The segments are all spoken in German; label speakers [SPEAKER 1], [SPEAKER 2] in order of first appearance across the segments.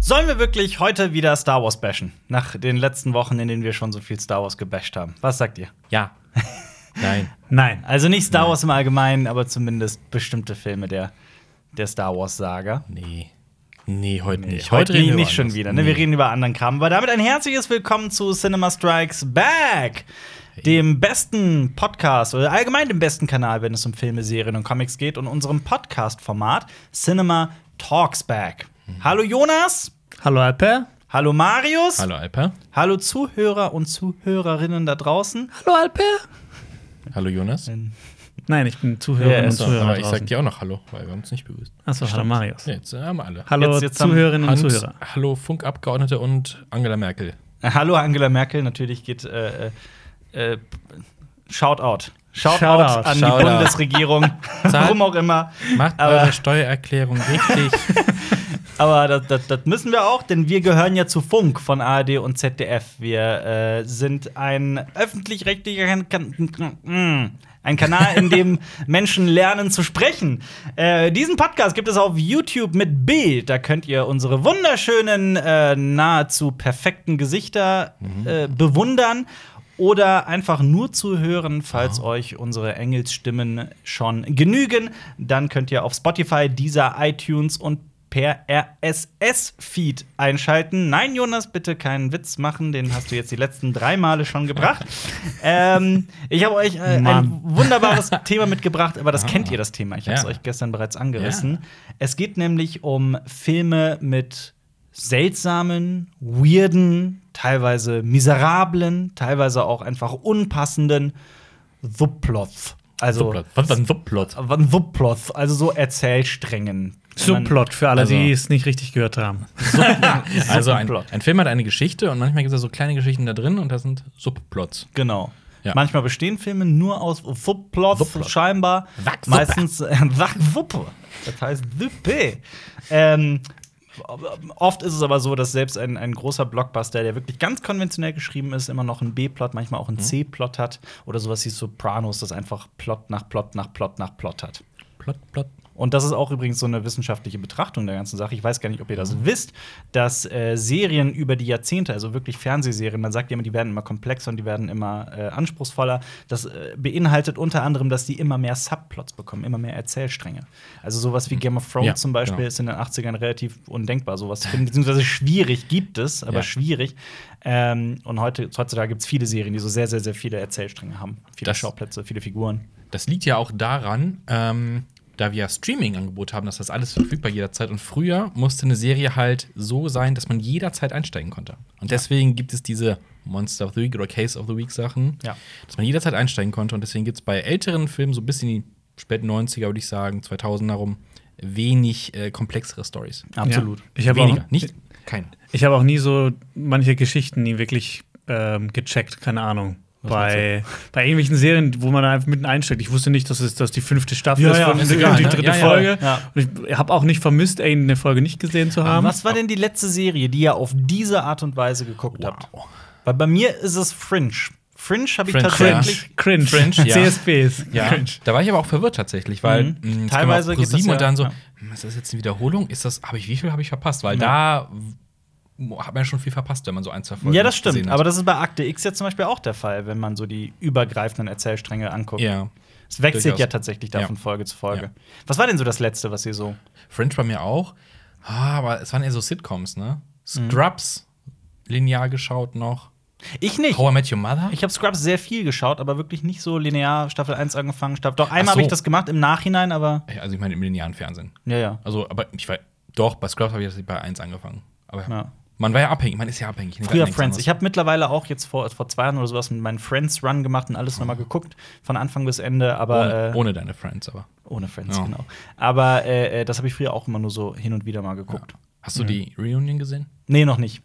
[SPEAKER 1] Sollen wir wirklich heute wieder Star Wars bashen? Nach den letzten Wochen, in denen wir schon so viel Star Wars gebasht haben. Was sagt ihr?
[SPEAKER 2] Ja. Nein.
[SPEAKER 1] Nein, also nicht Star Wars im Allgemeinen, aber zumindest bestimmte Filme der, der Star Wars-Saga.
[SPEAKER 2] Nee. Nee, heute
[SPEAKER 1] Nee,
[SPEAKER 2] nicht.
[SPEAKER 1] heute
[SPEAKER 2] reden
[SPEAKER 1] nicht,
[SPEAKER 2] wir
[SPEAKER 1] nicht
[SPEAKER 2] über
[SPEAKER 1] schon
[SPEAKER 2] anders.
[SPEAKER 1] wieder. Ne? Wir reden über anderen Kram. Aber damit ein herzliches Willkommen zu Cinema Strikes Back, dem besten Podcast oder allgemein dem besten Kanal, wenn es um Filme, Serien und Comics geht und unserem Podcast-Format Cinema Talks Back. Hallo Jonas,
[SPEAKER 3] Hallo Alper.
[SPEAKER 1] hallo Marius, hallo.
[SPEAKER 2] Hallo Alper.
[SPEAKER 1] Zuhörer und Zuhörerinnen da draußen.
[SPEAKER 3] Hallo Alper.
[SPEAKER 2] Hallo Jonas.
[SPEAKER 3] Nein, ich bin Zuhörerin
[SPEAKER 1] Ja,
[SPEAKER 3] und
[SPEAKER 1] ist
[SPEAKER 2] Achso, aber
[SPEAKER 3] Zuhörer
[SPEAKER 2] ich sag
[SPEAKER 3] draußen.
[SPEAKER 2] dir auch noch Hallo, weil wir haben uns nicht begrüßt.
[SPEAKER 3] Achso, hallo Marius.
[SPEAKER 2] Nee, Jetzt haben wir alle.
[SPEAKER 3] Hallo
[SPEAKER 1] Jetzt- jetzt haben
[SPEAKER 3] Zuhörerinnen
[SPEAKER 2] Hans,
[SPEAKER 3] und Zuhörer.
[SPEAKER 2] Hallo Funkabgeordnete und Angela Merkel.
[SPEAKER 1] Äh, Hallo Angela Merkel, natürlich geht äh, äh, äh, Shoutout. Shoutout,
[SPEAKER 3] Shoutout.
[SPEAKER 1] an die
[SPEAKER 2] Shoutout.
[SPEAKER 1] Bundesregierung, warum auch immer.
[SPEAKER 2] Macht
[SPEAKER 1] Aber-
[SPEAKER 2] eure Steuererklärung richtig.
[SPEAKER 1] Aber das, das, das müssen wir auch, denn wir gehören ja zu Funk von ARD und ZDF. Wir äh, sind ein öffentlich-rechtlicher kan kan mm, ein Kanal, in dem Menschen lernen zu sprechen. Äh, diesen Podcast gibt es auf YouTube mit Bild. Da könnt ihr unsere wunderschönen, äh, nahezu perfekten Gesichter äh, bewundern. Oder einfach nur zuhören, falls euch unsere Engelsstimmen schon genügen. Dann könnt ihr auf Spotify, dieser iTunes und per RSS-Feed einschalten. Nein, Jonas, bitte keinen Witz machen. Den hast du jetzt die letzten drei Male schon gebracht. ähm, ich habe euch äh, ein
[SPEAKER 3] Mann.
[SPEAKER 1] wunderbares Thema mitgebracht, aber das kennt ihr, das Thema. Ich habe es
[SPEAKER 2] Ja.
[SPEAKER 1] euch gestern bereits angerissen. Es geht nämlich um Filme mit seltsamen, weirden, teilweise miserablen, teilweise auch einfach unpassenden Subplots. Also
[SPEAKER 2] Subplot. Was war ein Subplot?
[SPEAKER 1] Subplots, also so Erzählsträngen. Man-
[SPEAKER 3] Subplot für alle,
[SPEAKER 2] Also-
[SPEAKER 3] die es nicht richtig gehört haben.
[SPEAKER 2] Also ein,
[SPEAKER 1] Subplot.
[SPEAKER 2] ein Film hat eine Geschichte und manchmal gibt es da so kleine Geschichten da drin und das sind Subplots.
[SPEAKER 1] Genau.
[SPEAKER 2] Ja.
[SPEAKER 1] Manchmal bestehen Filme nur aus Subplots
[SPEAKER 2] Subplot.
[SPEAKER 1] scheinbar.
[SPEAKER 2] Wack, Suppe.
[SPEAKER 1] Meistens äh, Wacksuppe. Das heißt Suppe. Ähm, oft ist es aber so, dass selbst ein, ein großer Blockbuster, der wirklich ganz konventionell geschrieben ist, immer noch einen B-Plot, manchmal auch einen
[SPEAKER 2] Mhm.
[SPEAKER 1] C-Plot hat oder sowas wie Sopranos, das einfach Plot nach Plot nach Plot nach Plot hat.
[SPEAKER 2] Plot, Plot.
[SPEAKER 1] Und das ist auch übrigens so eine wissenschaftliche Betrachtung der ganzen Sache. Ich weiß gar nicht, ob ihr
[SPEAKER 2] Mhm.
[SPEAKER 1] das wisst, dass äh, Serien über die Jahrzehnte, also wirklich Fernsehserien, man sagt ja immer, die werden immer komplexer und die werden immer äh, anspruchsvoller. Das äh, beinhaltet unter anderem, dass die immer mehr Subplots bekommen, immer mehr Erzählstränge. Also sowas wie Game of Thrones
[SPEAKER 2] Mhm. Ja,
[SPEAKER 1] zum Beispiel
[SPEAKER 2] genau.
[SPEAKER 1] ist in den 80ern relativ undenkbar, sowas zu finden, beziehungsweise schwierig gibt es, aber
[SPEAKER 2] Ja.
[SPEAKER 1] schwierig. Ähm, und heute, heutzutage gibt es viele Serien, die so sehr, sehr, sehr viele Erzählstränge haben. Viele
[SPEAKER 2] Das-
[SPEAKER 1] Schauplätze, viele Figuren.
[SPEAKER 2] Das liegt ja auch daran, ähm, da wir ja Streaming-Angebot haben, dass das alles verfügbar jederzeit. Und früher musste eine Serie halt so sein, dass man jederzeit einsteigen konnte. Und deswegen gibt es diese Monster of the Week oder Case of the Week Sachen,
[SPEAKER 1] Ja.
[SPEAKER 2] dass man jederzeit einsteigen konnte. Und deswegen gibt es bei älteren Filmen, so bis in die späten 90er, würde ich sagen, 2000er rum, wenig äh, komplexere Stories.
[SPEAKER 1] Absolut.
[SPEAKER 3] Ja. Ich habe auch,
[SPEAKER 2] Weniger, nicht? Keine.
[SPEAKER 3] ich hab auch nie so manche Geschichten nie wirklich ähm, gecheckt, keine Ahnung. Bei, bei irgendwelchen Serien, wo man da einfach mitten einsteckt. Ich wusste nicht, dass es dass die fünfte Staffel
[SPEAKER 1] Ja,
[SPEAKER 3] ist
[SPEAKER 1] ja,
[SPEAKER 3] von
[SPEAKER 1] ist
[SPEAKER 3] die,
[SPEAKER 2] egal,
[SPEAKER 3] die
[SPEAKER 2] ne?
[SPEAKER 3] dritte
[SPEAKER 2] Ja, ja.
[SPEAKER 3] Folge.
[SPEAKER 1] Ja.
[SPEAKER 3] Und ich habe auch nicht vermisst, eine Folge nicht gesehen zu haben.
[SPEAKER 1] Was war denn die letzte Serie, die ihr auf diese Art und Weise geguckt habt? Weil bei mir ist es Fringe. Fringe habe ich
[SPEAKER 2] Fringe,
[SPEAKER 1] tatsächlich.
[SPEAKER 3] Cringe.
[SPEAKER 2] Cringe, ja.
[SPEAKER 3] CSBs.
[SPEAKER 2] Ja, da war ich aber auch verwirrt tatsächlich, weil
[SPEAKER 1] Mhm.
[SPEAKER 2] mh, jetzt
[SPEAKER 1] Teilweise
[SPEAKER 2] kam auf
[SPEAKER 1] geht
[SPEAKER 2] Pro
[SPEAKER 1] das
[SPEAKER 2] 7
[SPEAKER 1] ja-
[SPEAKER 2] und dann so,
[SPEAKER 1] ja.
[SPEAKER 2] "Mh, ist das jetzt eine Wiederholung? Ist das habe ich wie viel habe ich verpasst? Weil da w- hat man ja schon viel verpasst, wenn man so ein, zwei Folgen
[SPEAKER 1] Ja, das
[SPEAKER 2] nicht
[SPEAKER 1] stimmt.
[SPEAKER 2] gesehen hat.
[SPEAKER 1] Aber das ist bei Akte X ja zum Beispiel auch der Fall, wenn man so die übergreifenden Erzählstränge anguckt.
[SPEAKER 2] ja.
[SPEAKER 1] Es wechselt
[SPEAKER 2] Durchaus.
[SPEAKER 1] ja tatsächlich da
[SPEAKER 2] Ja.
[SPEAKER 1] von Folge zu Folge.
[SPEAKER 2] Ja.
[SPEAKER 1] Was war denn so das letzte, was ihr so.
[SPEAKER 2] Fringe bei mir auch. Ah, aber es waren eher so Sitcoms, ne?
[SPEAKER 1] Mhm.
[SPEAKER 2] Scrubs linear geschaut noch.
[SPEAKER 1] Ich nicht.
[SPEAKER 2] How I Met Your Mother?
[SPEAKER 1] Ich habe Scrubs sehr viel geschaut, aber wirklich nicht so linear Staffel 1 angefangen. Staffel doch, einmal
[SPEAKER 2] Ach so.
[SPEAKER 1] habe ich das gemacht im Nachhinein, aber.
[SPEAKER 2] also ich meine im linearen Fernsehen.
[SPEAKER 1] Ja, ja.
[SPEAKER 2] Also, aber ich war doch bei Scrubs habe ich das bei 1 angefangen. Aber
[SPEAKER 1] Ja.
[SPEAKER 2] man war ja abhängig, man ist ja abhängig. ne?
[SPEAKER 1] Früher
[SPEAKER 2] Nichts
[SPEAKER 1] Friends.
[SPEAKER 2] anderes.
[SPEAKER 1] Ich habe mittlerweile auch jetzt vor, vor zwei Jahren oder sowas mit meinen Friends Run gemacht und alles
[SPEAKER 2] Mhm.
[SPEAKER 1] nochmal geguckt, von Anfang bis Ende, aber
[SPEAKER 2] ohne,
[SPEAKER 1] äh,
[SPEAKER 2] ohne deine Friends, aber.
[SPEAKER 1] ohne Friends,
[SPEAKER 2] Ja.
[SPEAKER 1] genau. Aber äh, äh, das habe ich früher auch immer nur so hin und wieder mal geguckt.
[SPEAKER 2] Hast du die Reunion gesehen?
[SPEAKER 1] Nee, noch nicht.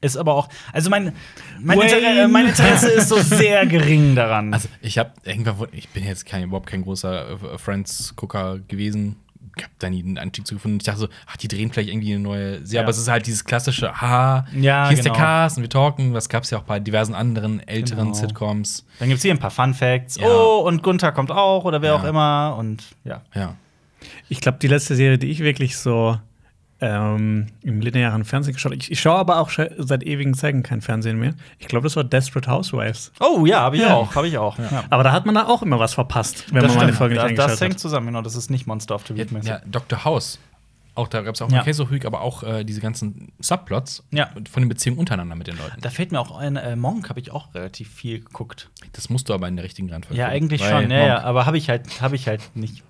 [SPEAKER 1] Ist aber auch, also mein, mein,
[SPEAKER 3] Wayne.
[SPEAKER 1] Inter äh, mein Interesse ist so sehr gering daran.
[SPEAKER 2] Also ich habe irgendwann, wo- ich bin jetzt kein, überhaupt kein großer äh, Friends-Gucker gewesen. Ich habe da nie einen Anstieg zu gefunden. Ich dachte so, ach, die drehen vielleicht irgendwie eine neue Serie.
[SPEAKER 1] Ja.
[SPEAKER 2] Aber es ist halt dieses klassische, haha,
[SPEAKER 1] Ja,
[SPEAKER 2] hier ist der
[SPEAKER 1] genau.
[SPEAKER 2] Cast und wir talken. Das gab es ja auch bei diversen anderen älteren
[SPEAKER 1] Genau.
[SPEAKER 2] Sitcoms.
[SPEAKER 1] Dann gibt es hier ein paar Fun Facts.
[SPEAKER 2] Ja.
[SPEAKER 1] Oh, und Gunther kommt auch oder wer
[SPEAKER 2] Ja.
[SPEAKER 1] auch immer. Und ja.
[SPEAKER 2] Ja.
[SPEAKER 3] Ich glaube, die letzte Serie, die ich wirklich so ähm, im linearen Fernsehen geschaut. Ich, ich schaue aber auch sche- seit ewigen Zeiten kein Fernsehen mehr. Ich glaube, das war Desperate Housewives.
[SPEAKER 1] Oh ja, habe ich
[SPEAKER 3] Ja.
[SPEAKER 1] auch, habe ich auch. Ja.
[SPEAKER 3] Aber da hat man da auch immer was verpasst, wenn man mal eine Folge nicht
[SPEAKER 1] das,
[SPEAKER 3] eingeschaltet
[SPEAKER 1] das hängt
[SPEAKER 3] hat.
[SPEAKER 1] zusammen, genau. Das ist nicht Monster of the Week mäßig.
[SPEAKER 2] Ja, Dr. House. Auch da gab es auch
[SPEAKER 1] Ja.
[SPEAKER 2] mal Käsehüg, aber auch äh, diese ganzen Subplots
[SPEAKER 1] Ja.
[SPEAKER 2] von den Beziehungen untereinander mit den Leuten.
[SPEAKER 1] Da fällt mir auch ein, äh, Monk habe ich auch relativ viel geguckt.
[SPEAKER 2] Das musst du aber in der richtigen Reihenfolge.
[SPEAKER 1] Ja,
[SPEAKER 2] gucken,
[SPEAKER 1] eigentlich
[SPEAKER 2] weil
[SPEAKER 1] schon, ja,
[SPEAKER 2] Monk,
[SPEAKER 1] ja, aber habe ich halt, habe ich halt nicht.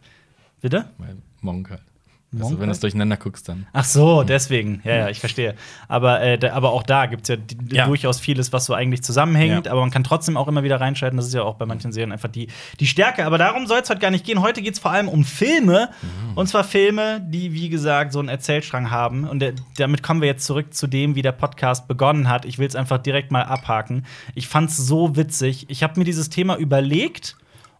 [SPEAKER 1] Bitte?
[SPEAKER 2] Weil Monk halt.
[SPEAKER 1] Monk
[SPEAKER 2] Also, wenn du es durcheinander guckst, dann.
[SPEAKER 1] Ach so,
[SPEAKER 2] Hm.
[SPEAKER 1] deswegen. Ja, ja, ich verstehe. Aber, äh, da, aber auch da gibt es ja, d- d-
[SPEAKER 2] Ja.
[SPEAKER 1] durchaus vieles, was so eigentlich zusammenhängt.
[SPEAKER 2] Ja.
[SPEAKER 1] Aber man kann trotzdem auch immer wieder reinschalten. Das ist ja auch bei manchen Serien einfach die, die Stärke. Aber darum soll es heute gar nicht gehen. Heute geht es vor allem um Filme.
[SPEAKER 2] Mhm.
[SPEAKER 1] Und zwar Filme, die, wie gesagt, so einen Erzählstrang haben. Und der, damit kommen wir jetzt zurück zu dem, wie der Podcast begonnen hat. Ich will es einfach direkt mal abhaken. Ich fand es so witzig. Ich habe mir dieses Thema überlegt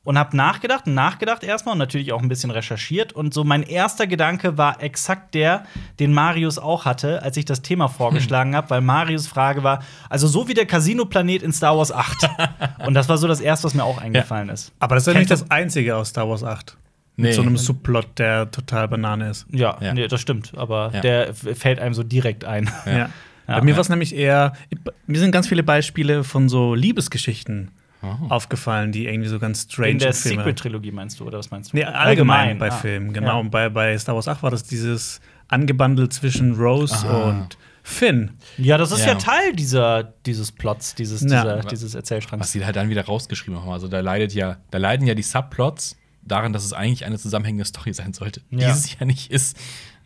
[SPEAKER 1] und habe nachgedacht, nachgedacht erstmal und natürlich auch ein bisschen recherchiert. Und so mein erster Gedanke war exakt der, den Marius auch hatte, als ich das Thema
[SPEAKER 3] Hm.
[SPEAKER 1] vorgeschlagen habe, weil Marius Frage war, also so wie der Casino-Planet in Star Wars 8. und das war so das erste, was mir auch eingefallen ist.
[SPEAKER 3] Aber das ist ja
[SPEAKER 1] Kennt
[SPEAKER 3] nicht das Einzige aus Star Wars 8.
[SPEAKER 2] Nee.
[SPEAKER 3] Mit so einem Subplot, der total Banane ist.
[SPEAKER 1] Ja,
[SPEAKER 2] Ja.
[SPEAKER 1] Nee, das stimmt, aber
[SPEAKER 2] Ja.
[SPEAKER 1] der f- fällt einem so direkt ein.
[SPEAKER 3] Ja. Bei mir war es nämlich eher, mir sind ganz viele Beispiele von so Liebesgeschichten aufgefallen, die irgendwie so ganz strange
[SPEAKER 1] Oh. In der
[SPEAKER 3] und Filme-
[SPEAKER 1] Sequel-Trilogie meinst du, oder was meinst du?
[SPEAKER 3] Nee, allgemein, bei
[SPEAKER 1] ah,
[SPEAKER 3] Filmen, genau.
[SPEAKER 1] ja.
[SPEAKER 3] Und bei, bei Star Wars 8 war das dieses Angebandelt zwischen Rose
[SPEAKER 2] Ah.
[SPEAKER 3] und Finn.
[SPEAKER 1] Ja, das ist ja,
[SPEAKER 2] Ja.
[SPEAKER 1] Teil dieser, dieses Plots, dieses,
[SPEAKER 3] Ja.
[SPEAKER 1] dieser, dieses Erzählstrangs.
[SPEAKER 2] Was sie halt dann wieder rausgeschrieben haben. Also da leidet ja, da leiden ja die Subplots daran, dass es eigentlich eine zusammenhängende Story sein sollte,
[SPEAKER 1] Ja.
[SPEAKER 2] die es ja nicht ist.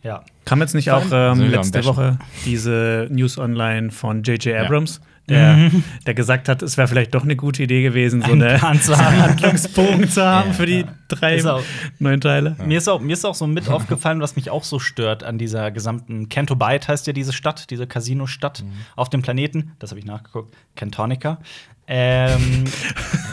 [SPEAKER 1] Ja.
[SPEAKER 3] Kam jetzt nicht auch
[SPEAKER 2] Vor allem-
[SPEAKER 3] ähm,
[SPEAKER 2] Sind wir am
[SPEAKER 3] letzte
[SPEAKER 2] Bashen.
[SPEAKER 3] Woche diese News Online von J.J. Abrams, der, der gesagt hat, es wäre vielleicht doch eine gute Idee gewesen, so ne?
[SPEAKER 1] Einen
[SPEAKER 3] eine
[SPEAKER 1] Plan zu haben.
[SPEAKER 3] Handlungsbogen zu haben
[SPEAKER 2] Ja,
[SPEAKER 3] für die drei
[SPEAKER 1] Ist auch-
[SPEAKER 3] neuen Teile.
[SPEAKER 1] Mir ist, auch, mir ist auch so mit aufgefallen, was mich auch so stört an dieser gesamten. Canto Bight heißt ja diese Stadt, diese Casino-Stadt auf dem Planeten. Das habe ich nachgeguckt. Cantonica. Ähm,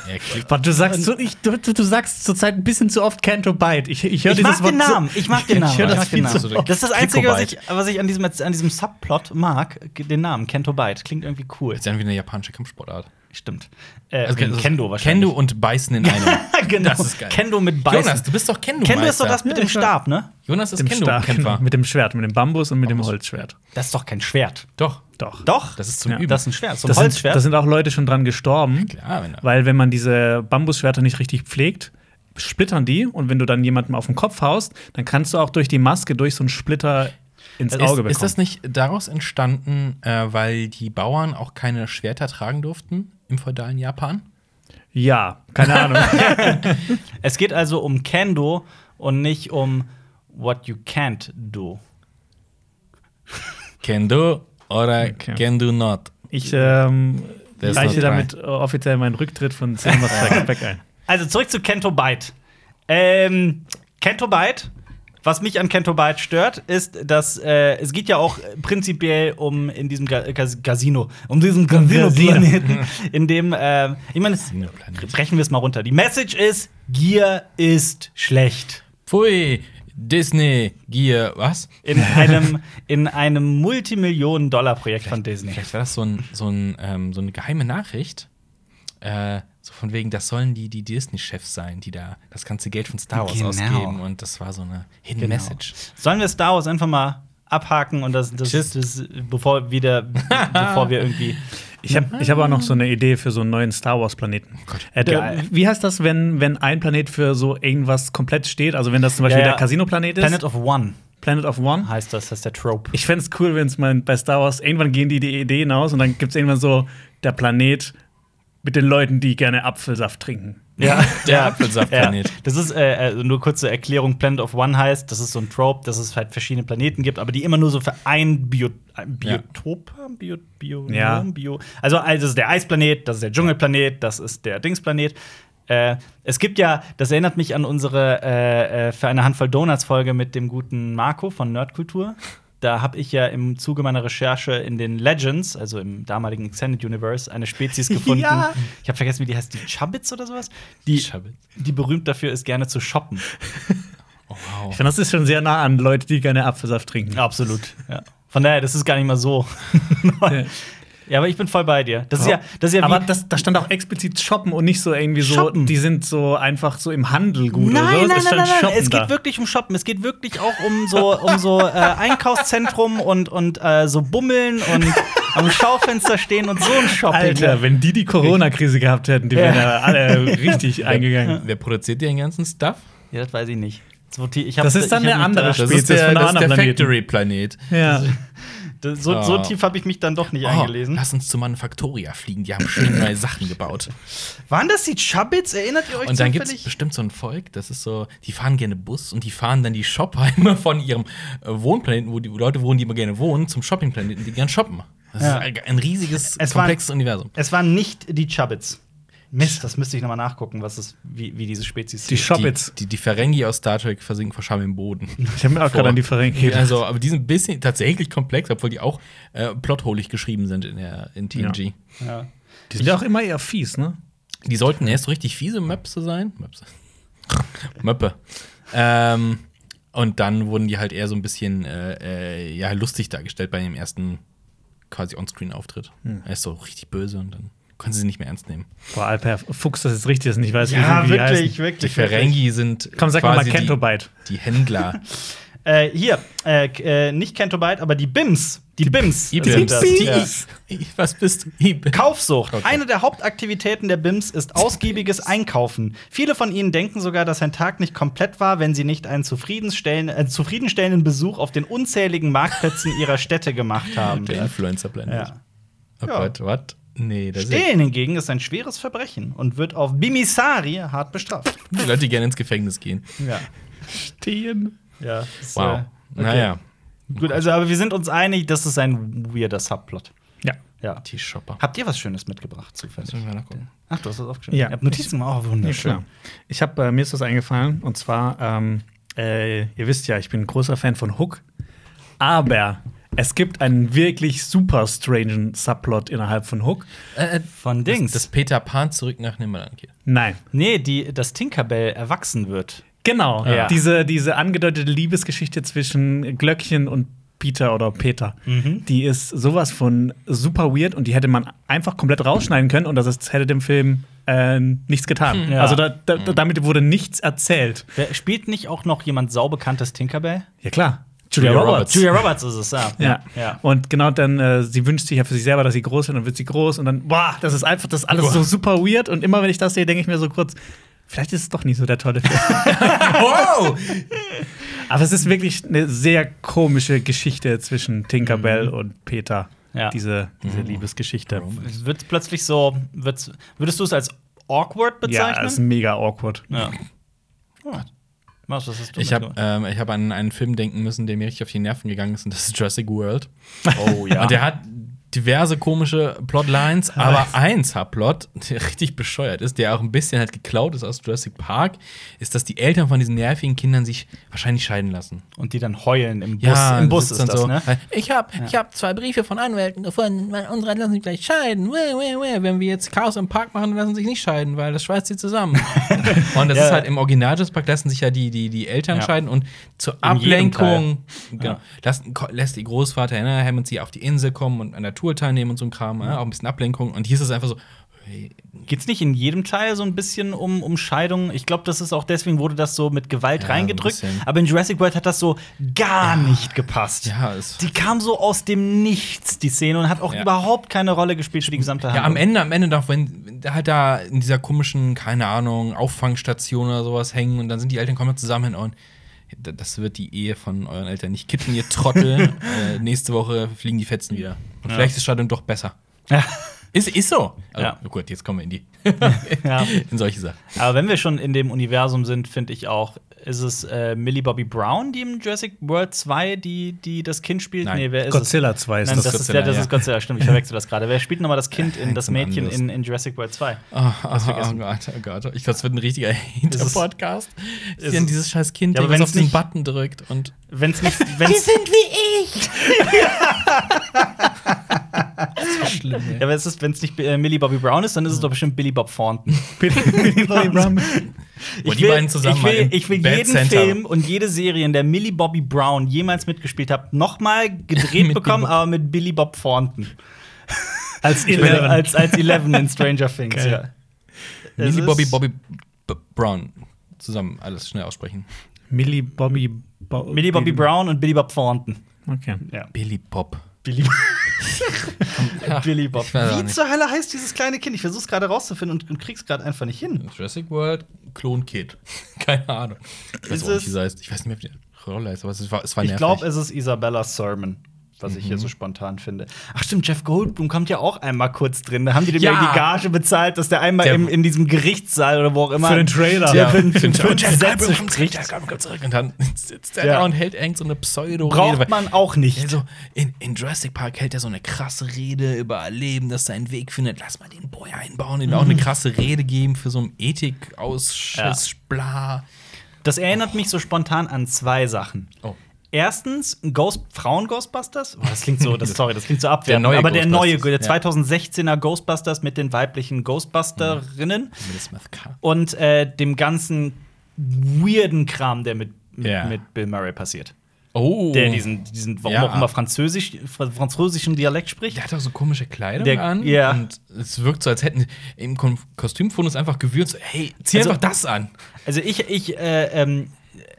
[SPEAKER 2] Er klickt-
[SPEAKER 3] Warte, du sagst, so, ich, du, du sagst zurzeit ein bisschen zu oft Canto Bite. Ich, ich höre
[SPEAKER 1] ich mag
[SPEAKER 3] dieses Wort
[SPEAKER 1] den
[SPEAKER 3] so-
[SPEAKER 1] Namen. Ich mag den Namen.
[SPEAKER 3] Ich höre das
[SPEAKER 1] mag
[SPEAKER 3] viel
[SPEAKER 1] den Namen.
[SPEAKER 3] zu
[SPEAKER 2] oft.
[SPEAKER 1] Das ist das Einzige, was ich,
[SPEAKER 2] Clickobite.
[SPEAKER 1] was ich an, diesem, an diesem Subplot mag. Den Namen Canto Bight. Klingt irgendwie cool.
[SPEAKER 2] Jetzt sind wir eine japanische Kampfsportart.
[SPEAKER 1] Stimmt. Äh,
[SPEAKER 2] Also, das ist
[SPEAKER 1] Kendo
[SPEAKER 2] Kendo
[SPEAKER 1] wahrscheinlich.
[SPEAKER 2] und Beißen in einem.
[SPEAKER 1] genau.
[SPEAKER 2] Das ist geil.
[SPEAKER 1] Kendo mit Beißen.
[SPEAKER 2] Jonas, du bist doch Kendo.
[SPEAKER 1] Kendo ist doch das mit
[SPEAKER 3] Ja,
[SPEAKER 1] dem
[SPEAKER 3] ich weiß.
[SPEAKER 1] Stab, ne?
[SPEAKER 2] Jonas ist
[SPEAKER 3] Mit dem, Stab,
[SPEAKER 2] Kendo-Kämpfer.
[SPEAKER 3] mit dem Schwert, mit dem Bambus und mit dem
[SPEAKER 2] Bambus.
[SPEAKER 3] Holzschwert.
[SPEAKER 1] Das ist doch kein Schwert.
[SPEAKER 2] Doch.
[SPEAKER 3] Doch.
[SPEAKER 1] Doch.
[SPEAKER 2] Das ist zum
[SPEAKER 3] Ja.
[SPEAKER 2] Üben.
[SPEAKER 1] Das ist ein Schwert. So ein
[SPEAKER 3] Das sind,
[SPEAKER 1] Holzschwert.
[SPEAKER 3] das sind auch Leute schon dran gestorben,
[SPEAKER 2] Klar, wenn er-
[SPEAKER 3] weil wenn man diese Bambusschwerter nicht richtig pflegt, splittern die und wenn du dann jemandem auf den Kopf haust, dann kannst du auch durch die Maske durch so einen Splitter ins
[SPEAKER 2] Ist,
[SPEAKER 3] Auge bekommen.
[SPEAKER 2] ist das nicht daraus entstanden, äh, weil die Bauern auch keine Schwerter tragen durften im feudalen Japan?
[SPEAKER 3] Ja, keine Ahnung.
[SPEAKER 1] Es geht also um Can Do und nicht um What You Can't Do.
[SPEAKER 2] Kendo oder
[SPEAKER 3] Okay.
[SPEAKER 2] Kendo not.
[SPEAKER 3] ich ähm,
[SPEAKER 2] Der ist
[SPEAKER 3] reiche
[SPEAKER 2] noch
[SPEAKER 3] damit äh, offiziell meinen Rücktritt von Cinema Strikes Back ein.
[SPEAKER 1] Also zurück zu Kento Byte. Ähm, Kento Byte, was mich an Kento Byte stört, ist, dass äh, es geht ja auch prinzipiell um in diesem Ga Cas- Casino, um diesen Casino-Planeten, in dem, äh, ich meine,
[SPEAKER 2] Casino-Planet.
[SPEAKER 1] brechen wir es mal runter. Die Message ist, Gier ist schlecht.
[SPEAKER 2] Pfui, Disney, Gier, was?
[SPEAKER 1] In einem, in einem Multimillionen-Dollar-Projekt von Disney.
[SPEAKER 2] Vielleicht war das so, ein, so, ein, ähm, so eine geheime Nachricht. Äh, so von wegen, das sollen die, die Disney-Chefs sein, die da das ganze Geld von Star Wars
[SPEAKER 1] Genau.
[SPEAKER 2] ausgeben. Und das war so eine Hidden Message.
[SPEAKER 1] Sollen wir Star Wars einfach mal abhaken und das, das,
[SPEAKER 2] Tschüss.
[SPEAKER 1] das bevor wieder bevor wir irgendwie
[SPEAKER 3] Ich habe ich hab auch noch so eine Idee für so einen neuen Star Wars-Planeten.
[SPEAKER 2] Oh Gott.
[SPEAKER 3] Äh, der- wie heißt das, wenn, wenn ein Planet für so irgendwas komplett steht? Also, wenn das zum Beispiel
[SPEAKER 1] Ja, ja.
[SPEAKER 3] der Casino-Planet ist,
[SPEAKER 1] Planet of One
[SPEAKER 3] Planet of One.
[SPEAKER 1] heißt das, das ist der Trope.
[SPEAKER 3] Ich fände es cool, wenn es mal bei Star Wars irgendwann gehen die, die Ideen aus und dann gibt es irgendwann so der Planet mit den Leuten, die gerne Apfelsaft trinken.
[SPEAKER 1] Ja,
[SPEAKER 2] Der
[SPEAKER 1] ja.
[SPEAKER 2] Apfelsaftplanet.
[SPEAKER 1] Ja. Das ist äh, also nur kurze Erklärung: Planet of One heißt, das ist so ein Trope, dass es halt verschiedene Planeten gibt, aber die immer nur so für ein Bio ein
[SPEAKER 2] Ja.
[SPEAKER 1] Biotop, haben? Bio, Bio,
[SPEAKER 3] Ja.
[SPEAKER 1] Bio. Also, also das ist der Eisplanet, das ist der Dschungelplanet, das ist der Dingsplanet. Äh, es gibt ja, das erinnert mich an unsere äh, äh, für eine Handvoll Donuts Folge mit dem guten Marco von Nerdkultur. Da habe ich ja im Zuge meiner Recherche in den Legends, also im damaligen Extended Universe, eine Spezies gefunden.
[SPEAKER 3] Ja.
[SPEAKER 1] Ich habe vergessen, wie die heißt, die Chubbits oder sowas? Die,
[SPEAKER 2] Chubbits.
[SPEAKER 1] die berühmt dafür ist, gerne zu shoppen.
[SPEAKER 2] Oh,
[SPEAKER 3] Ich
[SPEAKER 2] wow.
[SPEAKER 3] finde, das ist schon sehr nah an Leute, die gerne Apfelsaft trinken.
[SPEAKER 1] Absolut. Ja. Von daher, das ist gar nicht mal so.
[SPEAKER 3] Ja.
[SPEAKER 1] Ja, aber ich bin voll bei dir. Das ist ja, das ist ja wie,
[SPEAKER 3] Aber das, da stand auch explizit shoppen und nicht so irgendwie so,
[SPEAKER 1] Shoppen.
[SPEAKER 3] die sind so einfach so im Handel gut
[SPEAKER 1] Nein,
[SPEAKER 3] oder so.
[SPEAKER 1] nein,
[SPEAKER 3] es
[SPEAKER 1] nein,
[SPEAKER 3] stand
[SPEAKER 1] nein, nein.
[SPEAKER 3] Shoppen
[SPEAKER 1] Es geht
[SPEAKER 3] da.
[SPEAKER 1] wirklich um Shoppen. Es geht wirklich auch um so, um so äh, Einkaufszentrum und, und äh, so Bummeln und am Schaufenster stehen und so ein Shopping. ne?
[SPEAKER 3] Alter, wenn die die Corona-Krise gehabt hätten, die
[SPEAKER 1] Ja.
[SPEAKER 3] wären ja alle richtig eingegangen.
[SPEAKER 2] Wer produziert den ganzen Stuff?
[SPEAKER 1] Ja, das weiß ich nicht. So, tie- ich hab-
[SPEAKER 3] Das ist dann
[SPEAKER 1] ich hab
[SPEAKER 3] eine
[SPEAKER 1] mich da-
[SPEAKER 3] andere-
[SPEAKER 2] Das
[SPEAKER 3] Spezies
[SPEAKER 2] ist der,
[SPEAKER 3] von einem
[SPEAKER 2] das ist der
[SPEAKER 3] anderen Planeten.
[SPEAKER 2] Factory-Planet.
[SPEAKER 3] Ja.
[SPEAKER 1] Das- So, so
[SPEAKER 2] Ah.
[SPEAKER 1] tief habe ich mich dann doch nicht
[SPEAKER 3] Ah.
[SPEAKER 2] Oh,
[SPEAKER 1] eingelesen.
[SPEAKER 2] lass uns zu Manufaktoria fliegen, die haben schön neue Sachen gebaut.
[SPEAKER 1] Waren das die Chubbits? Erinnert ihr euch
[SPEAKER 2] Und dann gibt es
[SPEAKER 1] zufällig?
[SPEAKER 2] bestimmt so ein Volk, das ist so, die fahren gerne Bus und die fahren dann die Shopper immer von ihrem äh, Wohnplaneten, wo die Leute wohnen, die immer gerne wohnen, zum Shoppingplaneten, die gerne shoppen. Das
[SPEAKER 1] Ja.
[SPEAKER 2] ist ein riesiges,
[SPEAKER 1] Es waren-
[SPEAKER 2] komplexes Universum.
[SPEAKER 1] Es waren nicht die Chubbits. Mist, das müsste ich nochmal nachgucken, was es, wie, wie diese Spezies
[SPEAKER 3] Die
[SPEAKER 1] hieß.
[SPEAKER 3] Shoppits.
[SPEAKER 2] Die, die, die Ferengi aus Star Trek versinken vor Scham im Boden.
[SPEAKER 3] Ich habe mir auch gerade an die Verrenkung gedacht.
[SPEAKER 2] Also, aber die sind ein bisschen tatsächlich komplex, obwohl die auch äh, plotholig geschrieben sind in, der, in TNG.
[SPEAKER 1] ja.
[SPEAKER 3] Die sind ja auch immer eher fies, ne?
[SPEAKER 2] Die sollten erst so richtig fiese Möpse sein. Möpse. Möppe. Ähm, und dann wurden die halt eher so ein bisschen äh, äh, ja, lustig dargestellt bei dem ersten quasi On-Screen-Auftritt. Er ist so richtig böse und dann konnten sie sie nicht mehr ernst nehmen.
[SPEAKER 3] Boah, Alper, Fuchs, das ist richtig, dass ich nicht weiß,
[SPEAKER 1] Ja,
[SPEAKER 3] wie die
[SPEAKER 1] wirklich,
[SPEAKER 3] heißen.
[SPEAKER 1] wirklich.
[SPEAKER 2] Die Ferengi sind
[SPEAKER 3] Komm, sag mal
[SPEAKER 2] quasi
[SPEAKER 3] Kento Bite.
[SPEAKER 2] die, die Händler.
[SPEAKER 1] Äh, hier, äh, k- äh, nicht Kentobite, aber die Bims. Die, Bims.
[SPEAKER 2] Die
[SPEAKER 1] sind das,
[SPEAKER 2] Bims.
[SPEAKER 1] ja.
[SPEAKER 2] Die- die- Was bist du?
[SPEAKER 1] Kaufsucht.
[SPEAKER 2] Okay.
[SPEAKER 1] Eine der Hauptaktivitäten der BIMs ist ausgiebiges Einkaufen. Viele von ihnen denken sogar, dass ein Tag nicht komplett war, wenn sie nicht einen zufriedenstellen, äh, zufriedenstellenden Besuch auf den unzähligen Marktplätzen ihrer Städte gemacht haben.
[SPEAKER 2] Der Influencer blendet.
[SPEAKER 1] Ja.
[SPEAKER 2] Oh
[SPEAKER 1] Ja.
[SPEAKER 2] Gott, what? Nee, das ist
[SPEAKER 1] Stehlen hingegen ist ein schweres Verbrechen und wird auf Bimisari hart bestraft.
[SPEAKER 2] die Leute, die gerne ins Gefängnis gehen.
[SPEAKER 1] Ja.
[SPEAKER 3] Stehen.
[SPEAKER 1] ja ist,
[SPEAKER 2] Wow.
[SPEAKER 1] äh,
[SPEAKER 2] Naja,
[SPEAKER 1] Gut, also aber wir sind uns einig, das ist ein weirder Subplot.
[SPEAKER 3] Ja.
[SPEAKER 1] Ja.
[SPEAKER 2] die Shopper.
[SPEAKER 1] Habt ihr was Schönes mitgebracht, zufällig?
[SPEAKER 2] Müssen wir mal nachgucken.
[SPEAKER 1] Ach, du hast das aufgeschrieben.
[SPEAKER 3] Ja.
[SPEAKER 1] Ihr habt Notizen gemacht, oh,
[SPEAKER 3] Ja,
[SPEAKER 1] wunderschön.
[SPEAKER 3] klar. Ich habe äh, mir ist das eingefallen und zwar, ähm, äh, ihr wisst ja, ich bin ein großer Fan von Hook, aber es gibt einen wirklich super strangen Subplot innerhalb von Hook.
[SPEAKER 2] Äh, äh,
[SPEAKER 1] Von Dings. Oh
[SPEAKER 2] Dass Peter Pan zurück nach Nimmerland geht.
[SPEAKER 3] Nein,
[SPEAKER 1] Nee, die, dass Tinkerbell erwachsen wird.
[SPEAKER 3] genau
[SPEAKER 1] Ja.
[SPEAKER 3] diese diese angedeutete Liebesgeschichte zwischen Glöckchen und Peter oder Peter,
[SPEAKER 2] Mhm.
[SPEAKER 3] die ist sowas von super weird und die hätte man einfach komplett rausschneiden können und das ist, hätte dem Film äh, nichts getan.
[SPEAKER 1] Ja.
[SPEAKER 3] Also da, da, damit wurde nichts erzählt.
[SPEAKER 1] Wer, spielt nicht auch noch jemand saubekanntes Tinkerbell?
[SPEAKER 3] Ja klar, Julia,
[SPEAKER 2] Julia
[SPEAKER 3] Roberts.
[SPEAKER 2] Roberts.
[SPEAKER 1] Julia Roberts ist es, ja.
[SPEAKER 3] Ja.
[SPEAKER 1] ja.
[SPEAKER 3] Und genau dann, äh, sie wünscht sich ja für sich selber, dass sie groß wird, dann wird sie groß und dann, boah, das ist einfach, das ist alles
[SPEAKER 2] Boah.
[SPEAKER 3] so super weird. Und immer wenn ich das sehe, denke ich mir so kurz, vielleicht ist es doch nicht so der tolle Film.
[SPEAKER 2] Wow!
[SPEAKER 3] Aber es ist wirklich eine sehr komische Geschichte zwischen Tinkerbell und Peter.
[SPEAKER 1] Mhm. Ja.
[SPEAKER 3] Diese, diese
[SPEAKER 2] Mhm.
[SPEAKER 3] Liebesgeschichte.
[SPEAKER 1] Wird's plötzlich so, wird's, würdest du es als awkward
[SPEAKER 3] Ja, ist
[SPEAKER 1] bezeichnen?
[SPEAKER 3] mega awkward.
[SPEAKER 1] Ja. ja. Marcel, was hast du
[SPEAKER 2] Ich habe
[SPEAKER 1] mitgebracht?
[SPEAKER 2] ähm, ich hab an einen Film denken müssen, der mir richtig auf die Nerven gegangen ist, und das ist Jurassic World.
[SPEAKER 1] Oh ja.
[SPEAKER 2] Und der hat diverse komische Plotlines, aber ein Subplot, der richtig bescheuert ist, der auch ein bisschen halt geklaut ist aus Jurassic Park, ist, dass die Eltern von diesen nervigen Kindern sich wahrscheinlich scheiden lassen.
[SPEAKER 1] Und die dann heulen im Bus.
[SPEAKER 2] Ja,
[SPEAKER 1] Im Bus
[SPEAKER 2] sitzt
[SPEAKER 1] ist
[SPEAKER 2] dann
[SPEAKER 1] das,
[SPEAKER 2] so,
[SPEAKER 1] ne?
[SPEAKER 2] Ich habe ich hab zwei Briefe von Anwälten gefunden, weil unsere lassen sich gleich scheiden. Wäh, wäh, wäh. Wenn wir jetzt Chaos im Park machen, lassen sich nicht scheiden, weil das schweißt sie zusammen. und das
[SPEAKER 1] Ja.
[SPEAKER 2] ist halt im Original Jurassic Park lassen sich ja die, die, die Eltern
[SPEAKER 1] Ja.
[SPEAKER 2] scheiden und zur
[SPEAKER 1] jedem
[SPEAKER 2] Ablenkung genau, lassen, ko- lässt ihr Großvater Hannah Hammond sie auf die Insel kommen und an der Tour teilnehmen und so ein Kram, ja, auch ein bisschen Ablenkung. Und hier ist es einfach so, hey,
[SPEAKER 1] Geht's nicht in jedem Teil so ein bisschen um, um Scheidung? Ich glaube, das ist auch deswegen wurde das so mit Gewalt
[SPEAKER 2] Ja, so ein
[SPEAKER 1] reingedrückt.
[SPEAKER 2] bisschen.
[SPEAKER 1] aber in Jurassic World hat das so gar nicht gepasst.
[SPEAKER 2] ja, es
[SPEAKER 1] Die kam so aus dem Nichts, die Szene, und hat auch
[SPEAKER 2] Ja.
[SPEAKER 1] überhaupt keine Rolle gespielt für die gesamte Handlung.
[SPEAKER 2] Ja, am Ende, am Ende doch, wenn wenn da halt da in dieser komischen, keine Ahnung, Auffangstation oder sowas hängen und dann sind die Eltern kommen zusammen und d- das wird die Ehe von euren Eltern nicht kitten, ihr Trottel. äh, nächste Woche fliegen die Fetzen wieder. Und vielleicht ist Scheidung doch besser.
[SPEAKER 1] Ja.
[SPEAKER 2] Ist, ist so. Also,
[SPEAKER 1] Ja.
[SPEAKER 2] oh Gut, jetzt kommen wir in die.
[SPEAKER 1] Ja.
[SPEAKER 2] In solche Sachen.
[SPEAKER 1] Aber wenn wir schon in dem Universum sind, finde ich auch, ist es äh, Millie Bobby Brown, die im Jurassic World 2, die, die das Kind spielt?
[SPEAKER 2] Nein.
[SPEAKER 1] Nee, wer ist
[SPEAKER 3] Godzilla 2
[SPEAKER 1] es?
[SPEAKER 3] ist
[SPEAKER 1] Nein, das,
[SPEAKER 3] das.
[SPEAKER 1] ist, ja, das
[SPEAKER 2] Godzilla,
[SPEAKER 1] ist Godzilla, stimmt, ich verwechsel das gerade. Wer spielt nochmal das Kind in
[SPEAKER 2] Hängt
[SPEAKER 1] das
[SPEAKER 2] zum
[SPEAKER 1] Mädchen
[SPEAKER 2] Anlass.
[SPEAKER 1] in, in Jurassic World 2?
[SPEAKER 2] Oh, oh, oh Gott, oh Gott. Ich glaube, es wird ein richtiger Hater-Podcast.
[SPEAKER 1] es-
[SPEAKER 2] Ist dann dieses scheiß Kind,
[SPEAKER 1] Ja, aber
[SPEAKER 2] der jetzt
[SPEAKER 1] wenn's
[SPEAKER 2] auf den
[SPEAKER 1] nicht-
[SPEAKER 2] Button drückt und.
[SPEAKER 1] Wenn's nicht. Wenn's,
[SPEAKER 2] wie ich! das war schlimm, ey.
[SPEAKER 1] ja, aber es ist, wenn's nicht äh, Millie Bobby Brown ist, dann ist es doch bestimmt Billy Bob Thornton.
[SPEAKER 2] Wo die beiden zusammen
[SPEAKER 1] ich
[SPEAKER 2] mal
[SPEAKER 1] will,
[SPEAKER 2] im
[SPEAKER 1] ich will
[SPEAKER 2] Bad
[SPEAKER 1] jeden
[SPEAKER 2] Center-
[SPEAKER 1] Film und jede Serie, in der Millie Bobby Brown jemals mitgespielt hat, nochmal gedreht
[SPEAKER 2] Mit
[SPEAKER 1] bekommen,
[SPEAKER 2] Billy Bob-
[SPEAKER 1] aber mit Billy Bob Thornton.
[SPEAKER 3] Als
[SPEAKER 1] Eleven.
[SPEAKER 3] Eleven.
[SPEAKER 1] Als, als Eleven in Stranger Things,
[SPEAKER 3] Geil.
[SPEAKER 1] ja. Es
[SPEAKER 2] Millie
[SPEAKER 1] ist-
[SPEAKER 2] Bobby Bobby B Brown. Zusammen alles schnell aussprechen.
[SPEAKER 3] Millie Bobby Bo
[SPEAKER 1] Millie Bobby Brown und Billy Bob Thornton.
[SPEAKER 3] Okay.
[SPEAKER 1] Ja.
[SPEAKER 2] Billy Bob.
[SPEAKER 1] Billy,
[SPEAKER 2] Ja,
[SPEAKER 1] Billy Bob.
[SPEAKER 2] ich weiß auch
[SPEAKER 1] Wie
[SPEAKER 2] nicht.
[SPEAKER 1] zur Hölle heißt dieses kleine Kind? Ich versuch's gerade rauszufinden und, und krieg's gerade einfach nicht hin.
[SPEAKER 2] Jurassic World, Klon Kid. Keine Ahnung. Ich weiß
[SPEAKER 1] Ist
[SPEAKER 2] auch nicht, wie
[SPEAKER 1] es-
[SPEAKER 2] sie heißt. Ich weiß nicht mehr, wie die Rolle heißt, aber es war, es war
[SPEAKER 1] Ich
[SPEAKER 2] nervig. Mhm.
[SPEAKER 1] glaube, es ist Isabella Sermon, was ich hier so spontan finde. Ach stimmt, Jeff Goldblum kommt ja auch einmal kurz drin. Da haben die dem ja,
[SPEAKER 2] Ja.
[SPEAKER 1] die Gage bezahlt, dass der einmal
[SPEAKER 2] Der-
[SPEAKER 1] im, in diesem Gerichtssaal oder wo auch immer.
[SPEAKER 3] Für den Trailer.
[SPEAKER 1] Ja,
[SPEAKER 2] ja,
[SPEAKER 1] für den
[SPEAKER 2] für den
[SPEAKER 1] für den
[SPEAKER 2] Jeff
[SPEAKER 1] Sätze
[SPEAKER 2] Goldblum kommt zurück,
[SPEAKER 1] spricht.
[SPEAKER 2] Jeff Goldblum kommt zurück. Und dann sitzt er
[SPEAKER 1] Ja.
[SPEAKER 2] da und hält irgend so eine pseudo
[SPEAKER 1] Braucht man auch nicht.
[SPEAKER 2] Also in, in Jurassic Park hält er so eine krasse Rede über Erleben, dass er einen Weg findet. Lass mal den Boy einbauen, ihm auch
[SPEAKER 1] Mhm.
[SPEAKER 2] eine krasse Rede geben für so einen Ethikausschuss, bla.
[SPEAKER 1] Das erinnert mich so spontan an zwei Sachen.
[SPEAKER 2] Oh.
[SPEAKER 1] Erstens, Ghost, Frauen-Ghostbusters. Oh, das klingt so, das, sorry, das klingt so abwertend.
[SPEAKER 2] neue
[SPEAKER 1] aber der neue, der
[SPEAKER 2] Ghostbusters, ja.
[SPEAKER 1] 2016er Ghostbusters mit den weiblichen Ghostbusterinnen
[SPEAKER 2] Will Smith K.
[SPEAKER 1] und äh, dem ganzen weirden Kram, der mit, mit,
[SPEAKER 2] Ja.
[SPEAKER 1] mit Bill Murray passiert.
[SPEAKER 2] Oh.
[SPEAKER 1] Der diesen, diesen warum
[SPEAKER 2] Ja.
[SPEAKER 1] auch immer französisch, fr französischen Dialekt spricht.
[SPEAKER 2] Der hat auch so komische Kleidung
[SPEAKER 1] Der-
[SPEAKER 2] an.
[SPEAKER 1] ja.
[SPEAKER 2] Und es wirkt so, als hätten im Kon- Kostümfundus einfach gewürzt, so, hey, zieh
[SPEAKER 1] Also-
[SPEAKER 2] einfach das an.
[SPEAKER 1] Also ich, ich, äh, ähm,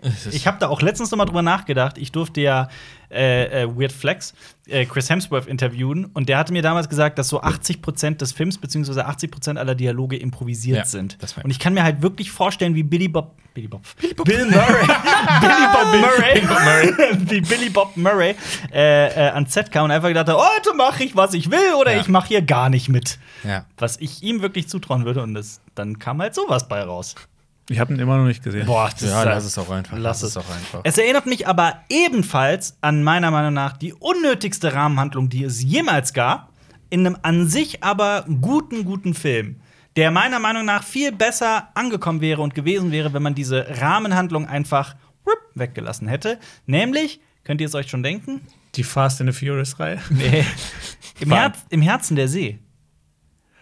[SPEAKER 2] Es ist-
[SPEAKER 1] Ich habe da auch letztens nochmal drüber nachgedacht. Ich durfte ja äh, äh, Weird Flex, äh, Chris Hemsworth interviewen und der hatte mir damals gesagt, dass so 80% des Films bzw. 80% aller Dialoge improvisiert
[SPEAKER 2] Ja,
[SPEAKER 1] sind.
[SPEAKER 2] das war-
[SPEAKER 1] Und ich kann mir halt wirklich vorstellen, wie Billy Bob. Billy Bob. Bill Murray. Billy Bob Murray. wie Billy Bob Murray äh, äh, ans Set kam und einfach gedacht hat: heute mache ich, was ich will oder
[SPEAKER 2] Ja.
[SPEAKER 1] ich mache hier gar nicht mit.
[SPEAKER 2] ja.
[SPEAKER 1] Was ich ihm wirklich zutrauen würde und das, dann kam halt sowas bei raus.
[SPEAKER 3] Ich habe ihn immer noch nicht gesehen.
[SPEAKER 1] Boah, das
[SPEAKER 2] ja,
[SPEAKER 1] ist, halt
[SPEAKER 2] lass es auch einfach.
[SPEAKER 1] Lass es.
[SPEAKER 2] es auch einfach.
[SPEAKER 1] Es erinnert mich aber ebenfalls an meiner Meinung nach die unnötigste Rahmenhandlung, die es jemals gab, in einem an sich aber guten, guten Film, der meiner Meinung nach viel besser angekommen wäre und gewesen wäre, wenn man diese Rahmenhandlung einfach whip, weggelassen hätte. Nämlich, könnt ihr es euch schon denken?
[SPEAKER 3] Die Fast and the Furious-Reihe.
[SPEAKER 1] Nee. Im,
[SPEAKER 2] War-
[SPEAKER 1] Herz, Im Herzen der See.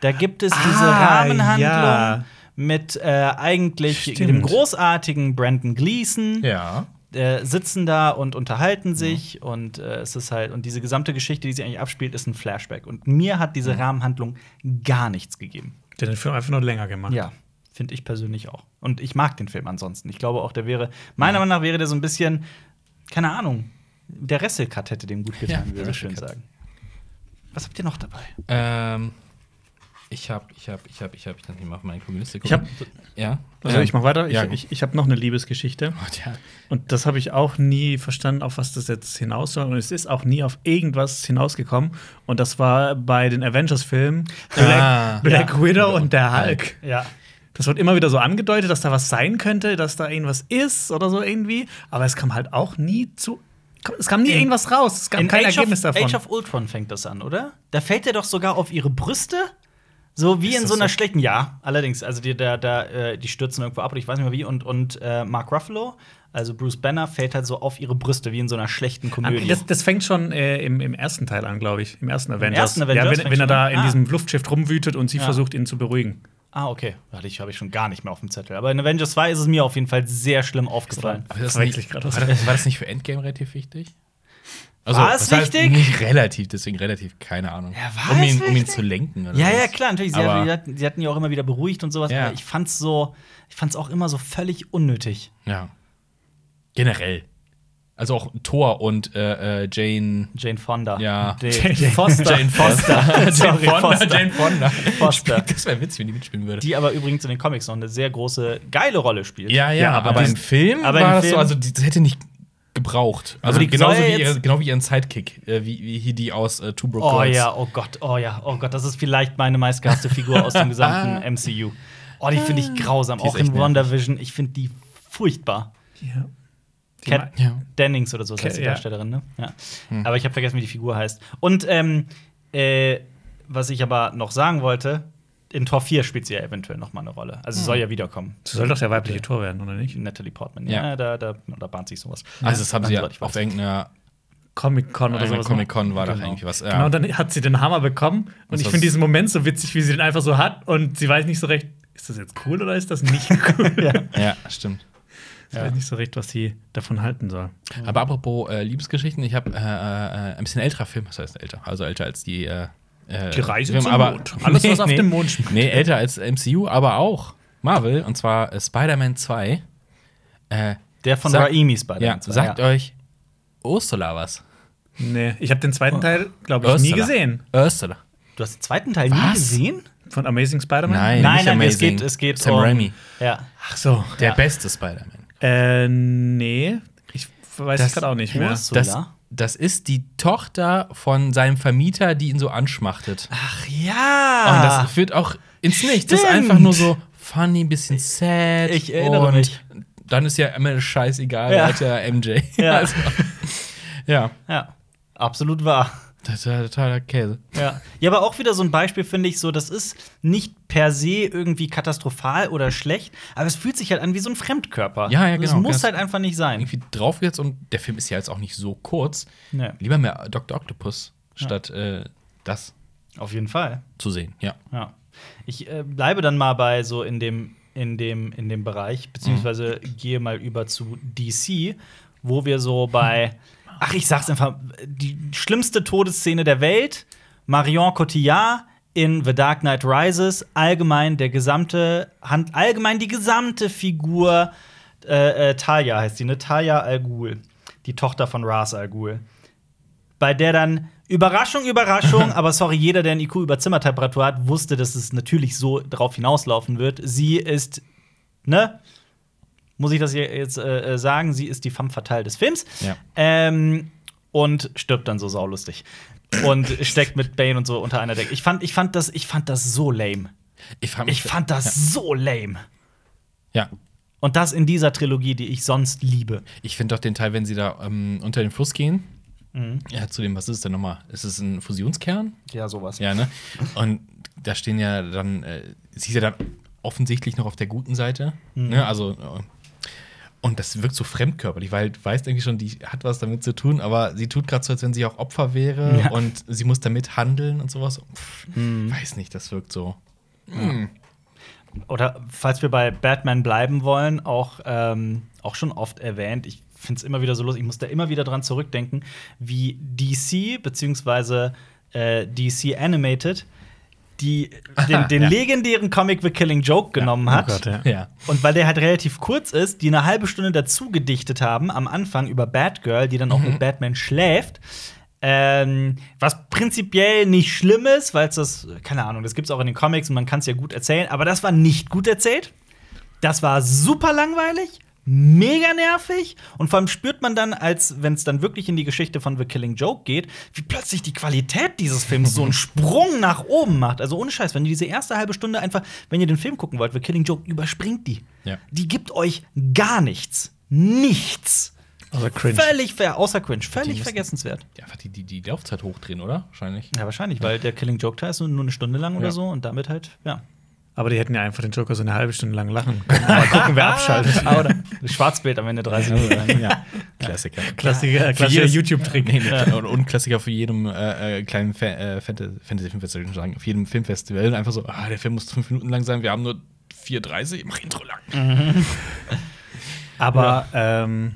[SPEAKER 1] Da gibt es diese
[SPEAKER 3] Ah,
[SPEAKER 1] Rahmenhandlung
[SPEAKER 3] ja.
[SPEAKER 1] mit äh, eigentlich dem
[SPEAKER 3] Stimmt.
[SPEAKER 1] großartigen Brandon Gleason
[SPEAKER 2] ja.
[SPEAKER 1] äh, sitzen da und unterhalten sich und äh, es ist halt und diese gesamte Geschichte, die sich eigentlich abspielt, ist ein Flashback und mir hat diese Rahmenhandlung gar nichts gegeben.
[SPEAKER 3] Der hat den Film einfach nur länger gemacht.
[SPEAKER 1] Ja, finde ich persönlich auch. Und ich mag den Film ansonsten. Ich glaube auch, der wäre meiner Meinung nach wäre der so ein bisschen keine Ahnung. Der Wrestle Cut hätte dem gut
[SPEAKER 2] Ja,
[SPEAKER 1] getan, würde
[SPEAKER 2] der
[SPEAKER 1] ich schön
[SPEAKER 2] Wrestle Cut.
[SPEAKER 1] sagen. Was habt ihr noch dabei?
[SPEAKER 2] Ähm, ich hab, ich hab, ich hab, ich hab, ich kann nicht mal auf meine Kommuniste
[SPEAKER 3] Ich hab-
[SPEAKER 2] gucken. ja.
[SPEAKER 3] Also, ich mach weiter.
[SPEAKER 2] Ja,
[SPEAKER 3] ich ich, ich habe noch eine Liebesgeschichte.
[SPEAKER 2] Gott, ja.
[SPEAKER 3] Und das habe ich auch nie verstanden, auf was das jetzt hinaus soll. Und es ist auch nie auf irgendwas hinausgekommen. Und das war bei den Avengers-Filmen Black,
[SPEAKER 2] Ah.
[SPEAKER 3] Black
[SPEAKER 1] Ja.
[SPEAKER 3] Widow und der Hulk.
[SPEAKER 1] Ja.
[SPEAKER 3] Das wird immer wieder so angedeutet, dass da was sein könnte, dass da irgendwas ist oder so irgendwie. Aber es kam halt auch nie zu. Es kam nie
[SPEAKER 1] In-
[SPEAKER 3] irgendwas raus. Es kam kein
[SPEAKER 1] Age
[SPEAKER 3] Ergebnis
[SPEAKER 1] of,
[SPEAKER 3] davon.
[SPEAKER 1] Age of Ultron fängt das an, oder? Da fällt er doch sogar auf ihre Brüste. So wie
[SPEAKER 3] Ist
[SPEAKER 1] in
[SPEAKER 3] das
[SPEAKER 1] so einer
[SPEAKER 3] so?
[SPEAKER 1] schlechten, ja, allerdings, also die, da, da, äh, die stürzen irgendwo ab oder ich weiß nicht mehr wie und, und äh, Mark Ruffalo, also Bruce Banner, fällt halt so auf ihre Brüste wie in so einer schlechten Komödie.
[SPEAKER 3] Ah, Das, das fängt schon äh, im, im ersten Teil an, glaube ich. Im ersten Avengers.
[SPEAKER 1] ersten Avengers
[SPEAKER 3] ja,
[SPEAKER 1] fängt
[SPEAKER 3] wenn, wenn er
[SPEAKER 1] schon
[SPEAKER 3] da
[SPEAKER 1] an.
[SPEAKER 3] in
[SPEAKER 1] Ah.
[SPEAKER 3] diesem Luftschiff rumwütet und sie
[SPEAKER 1] Ja.
[SPEAKER 3] versucht, ihn zu beruhigen.
[SPEAKER 1] ah, okay, hatte ich, habe ich schon gar nicht mehr auf dem Zettel. Aber in Avengers 2 ist es mir auf jeden Fall sehr schlimm aufgefallen.
[SPEAKER 2] Aber das
[SPEAKER 3] Verwechsel
[SPEAKER 2] nicht,
[SPEAKER 3] ich grad
[SPEAKER 2] war,
[SPEAKER 3] was.
[SPEAKER 2] das, war das nicht für Endgame relativ wichtig?
[SPEAKER 1] War es
[SPEAKER 2] was heißt
[SPEAKER 1] wichtig?
[SPEAKER 2] Nicht relativ, deswegen relativ, keine Ahnung.
[SPEAKER 1] Ja, war
[SPEAKER 2] um,
[SPEAKER 1] es
[SPEAKER 2] ihn, um ihn
[SPEAKER 1] wichtig?
[SPEAKER 2] zu lenken oder
[SPEAKER 1] Ja,
[SPEAKER 2] was?
[SPEAKER 1] ja, klar, natürlich. Sie,
[SPEAKER 2] Aber-
[SPEAKER 1] hatten, sie hatten ja auch immer wieder beruhigt und sowas,
[SPEAKER 2] Ja.
[SPEAKER 1] aber ich fand's so, ich fand's auch immer so völlig unnötig.
[SPEAKER 2] Ja. Generell. Also auch Thor und äh, äh, Jane.
[SPEAKER 1] Jane Fonda.
[SPEAKER 2] Ja.
[SPEAKER 1] Die-
[SPEAKER 3] Jane
[SPEAKER 1] Foster. Jane Foster. Sorry, Foster.
[SPEAKER 2] Jane Fonda.
[SPEAKER 1] Foster.
[SPEAKER 2] Das wäre witzig, wenn die mitspielen würde.
[SPEAKER 1] Die aber übrigens in den Comics noch eine sehr große, geile Rolle spielt.
[SPEAKER 2] ja, ja,
[SPEAKER 3] Ja,
[SPEAKER 2] aber,
[SPEAKER 3] aber
[SPEAKER 2] im
[SPEAKER 3] dies-
[SPEAKER 2] Film
[SPEAKER 1] aber im
[SPEAKER 2] war das so,
[SPEAKER 1] Film-
[SPEAKER 2] also die, das hätte nicht gebraucht. Also
[SPEAKER 1] die
[SPEAKER 2] genauso,
[SPEAKER 1] soll
[SPEAKER 2] wie
[SPEAKER 1] jetzt-
[SPEAKER 2] ihre, genau wie ihren Sidekick, äh, wie, wie hier die aus äh, Two Broke
[SPEAKER 1] Oh
[SPEAKER 2] Girls.
[SPEAKER 1] ja, oh Gott, oh ja, oh Gott, das ist vielleicht meine meistgehasste Figur aus dem gesamten MCU. Oh, die finde ich grausam.
[SPEAKER 2] Ah. ist
[SPEAKER 1] Auch
[SPEAKER 2] echt
[SPEAKER 1] in
[SPEAKER 2] nervig.
[SPEAKER 1] WandaVision, ich finde die furchtbar.
[SPEAKER 3] Ja.
[SPEAKER 1] Cat
[SPEAKER 2] Ja. Hm.
[SPEAKER 1] Dennings oder so das heißt die
[SPEAKER 3] Cat- ja.
[SPEAKER 1] Darstellerin, ne? Ja. Aber ich habe vergessen, wie die Figur heißt. Und ähm, äh, was ich aber noch sagen wollte, in Tor 4 spielt sie ja eventuell noch mal eine Rolle. Also
[SPEAKER 2] Hm.
[SPEAKER 1] sie soll ja wiederkommen.
[SPEAKER 3] Sie soll doch der weibliche Tor werden, oder nicht?
[SPEAKER 1] Natalie Portman. Ja,
[SPEAKER 2] Ja.
[SPEAKER 1] da, da, da bahnt sich sowas.
[SPEAKER 2] Also das haben sie ja
[SPEAKER 1] Soweit ich weiß. Also
[SPEAKER 2] auf irgendeiner
[SPEAKER 3] Comic-Con oder
[SPEAKER 2] Einer
[SPEAKER 3] sowas.
[SPEAKER 2] Comic-Con war doch
[SPEAKER 3] Genau.
[SPEAKER 2] irgendwie was, ja.
[SPEAKER 3] Genau, und dann hat sie den Hammer bekommen. Und
[SPEAKER 2] Das
[SPEAKER 3] ich
[SPEAKER 2] war's.
[SPEAKER 3] finde diesen Moment so witzig, wie sie den einfach so hat. Und sie weiß nicht so recht, ist das jetzt cool oder ist das nicht cool?
[SPEAKER 2] Ja, stimmt.
[SPEAKER 3] Sie weiß nicht so recht, was sie davon halten soll.
[SPEAKER 2] Aber apropos äh, Liebesgeschichten, ich habe äh, äh, ein bisschen älterer Film, das heißt älter, also älter als die äh, Äh,
[SPEAKER 3] Die Reise
[SPEAKER 2] wir haben
[SPEAKER 3] zum
[SPEAKER 2] aber,
[SPEAKER 3] Mond. Alles, was auf dem Mond spielt.
[SPEAKER 2] Nee, älter als MCU, aber auch Marvel, und zwar äh, Spider-Man 2. Äh,
[SPEAKER 1] Der von
[SPEAKER 2] Sag-
[SPEAKER 1] Raimi Spider-Man.
[SPEAKER 2] ja,
[SPEAKER 1] zwei,
[SPEAKER 2] sagt
[SPEAKER 1] ja.
[SPEAKER 2] euch Ursula was.
[SPEAKER 3] Nee, ich habe den zweiten Teil, glaube ich, nie
[SPEAKER 2] Ursula.
[SPEAKER 3] gesehen.
[SPEAKER 2] Ursula.
[SPEAKER 1] Du hast den zweiten Teil nie
[SPEAKER 2] Was?
[SPEAKER 1] gesehen?
[SPEAKER 3] Von Amazing Spider-Man?
[SPEAKER 2] Nein,
[SPEAKER 1] nein,
[SPEAKER 2] nicht
[SPEAKER 1] nein, es
[SPEAKER 2] Amazing.
[SPEAKER 1] geht, es geht
[SPEAKER 2] Sam
[SPEAKER 1] um.
[SPEAKER 2] Raimi.
[SPEAKER 1] Ja.
[SPEAKER 3] Ach so.
[SPEAKER 2] Der
[SPEAKER 1] Ja.
[SPEAKER 2] beste Spider-Man.
[SPEAKER 3] Äh, nee. Ich weiß
[SPEAKER 2] Das-
[SPEAKER 3] es gerade auch nicht mehr.
[SPEAKER 1] Ursula?
[SPEAKER 2] Das, das ist die Tochter von seinem Vermieter, die ihn so anschmachtet.
[SPEAKER 1] Ach
[SPEAKER 2] Und
[SPEAKER 1] ja.
[SPEAKER 2] das führt auch ins Nichts. Das ist
[SPEAKER 1] Ah. Stimmt.
[SPEAKER 2] einfach nur so funny, ein bisschen sad.
[SPEAKER 1] Ich erinnere
[SPEAKER 2] und
[SPEAKER 1] mich.
[SPEAKER 2] Dann ist ja immer scheißegal,
[SPEAKER 1] Ja.
[SPEAKER 2] ja. hat ja MJ.
[SPEAKER 1] Ja.
[SPEAKER 2] Also, ja.
[SPEAKER 1] ja, absolut wahr.
[SPEAKER 2] Das ist ja totaler Käse.
[SPEAKER 1] Ja. ja, aber auch wieder so ein Beispiel, finde ich, so, das ist nicht per se irgendwie katastrophal oder schlecht, aber es fühlt sich halt an wie so ein Fremdkörper.
[SPEAKER 2] Ja, ja,
[SPEAKER 1] Das
[SPEAKER 2] genau,
[SPEAKER 1] muss
[SPEAKER 2] ganz-
[SPEAKER 1] halt einfach nicht sein.
[SPEAKER 2] Irgendwie drauf jetzt und der Film ist ja jetzt auch nicht so kurz.
[SPEAKER 1] Nee,
[SPEAKER 2] Lieber mehr Dr. Octopus, statt äh, das
[SPEAKER 1] auf jeden Fall.
[SPEAKER 2] zu sehen. Ja.
[SPEAKER 1] Ja. Ich äh, bleibe dann mal bei so in dem, in dem, in dem Bereich, beziehungsweise gehe mal über zu DC, wo wir so bei, ach, ich sag's einfach, die schlimmste Todesszene der Welt, Marion Cotillard in The Dark Knight Rises, allgemein der gesamte, Hand, allgemein die gesamte Figur, äh, äh, Talia heißt sie, ne? Talia Al Ghul, die Tochter von Ra's Al Ghul bei der dann Überraschung, Überraschung, aber sorry, jeder, der ein IQ über Zimmertemperatur hat, wusste, dass es natürlich so drauf hinauslaufen wird. Sie ist, ne? Muss ich das hier jetzt äh, äh, sagen? Sie ist die femme fatale des Films.
[SPEAKER 2] Ja.
[SPEAKER 1] Ähm, und stirbt dann so saulustig. Und steckt mit Bane und so unter einer Decke. Ich fand, ich fand, das, ich fand das so lame.
[SPEAKER 2] Ich fand,
[SPEAKER 1] Ich fand das so lame.
[SPEAKER 2] Ja.
[SPEAKER 1] Und das in dieser Trilogie, die ich sonst liebe.
[SPEAKER 2] Ich finde doch den Teil, wenn sie da ähm, unter den Fluss gehen.
[SPEAKER 1] Mhm.
[SPEAKER 2] Ja, zu dem, was ist es denn nochmal? Ist es ein Fusionskern?
[SPEAKER 1] Ja, sowas.
[SPEAKER 2] Ja, ne? Und da stehen ja dann, äh, sie ist ja dann offensichtlich noch auf der guten Seite. Ne? Also, äh, und das wirkt so fremdkörperlich, weil du weißt irgendwie schon, die hat was damit zu tun, aber sie tut gerade so, als wenn sie auch Opfer wäre
[SPEAKER 1] Ja.
[SPEAKER 2] und sie muss damit handeln und sowas. Pff, Weiß nicht, das wirkt so.
[SPEAKER 1] oder falls wir bei Batman bleiben wollen, auch, ähm, auch schon oft erwähnt. Ich finde es immer wieder so lustig. Ich muss da immer wieder dran zurückdenken, wie DC bzw. Äh, DC Animated die den, den
[SPEAKER 2] Ja.
[SPEAKER 1] legendären Comic The Killing Joke genommen hat.
[SPEAKER 3] ja.
[SPEAKER 2] Ja.
[SPEAKER 1] Und weil der halt relativ kurz ist, die eine halbe Stunde dazu gedichtet haben am Anfang über Batgirl, die dann auch mit Batman schläft. Ähm, was prinzipiell nicht schlimm ist, weil es das, keine Ahnung, das gibt's auch in den Comics und man kann es ja gut erzählen, aber das war nicht gut erzählt. Das war super langweilig, mega nervig und vor allem spürt man dann, als wenn es dann wirklich in die Geschichte von The Killing Joke geht, wie plötzlich die Qualität dieses Films so einen Sprung nach oben macht. Also ohne Scheiß, wenn ihr diese erste halbe Stunde einfach, wenn ihr den Film gucken wollt, The Killing Joke überspringt die.
[SPEAKER 2] Ja.
[SPEAKER 1] Die gibt euch gar nichts. Nichts.
[SPEAKER 3] Also cringe.
[SPEAKER 1] Völlig ver außer cringe, völlig
[SPEAKER 2] müssen-
[SPEAKER 1] vergessenswert.
[SPEAKER 2] Ja, Einfach die, die, die Laufzeit hochdrehen, oder? Wahrscheinlich.
[SPEAKER 1] Ja, wahrscheinlich, weil der Killing Joke Teil ist nur eine Stunde lang oder
[SPEAKER 2] Ja.
[SPEAKER 1] so und damit halt, ja.
[SPEAKER 3] Aber die hätten ja einfach den Joker so eine halbe Stunde lang lachen. können. Mal gucken, wer abschaltet.
[SPEAKER 1] Ah, oder? Schwarzbild am Ende 30 Minuten.
[SPEAKER 2] ja. Klassiker.
[SPEAKER 3] Klassiker, klassischer YouTube-Trick.
[SPEAKER 2] Nee, nee, und, und Klassiker für jedem äh, äh, kleinen Fa äh, Fanta- Fantasy-Filmfestival, würde ich sagen, auf jedem Filmfestival. Einfach so, ah, der Film muss fünf Minuten lang sein, wir haben nur 4,30, mach Intro lang.
[SPEAKER 3] Aber, ähm,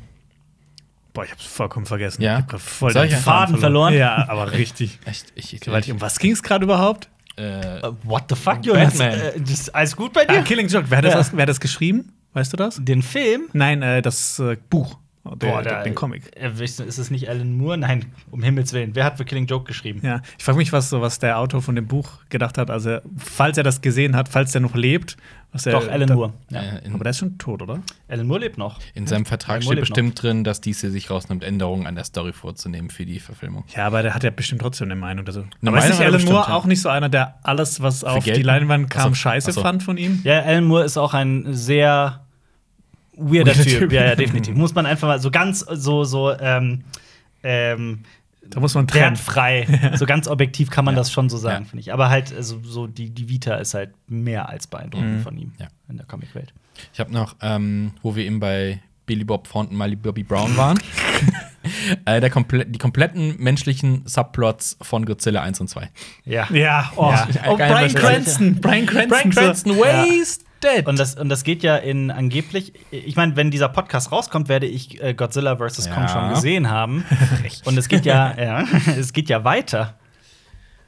[SPEAKER 3] boah, ich hab's vollkommen vergessen.
[SPEAKER 2] Ja?
[SPEAKER 3] Ich hab grad voll
[SPEAKER 2] Soll
[SPEAKER 3] den
[SPEAKER 2] ich
[SPEAKER 3] Faden,
[SPEAKER 1] einfach-
[SPEAKER 3] verloren.
[SPEAKER 1] verloren?
[SPEAKER 3] Ja, aber richtig.
[SPEAKER 2] Echt, ich, ich,
[SPEAKER 3] Warte, um was ging's gerade überhaupt?
[SPEAKER 2] äh,
[SPEAKER 1] Äh, What the fuck, Jonas?
[SPEAKER 2] Batman.
[SPEAKER 1] Äh, das ist alles gut bei
[SPEAKER 3] Ah,
[SPEAKER 1] dir?
[SPEAKER 3] Killing Joke. Wer hat,
[SPEAKER 1] Ja.
[SPEAKER 3] das, wer hat das geschrieben? Weißt du das?
[SPEAKER 1] Den Film?
[SPEAKER 3] Nein, äh, das äh, Buch. Der,
[SPEAKER 1] da-
[SPEAKER 3] den Comic.
[SPEAKER 1] äh, wisst ihr, Ist es nicht Alan Moore? Nein, um Himmels Willen. Wer hat für Killing Joke geschrieben?
[SPEAKER 3] Ja, ich frage mich, was, so- was der Autor von dem Buch gedacht hat. Also, falls er das gesehen hat, falls der noch lebt. Was er,
[SPEAKER 1] Doch, Alan
[SPEAKER 3] da-
[SPEAKER 1] Moore. Ja.
[SPEAKER 2] äh,
[SPEAKER 3] Aber
[SPEAKER 2] in,
[SPEAKER 3] der ist schon tot, oder?
[SPEAKER 1] Alan Moore lebt noch.
[SPEAKER 2] in seinem Vertrag
[SPEAKER 1] Im
[SPEAKER 2] steht
[SPEAKER 1] Urlaub
[SPEAKER 2] bestimmt drin, dass dies hier sich rausnimmt, Änderungen an der Story vorzunehmen für die Verfilmung.
[SPEAKER 3] Ja, aber der hat ja bestimmt trotzdem eine Meinung. Also,
[SPEAKER 2] Eine
[SPEAKER 3] aber ist
[SPEAKER 2] Meinung
[SPEAKER 3] nicht
[SPEAKER 2] hat er
[SPEAKER 3] Alan Moore
[SPEAKER 2] bestimmt, ja.
[SPEAKER 3] auch nicht so einer, der alles, was auf
[SPEAKER 2] Geld?
[SPEAKER 3] die Leinwand kam,
[SPEAKER 2] Ach so,
[SPEAKER 3] scheiße
[SPEAKER 2] ach so.
[SPEAKER 3] fand von ihm?
[SPEAKER 1] Ja, Alan Moore ist auch ein sehr weirder
[SPEAKER 2] Weirder
[SPEAKER 1] typ.
[SPEAKER 2] Typ.
[SPEAKER 1] Ja, ja, definitiv. Muss man einfach mal so ganz so, so, ähm, ähm,
[SPEAKER 3] Da muss man trennen.
[SPEAKER 1] wertfrei, so ganz objektiv kann man das schon so sagen,
[SPEAKER 2] Ja.
[SPEAKER 1] finde ich. Aber halt, also, so die, die Vita ist halt mehr als beeindruckend von ihm
[SPEAKER 2] Ja.
[SPEAKER 1] in der Comicwelt.
[SPEAKER 2] Ich habe noch, ähm, wo wir eben bei Billy Bob Thornton, Miley Bobby Brown waren, äh, der komple die kompletten menschlichen Subplots von Godzilla 1 und 2.
[SPEAKER 1] Ja.
[SPEAKER 3] Ja, oh,
[SPEAKER 1] Ja.
[SPEAKER 3] oh
[SPEAKER 2] Geil,
[SPEAKER 3] Brian,
[SPEAKER 2] was er-
[SPEAKER 3] Cranston, Brian Cranston.
[SPEAKER 2] Brian Cranston
[SPEAKER 3] so-
[SPEAKER 2] wasted!
[SPEAKER 1] Und das, und das geht ja in angeblich, ich meine, wenn dieser Podcast rauskommt, werde ich äh, Godzilla vs.
[SPEAKER 2] Ja.
[SPEAKER 1] Kong schon gesehen haben. und es geht ja, ja, es geht ja weiter.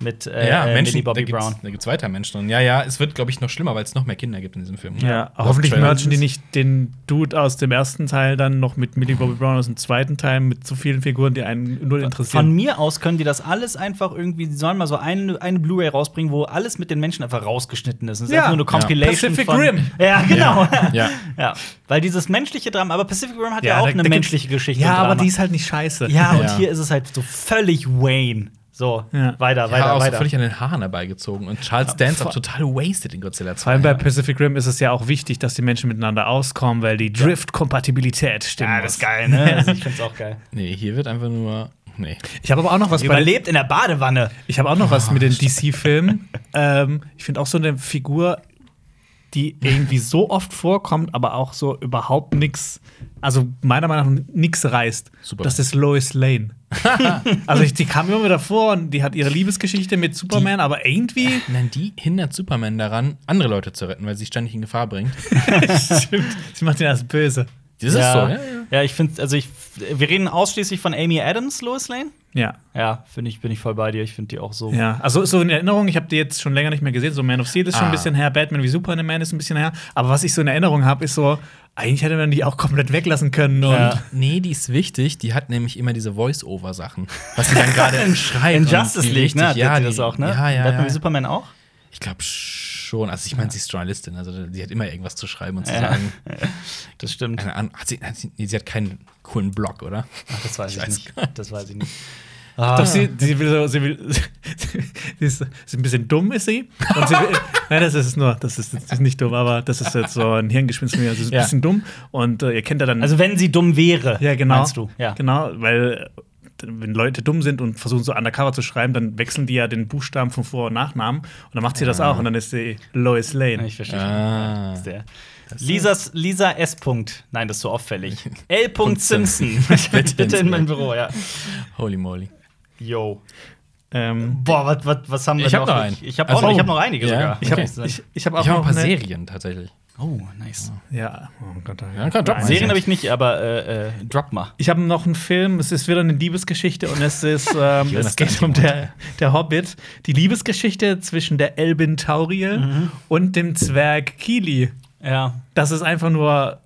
[SPEAKER 1] mit äh,
[SPEAKER 2] Ja, Menschen,
[SPEAKER 1] Millie Bobby
[SPEAKER 2] da gibt's,
[SPEAKER 1] Brown.
[SPEAKER 2] Da gibt es weiter Menschen. Und ja, ja, es wird, glaube ich, noch schlimmer, weil es noch mehr Kinder gibt in diesem Film. ne?
[SPEAKER 3] Ja,
[SPEAKER 2] Love
[SPEAKER 3] hoffentlich
[SPEAKER 2] Triangle.
[SPEAKER 3] merchen die nicht den Dude aus dem ersten Teil dann noch mit Millie Bobby Brown aus dem zweiten Teil mit so vielen Figuren, die einen null
[SPEAKER 1] Von
[SPEAKER 3] interessieren.
[SPEAKER 1] mir aus können die das alles einfach irgendwie, die sollen mal so ein, eine Blu-ray rausbringen, wo alles mit den Menschen einfach rausgeschnitten ist. Es ist
[SPEAKER 3] Ja.
[SPEAKER 1] einfach nur eine Compilation
[SPEAKER 3] Pacific
[SPEAKER 1] von,
[SPEAKER 3] Rim.
[SPEAKER 1] Ja, genau.
[SPEAKER 2] Ja. ja.
[SPEAKER 1] Ja, weil dieses menschliche Drama, aber Pacific Rim hat ja,
[SPEAKER 3] Ja,
[SPEAKER 1] auch
[SPEAKER 3] da-
[SPEAKER 1] eine
[SPEAKER 3] da gibt's-
[SPEAKER 1] menschliche Geschichte. und
[SPEAKER 3] ja, aber
[SPEAKER 1] Drama.
[SPEAKER 3] die ist halt nicht scheiße.
[SPEAKER 1] Ja, und
[SPEAKER 2] Ja.
[SPEAKER 1] hier ist es halt so völlig Wayne. So,
[SPEAKER 3] Ja.
[SPEAKER 1] weiter,
[SPEAKER 2] Weiter,
[SPEAKER 1] weiter,
[SPEAKER 2] auch so
[SPEAKER 1] weiter.
[SPEAKER 2] völlig an den Haaren herbeigezogen. Und Charles Dance auch total wasted in Godzilla 2.
[SPEAKER 3] Vor allem bei Pacific Rim ist es ja auch wichtig, dass die Menschen miteinander auskommen, weil die Drift-Kompatibilität stimmt.
[SPEAKER 1] Ja, das ist geil, ne? Also, ich find's auch geil.
[SPEAKER 2] nee, hier wird einfach nur. Nee.
[SPEAKER 3] Ich habe aber auch noch was bei
[SPEAKER 1] Überlebt in der Badewanne.
[SPEAKER 3] Ich habe auch noch was
[SPEAKER 2] Ah,
[SPEAKER 3] mit den DC-Filmen. ähm, ich finde auch so eine Figur, die irgendwie so oft vorkommt, aber auch so überhaupt nichts, also meiner Meinung nach nichts reißt.
[SPEAKER 2] Superman.
[SPEAKER 3] Das ist Lois Lane. also ich, die kam immer wieder vor und die hat ihre Liebesgeschichte mit Superman, aber irgendwie.
[SPEAKER 2] Nein, die hindert Superman daran, andere Leute zu retten, weil sie ständig in Gefahr bringt.
[SPEAKER 3] Stimmt, sie macht ihn als böse.
[SPEAKER 2] Das
[SPEAKER 1] ja.
[SPEAKER 2] ist so, ja, ja.
[SPEAKER 1] Ja, ich finde, also ich, wir reden ausschließlich von Amy Adams, Lois Lane.
[SPEAKER 3] Ja.
[SPEAKER 1] Ja, finde ich, bin ich voll bei dir. Ich finde die auch so.
[SPEAKER 3] Ja, also so in Erinnerung, ich habe die jetzt schon länger nicht mehr gesehen. So Man of Steel ist schon
[SPEAKER 2] Ah.
[SPEAKER 3] ein bisschen her, Batman wie Superman ist ein bisschen her. Aber was ich so in Erinnerung habe, ist so, eigentlich hätte man die auch komplett weglassen können. Und
[SPEAKER 1] Ja.
[SPEAKER 2] Nee, die ist wichtig. Die hat nämlich immer diese Voice-Over-Sachen, was sie dann gerade schreit.
[SPEAKER 1] In
[SPEAKER 2] und
[SPEAKER 1] Justice
[SPEAKER 2] wie
[SPEAKER 1] League, ne? hat
[SPEAKER 2] richtig- Ja,
[SPEAKER 1] die
[SPEAKER 2] die,
[SPEAKER 1] das auch, ne?
[SPEAKER 2] Ja, ja.
[SPEAKER 1] Batman
[SPEAKER 2] ja.
[SPEAKER 1] wie Superman auch?
[SPEAKER 2] Ich glaube schon. Also ich meine, sie ist Journalistin, also sie hat immer irgendwas zu schreiben und zu sagen.
[SPEAKER 1] Das stimmt.
[SPEAKER 2] Keine Ahnung. Hat sie, hat sie, nee, sie hat keinen coolen Blog, oder?
[SPEAKER 1] Ach, das weiß ich,
[SPEAKER 2] Ich weiß
[SPEAKER 1] nicht. Das weiß ich nicht. Ah.
[SPEAKER 3] Doch, sie, sie will so, sie will, sie ist, ist ein bisschen dumm, ist sie. Und sie will, nein, das ist es nur, das ist, das ist nicht dumm, aber das ist jetzt so ein Hirngespinst von mir. Sie ist ein
[SPEAKER 2] Ja.
[SPEAKER 3] bisschen dumm und äh, ihr kennt ja dann.
[SPEAKER 1] Also, wenn sie dumm wäre,
[SPEAKER 3] ja, genau.
[SPEAKER 1] meinst du? Ja.
[SPEAKER 3] Genau, weil äh, wenn Leute dumm sind und versuchen so undercover zu schreiben, dann wechseln die ja den Buchstaben von Vor- und Nachnamen und dann macht sie das auch und dann ist sie Lois Lane.
[SPEAKER 1] Ich verstehe. schon.
[SPEAKER 2] Ah.
[SPEAKER 1] Der. Lisas, Lisa S. -Punkt. Nein, das ist so auffällig. L. Punkt Simpson.
[SPEAKER 2] Simpson.
[SPEAKER 1] Bitte, Bitte in mein Büro, ja.
[SPEAKER 2] Ah, Holy moly.
[SPEAKER 1] Yo.
[SPEAKER 3] ähm,
[SPEAKER 1] Boah, was, was, was haben wir
[SPEAKER 2] Ich hab
[SPEAKER 1] noch?
[SPEAKER 2] noch einen.
[SPEAKER 1] Ich, ich habe
[SPEAKER 2] Also-
[SPEAKER 1] auch noch, ich hab noch einige
[SPEAKER 2] Ja,
[SPEAKER 1] sogar.
[SPEAKER 3] ich habe
[SPEAKER 2] Okay.
[SPEAKER 3] ich, ich hab auch
[SPEAKER 2] Ich habe ein
[SPEAKER 3] noch
[SPEAKER 2] paar
[SPEAKER 3] eine-
[SPEAKER 2] Serien tatsächlich.
[SPEAKER 1] Oh, nice.
[SPEAKER 3] Ja, oh Gott,
[SPEAKER 2] Ja, klar, drop mal.
[SPEAKER 1] Serien habe ich nicht, aber äh, äh, drop mal.
[SPEAKER 3] Ich habe noch einen Film, es ist wieder eine Liebesgeschichte und es ist, ähm,
[SPEAKER 2] Jonas
[SPEAKER 3] es geht um der, der Hobbit. Die Liebesgeschichte zwischen der Elbin Tauriel
[SPEAKER 2] Mhm.
[SPEAKER 3] und dem Zwerg Kili.
[SPEAKER 1] Ja.
[SPEAKER 3] Das ist einfach nur,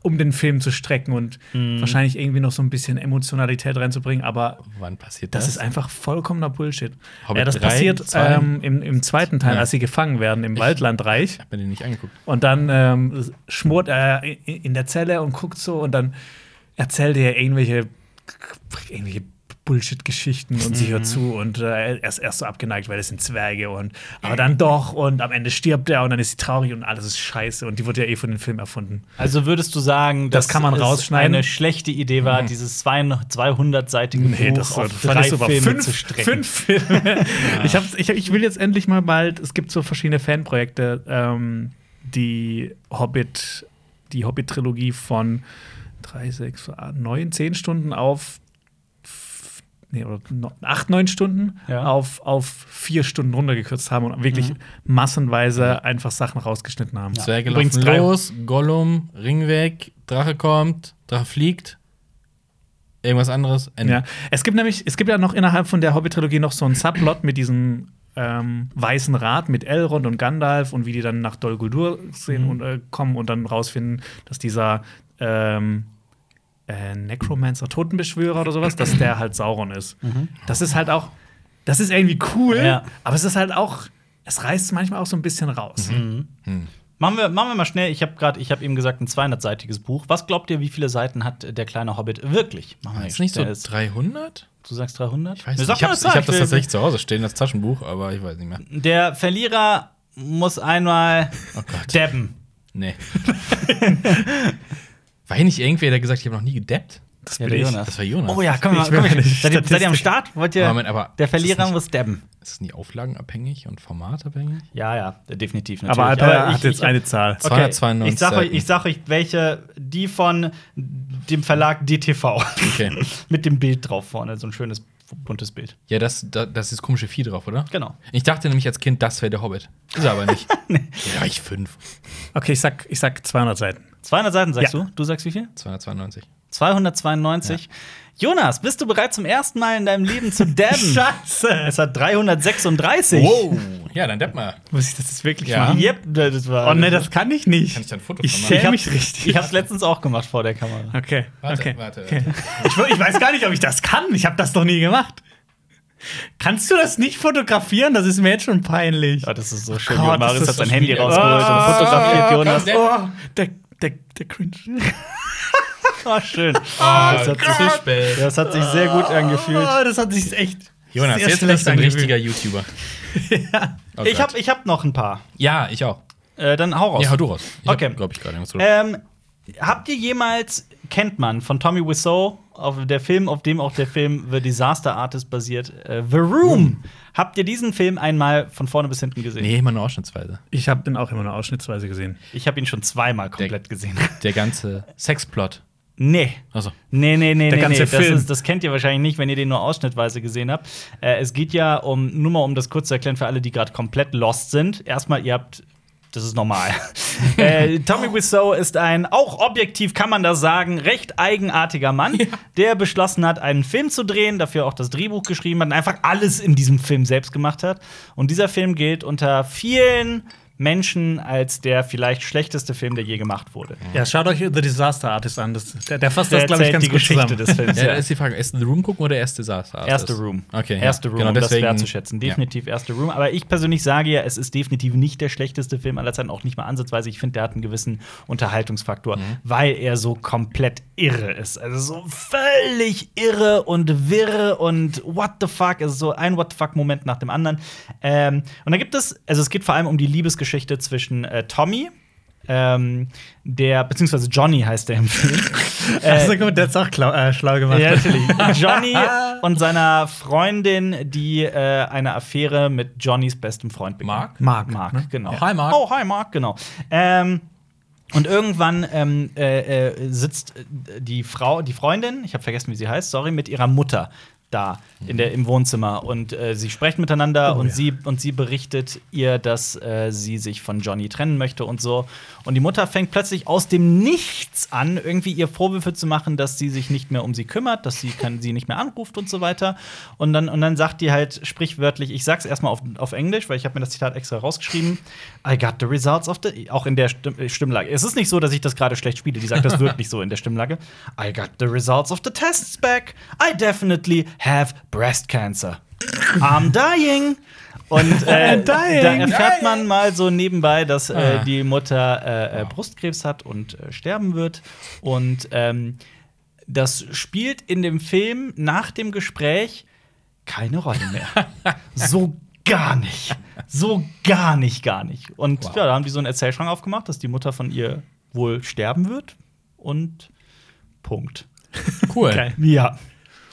[SPEAKER 3] um den Film zu strecken und
[SPEAKER 2] Mhm.
[SPEAKER 3] wahrscheinlich irgendwie noch so ein bisschen Emotionalität reinzubringen, aber
[SPEAKER 2] Wann passiert das?
[SPEAKER 3] das ist einfach vollkommener Bullshit.
[SPEAKER 2] Hobbit
[SPEAKER 3] ja, das
[SPEAKER 2] drei,
[SPEAKER 3] passiert
[SPEAKER 2] zwei.
[SPEAKER 3] ähm, im, im zweiten Teil,
[SPEAKER 2] Ja.
[SPEAKER 3] als sie gefangen werden im Waldlandreich.
[SPEAKER 2] Ich habe mir den nicht angeguckt.
[SPEAKER 3] Und dann ähm, schmort er i- in der Zelle und guckt so und dann erzählt er irgendwelche, irgendwelche Bullshit-Geschichten und sie hört zu und äh, er ist erst so abgeneigt, weil es sind Zwerge und aber dann doch und am Ende stirbt er und dann ist sie traurig und alles ist scheiße und die wurde ja eh von dem Film erfunden.
[SPEAKER 1] Also würdest du sagen,
[SPEAKER 3] Das
[SPEAKER 1] dass
[SPEAKER 3] kann man
[SPEAKER 1] es
[SPEAKER 3] rausschneiden?
[SPEAKER 1] eine schlechte Idee war, dieses 200-seitige Buch auf
[SPEAKER 3] Mhm. fand
[SPEAKER 1] drei
[SPEAKER 3] ich so über
[SPEAKER 1] Filme
[SPEAKER 3] fünf,
[SPEAKER 1] zu strecken?
[SPEAKER 3] Fünf Filme. ich, hab's, ich, hab- ich will jetzt endlich mal bald, es gibt so verschiedene Fanprojekte, ähm, die Hobbit, die Hobbit-Trilogie von 3, 6, 9, 10 Stunden auf f- Nee, oder 8, 9 Stunden
[SPEAKER 1] Ja.
[SPEAKER 3] auf, auf 4 Stunden runtergekürzt haben und wirklich massenweise einfach Sachen rausgeschnitten haben.
[SPEAKER 2] Zwerge
[SPEAKER 1] Übrigens
[SPEAKER 2] laufen
[SPEAKER 1] drei-
[SPEAKER 2] los, Gollum, Ring weg, Drache kommt, Drache fliegt, irgendwas anderes, Ende.
[SPEAKER 3] Ja. Es gibt nämlich, es gibt ja noch innerhalb von der Hobbit-Trilogie noch so einen Subplot mit diesem ähm, weißen Rad mit Elrond und Gandalf und wie die dann nach Dol Guldur sehen und, äh, kommen und dann rausfinden, dass dieser ähm, äh, Necromancer, Totenbeschwörer oder sowas, dass der halt Sauron ist. Das ist halt auch, das ist irgendwie cool,
[SPEAKER 1] Ja.
[SPEAKER 3] aber es ist halt auch, es reißt manchmal auch so ein bisschen raus.
[SPEAKER 1] Machen wir, machen wir mal schnell. Ich habe gerade, ich habe eben gesagt, ein 200-seitiges Buch. Was glaubt ihr, wie viele Seiten hat äh, der kleine Hobbit wirklich? Machen
[SPEAKER 2] Ist nicht so
[SPEAKER 1] schnell.
[SPEAKER 2] 300?
[SPEAKER 1] Du sagst 300?
[SPEAKER 2] Ich weiß
[SPEAKER 1] Nee,
[SPEAKER 2] nicht.
[SPEAKER 1] sag
[SPEAKER 2] Ich
[SPEAKER 1] mal
[SPEAKER 2] habe
[SPEAKER 1] eine
[SPEAKER 2] ich
[SPEAKER 1] Zahl,
[SPEAKER 2] hab das
[SPEAKER 1] will-
[SPEAKER 2] tatsächlich zu Hause stehen als Taschenbuch, aber ich weiß nicht mehr.
[SPEAKER 1] Der Verlierer muss einmal
[SPEAKER 2] Oh Gott.
[SPEAKER 1] debben.
[SPEAKER 2] Nee. War hier nicht irgendwer, der gesagt, ich habe noch nie gedeppt?
[SPEAKER 3] Das
[SPEAKER 1] Ja,
[SPEAKER 3] bin
[SPEAKER 1] der
[SPEAKER 3] ich.
[SPEAKER 1] Jonas.
[SPEAKER 2] Das war Jonas.
[SPEAKER 1] Oh ja, komm mal.
[SPEAKER 3] Ich
[SPEAKER 1] Komm
[SPEAKER 3] bin
[SPEAKER 1] mal.
[SPEAKER 3] eine
[SPEAKER 1] Seid, ihr, seid ihr am
[SPEAKER 3] Statistik.
[SPEAKER 1] Start? Wollt ihr,
[SPEAKER 2] Moment, aber
[SPEAKER 1] der
[SPEAKER 2] ist das
[SPEAKER 1] Verlierer
[SPEAKER 2] nicht-
[SPEAKER 1] muss debben.
[SPEAKER 2] Ist es nie auflagenabhängig und formatabhängig?
[SPEAKER 1] Ja, ja, definitiv. Natürlich.
[SPEAKER 3] Aber Alper hat
[SPEAKER 1] ich-
[SPEAKER 3] jetzt
[SPEAKER 1] ich hab-
[SPEAKER 3] eine Zahl.
[SPEAKER 1] Okay,
[SPEAKER 2] 292
[SPEAKER 1] ich, sag euch,
[SPEAKER 2] Seiten.
[SPEAKER 1] ich sag euch, welche, die von dem Verlag DTV.
[SPEAKER 2] Okay.
[SPEAKER 1] Mit dem Bild drauf vorne, so ein schönes buntes Bild.
[SPEAKER 2] Ja, das, da, das ist das komische Vieh drauf, oder?
[SPEAKER 1] Genau.
[SPEAKER 2] Ich dachte nämlich als Kind, das wäre der Hobbit. Ist er aber nicht. Ja, ich fünf.
[SPEAKER 3] Okay, ich sag, ich sag 200 Seiten.
[SPEAKER 1] 200 Seiten sagst
[SPEAKER 3] Ja.
[SPEAKER 1] du? Du sagst wie viel?
[SPEAKER 2] 292.
[SPEAKER 1] 292. Jonas, bist du bereit zum ersten Mal in deinem Leben zu dabben?
[SPEAKER 3] Scheiße!
[SPEAKER 1] es hat 336.
[SPEAKER 2] Ja, dann depp mal.
[SPEAKER 3] Muss ich das jetzt wirklich
[SPEAKER 2] Ja.
[SPEAKER 3] machen?
[SPEAKER 1] Yep, das war.
[SPEAKER 3] Oh ne, das kann ich nicht.
[SPEAKER 2] Kann ich da ein Foto
[SPEAKER 3] ich
[SPEAKER 2] von
[SPEAKER 3] schäme
[SPEAKER 1] machen?
[SPEAKER 3] mich richtig.
[SPEAKER 1] ich hab's letztens auch gemacht vor der Kamera.
[SPEAKER 3] okay,
[SPEAKER 2] Warte,
[SPEAKER 3] okay.
[SPEAKER 2] warte,
[SPEAKER 3] okay. Ich, wo- ich weiß gar nicht, ob ich das kann. Ich habe das noch nie gemacht. Kannst du das nicht fotografieren? Das ist mir jetzt schon peinlich.
[SPEAKER 1] Ah, das ist so schön.
[SPEAKER 3] Gott,
[SPEAKER 1] Marius
[SPEAKER 3] das ist
[SPEAKER 1] hat sein
[SPEAKER 2] so
[SPEAKER 1] Handy
[SPEAKER 2] schwierig.
[SPEAKER 1] rausgeholt und fotografiert Jonas.
[SPEAKER 2] Ah, Depp.
[SPEAKER 3] Oh, der, der, der Cringe.
[SPEAKER 1] Oh, schön.
[SPEAKER 2] Oh,
[SPEAKER 1] hat sich-
[SPEAKER 2] zu spät.
[SPEAKER 1] Das hat sich sehr gut angefühlt.
[SPEAKER 3] Oh, das hat sich echt.
[SPEAKER 2] Jonas,
[SPEAKER 3] sehr
[SPEAKER 2] jetzt
[SPEAKER 3] schlecht
[SPEAKER 2] bist du ein
[SPEAKER 3] angefühlt.
[SPEAKER 2] richtiger YouTuber. Oh
[SPEAKER 1] Ich
[SPEAKER 2] Gott.
[SPEAKER 1] hab, ich hab noch ein paar.
[SPEAKER 2] Ja, ich auch.
[SPEAKER 1] Äh, dann hau raus.
[SPEAKER 2] Ja, hau du raus. Ich
[SPEAKER 1] Okay.
[SPEAKER 2] Hab, glaub ich gerade. irgendwas zu-
[SPEAKER 1] Ähm, habt ihr jemals, kennt man von Tommy Wiseau, auf der Film, auf dem auch der Film The Disaster Artist basiert, äh, The Room. Habt ihr diesen Film einmal von vorne bis hinten gesehen?
[SPEAKER 2] Nee, immer nur ausschnittsweise.
[SPEAKER 3] Ich habe den auch immer nur ausschnittsweise gesehen.
[SPEAKER 1] Ich habe ihn schon zweimal komplett gesehen.
[SPEAKER 2] Der ganze Sexplot.
[SPEAKER 1] Nee.
[SPEAKER 2] Also,
[SPEAKER 1] Nee, nee, nee,
[SPEAKER 3] Der
[SPEAKER 1] nee,
[SPEAKER 3] ganze
[SPEAKER 1] nee. Das,
[SPEAKER 3] Film.
[SPEAKER 1] ist, das kennt ihr wahrscheinlich nicht, wenn ihr den nur ausschnittweise gesehen habt. Äh, es geht ja um, nur mal um das kurz zu erklären für alle, die gerade komplett lost sind. Erstmal, ihr habt. Das ist normal. äh, Tommy Wiseau ist ein, auch objektiv kann man das sagen, recht eigenartiger Mann, der beschlossen hat, einen Film zu drehen, dafür auch das Drehbuch geschrieben hat und einfach alles in diesem Film selbst gemacht hat. Und dieser Film gilt unter vielen Menschen als der vielleicht schlechteste Film, der je gemacht wurde.
[SPEAKER 3] Ja, schaut euch The Disaster Artist an. Das, der, der fasst
[SPEAKER 1] Der
[SPEAKER 3] das, glaube
[SPEAKER 1] erzählt
[SPEAKER 3] ich, ganz
[SPEAKER 1] die
[SPEAKER 3] gut
[SPEAKER 1] Geschichte
[SPEAKER 3] zusammen.
[SPEAKER 1] des Films.
[SPEAKER 2] ja, da ist die Frage: Erst The Room gucken oder erst Disaster? Artist?
[SPEAKER 1] Erste Room.
[SPEAKER 2] Okay. ja.
[SPEAKER 1] Erste Room,
[SPEAKER 2] Genau,
[SPEAKER 1] um das
[SPEAKER 2] deswegen.
[SPEAKER 1] wertzuschätzen. Definitiv erste Room. Aber ich persönlich sage ja, es ist definitiv nicht der schlechteste Film aller Zeiten, auch nicht mal ansatzweise. Ich finde, der hat einen gewissen
[SPEAKER 2] Mhm.
[SPEAKER 1] Unterhaltungsfaktor, weil er so komplett irre ist. Also so völlig irre und wirre und what the fuck. Also so ein what the fuck-Moment nach dem anderen. Ähm, und da gibt es, also es geht vor allem um die Liebesgeschichte zwischen äh, Tommy. Ähm, der, beziehungsweise Johnny heißt der im Film. Äh,
[SPEAKER 3] Also gut, der ist auch klau, äh, schlau gemacht.
[SPEAKER 1] Ja, natürlich. Johnny und seiner Freundin, die äh, eine Affäre mit Johnnys bestem Freund begann.
[SPEAKER 2] Mark?
[SPEAKER 3] Mark,
[SPEAKER 1] Mark,
[SPEAKER 3] ne?
[SPEAKER 1] genau.
[SPEAKER 2] Ja. Hi, Mark.
[SPEAKER 1] Oh, hi, Mark, genau. Ähm, und irgendwann ähm, äh, äh, sitzt äh, die Frau, die Freundin, ich habe vergessen, wie sie heißt, sorry, mit ihrer Mutter da in der, im Wohnzimmer und äh, sie sprechen miteinander
[SPEAKER 3] Oh,
[SPEAKER 1] und
[SPEAKER 3] ja.
[SPEAKER 1] sie und sie berichtet ihr, dass äh, sie sich von Johnny trennen möchte und so und die Mutter fängt plötzlich aus dem Nichts an irgendwie ihr Vorwürfe zu machen, dass sie sich nicht mehr um sie kümmert, dass sie kann, sie nicht mehr anruft und so weiter und dann und dann sagt die halt sprichwörtlich, ich sag's erstmal auf, auf Englisch, weil ich habe mir das Zitat extra rausgeschrieben. I got the results of the auch in der Stimm äh, Stimmlage. Es ist nicht so, dass ich das gerade schlecht spiele, die sagt das wirklich so in der Stimmlage. I got the results of the tests back. I definitely have breast cancer. I'm dying. Und äh,
[SPEAKER 3] I'm dying.
[SPEAKER 1] da erfährt man mal so nebenbei, dass äh,
[SPEAKER 2] Ah.
[SPEAKER 1] die Mutter äh, äh, Brustkrebs hat und äh, sterben wird. Und ähm, das spielt in dem Film nach dem Gespräch keine Rolle mehr. so gar nicht. So gar nicht, gar nicht. Und
[SPEAKER 2] Wow.
[SPEAKER 1] ja, da haben die so einen Erzählschrank aufgemacht, dass die Mutter von ihr wohl sterben wird. Und Punkt.
[SPEAKER 2] Cool.
[SPEAKER 3] Geil.
[SPEAKER 1] Ja.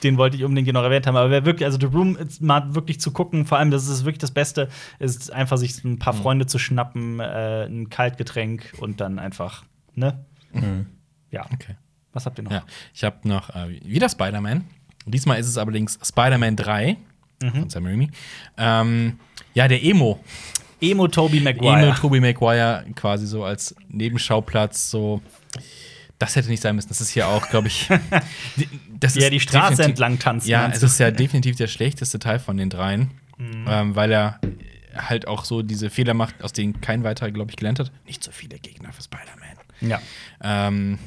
[SPEAKER 1] Den wollte ich unbedingt noch erwähnt haben. Aber wer wirklich, also The Room ist mal wirklich zu gucken, vor allem, das ist wirklich das Beste, ist einfach sich ein
[SPEAKER 2] Mhm.
[SPEAKER 1] paar Freunde zu schnappen, äh, ein Kaltgetränk und dann einfach, ne? Ja.
[SPEAKER 2] Okay.
[SPEAKER 1] Was habt ihr noch?
[SPEAKER 2] Mhm. Ja, ich habe noch äh, wieder Spider-Man. Diesmal ist es allerdings Spider-Man 3
[SPEAKER 1] Mhm.
[SPEAKER 2] von Sam Raimi. Ähm, ja, der Emo.
[SPEAKER 1] Emo Toby
[SPEAKER 2] Emo
[SPEAKER 1] Maguire.
[SPEAKER 2] Tobey Maguire quasi so als Nebenschauplatz so. Das hätte nicht sein müssen. Das ist hier auch, glaube ich. die- das
[SPEAKER 1] Ja, die Straße
[SPEAKER 2] definitiv-
[SPEAKER 1] entlang tanzen.
[SPEAKER 2] Ja,
[SPEAKER 1] meinst Mhm.
[SPEAKER 2] es ist ja definitiv der schlechteste Teil von den dreien, ähm, weil er halt auch so diese Fehler macht, aus denen kein weiterer, glaube ich, gelernt hat. Nicht so viele Gegner für Spider-Man.
[SPEAKER 1] du? ja.
[SPEAKER 2] Ähm,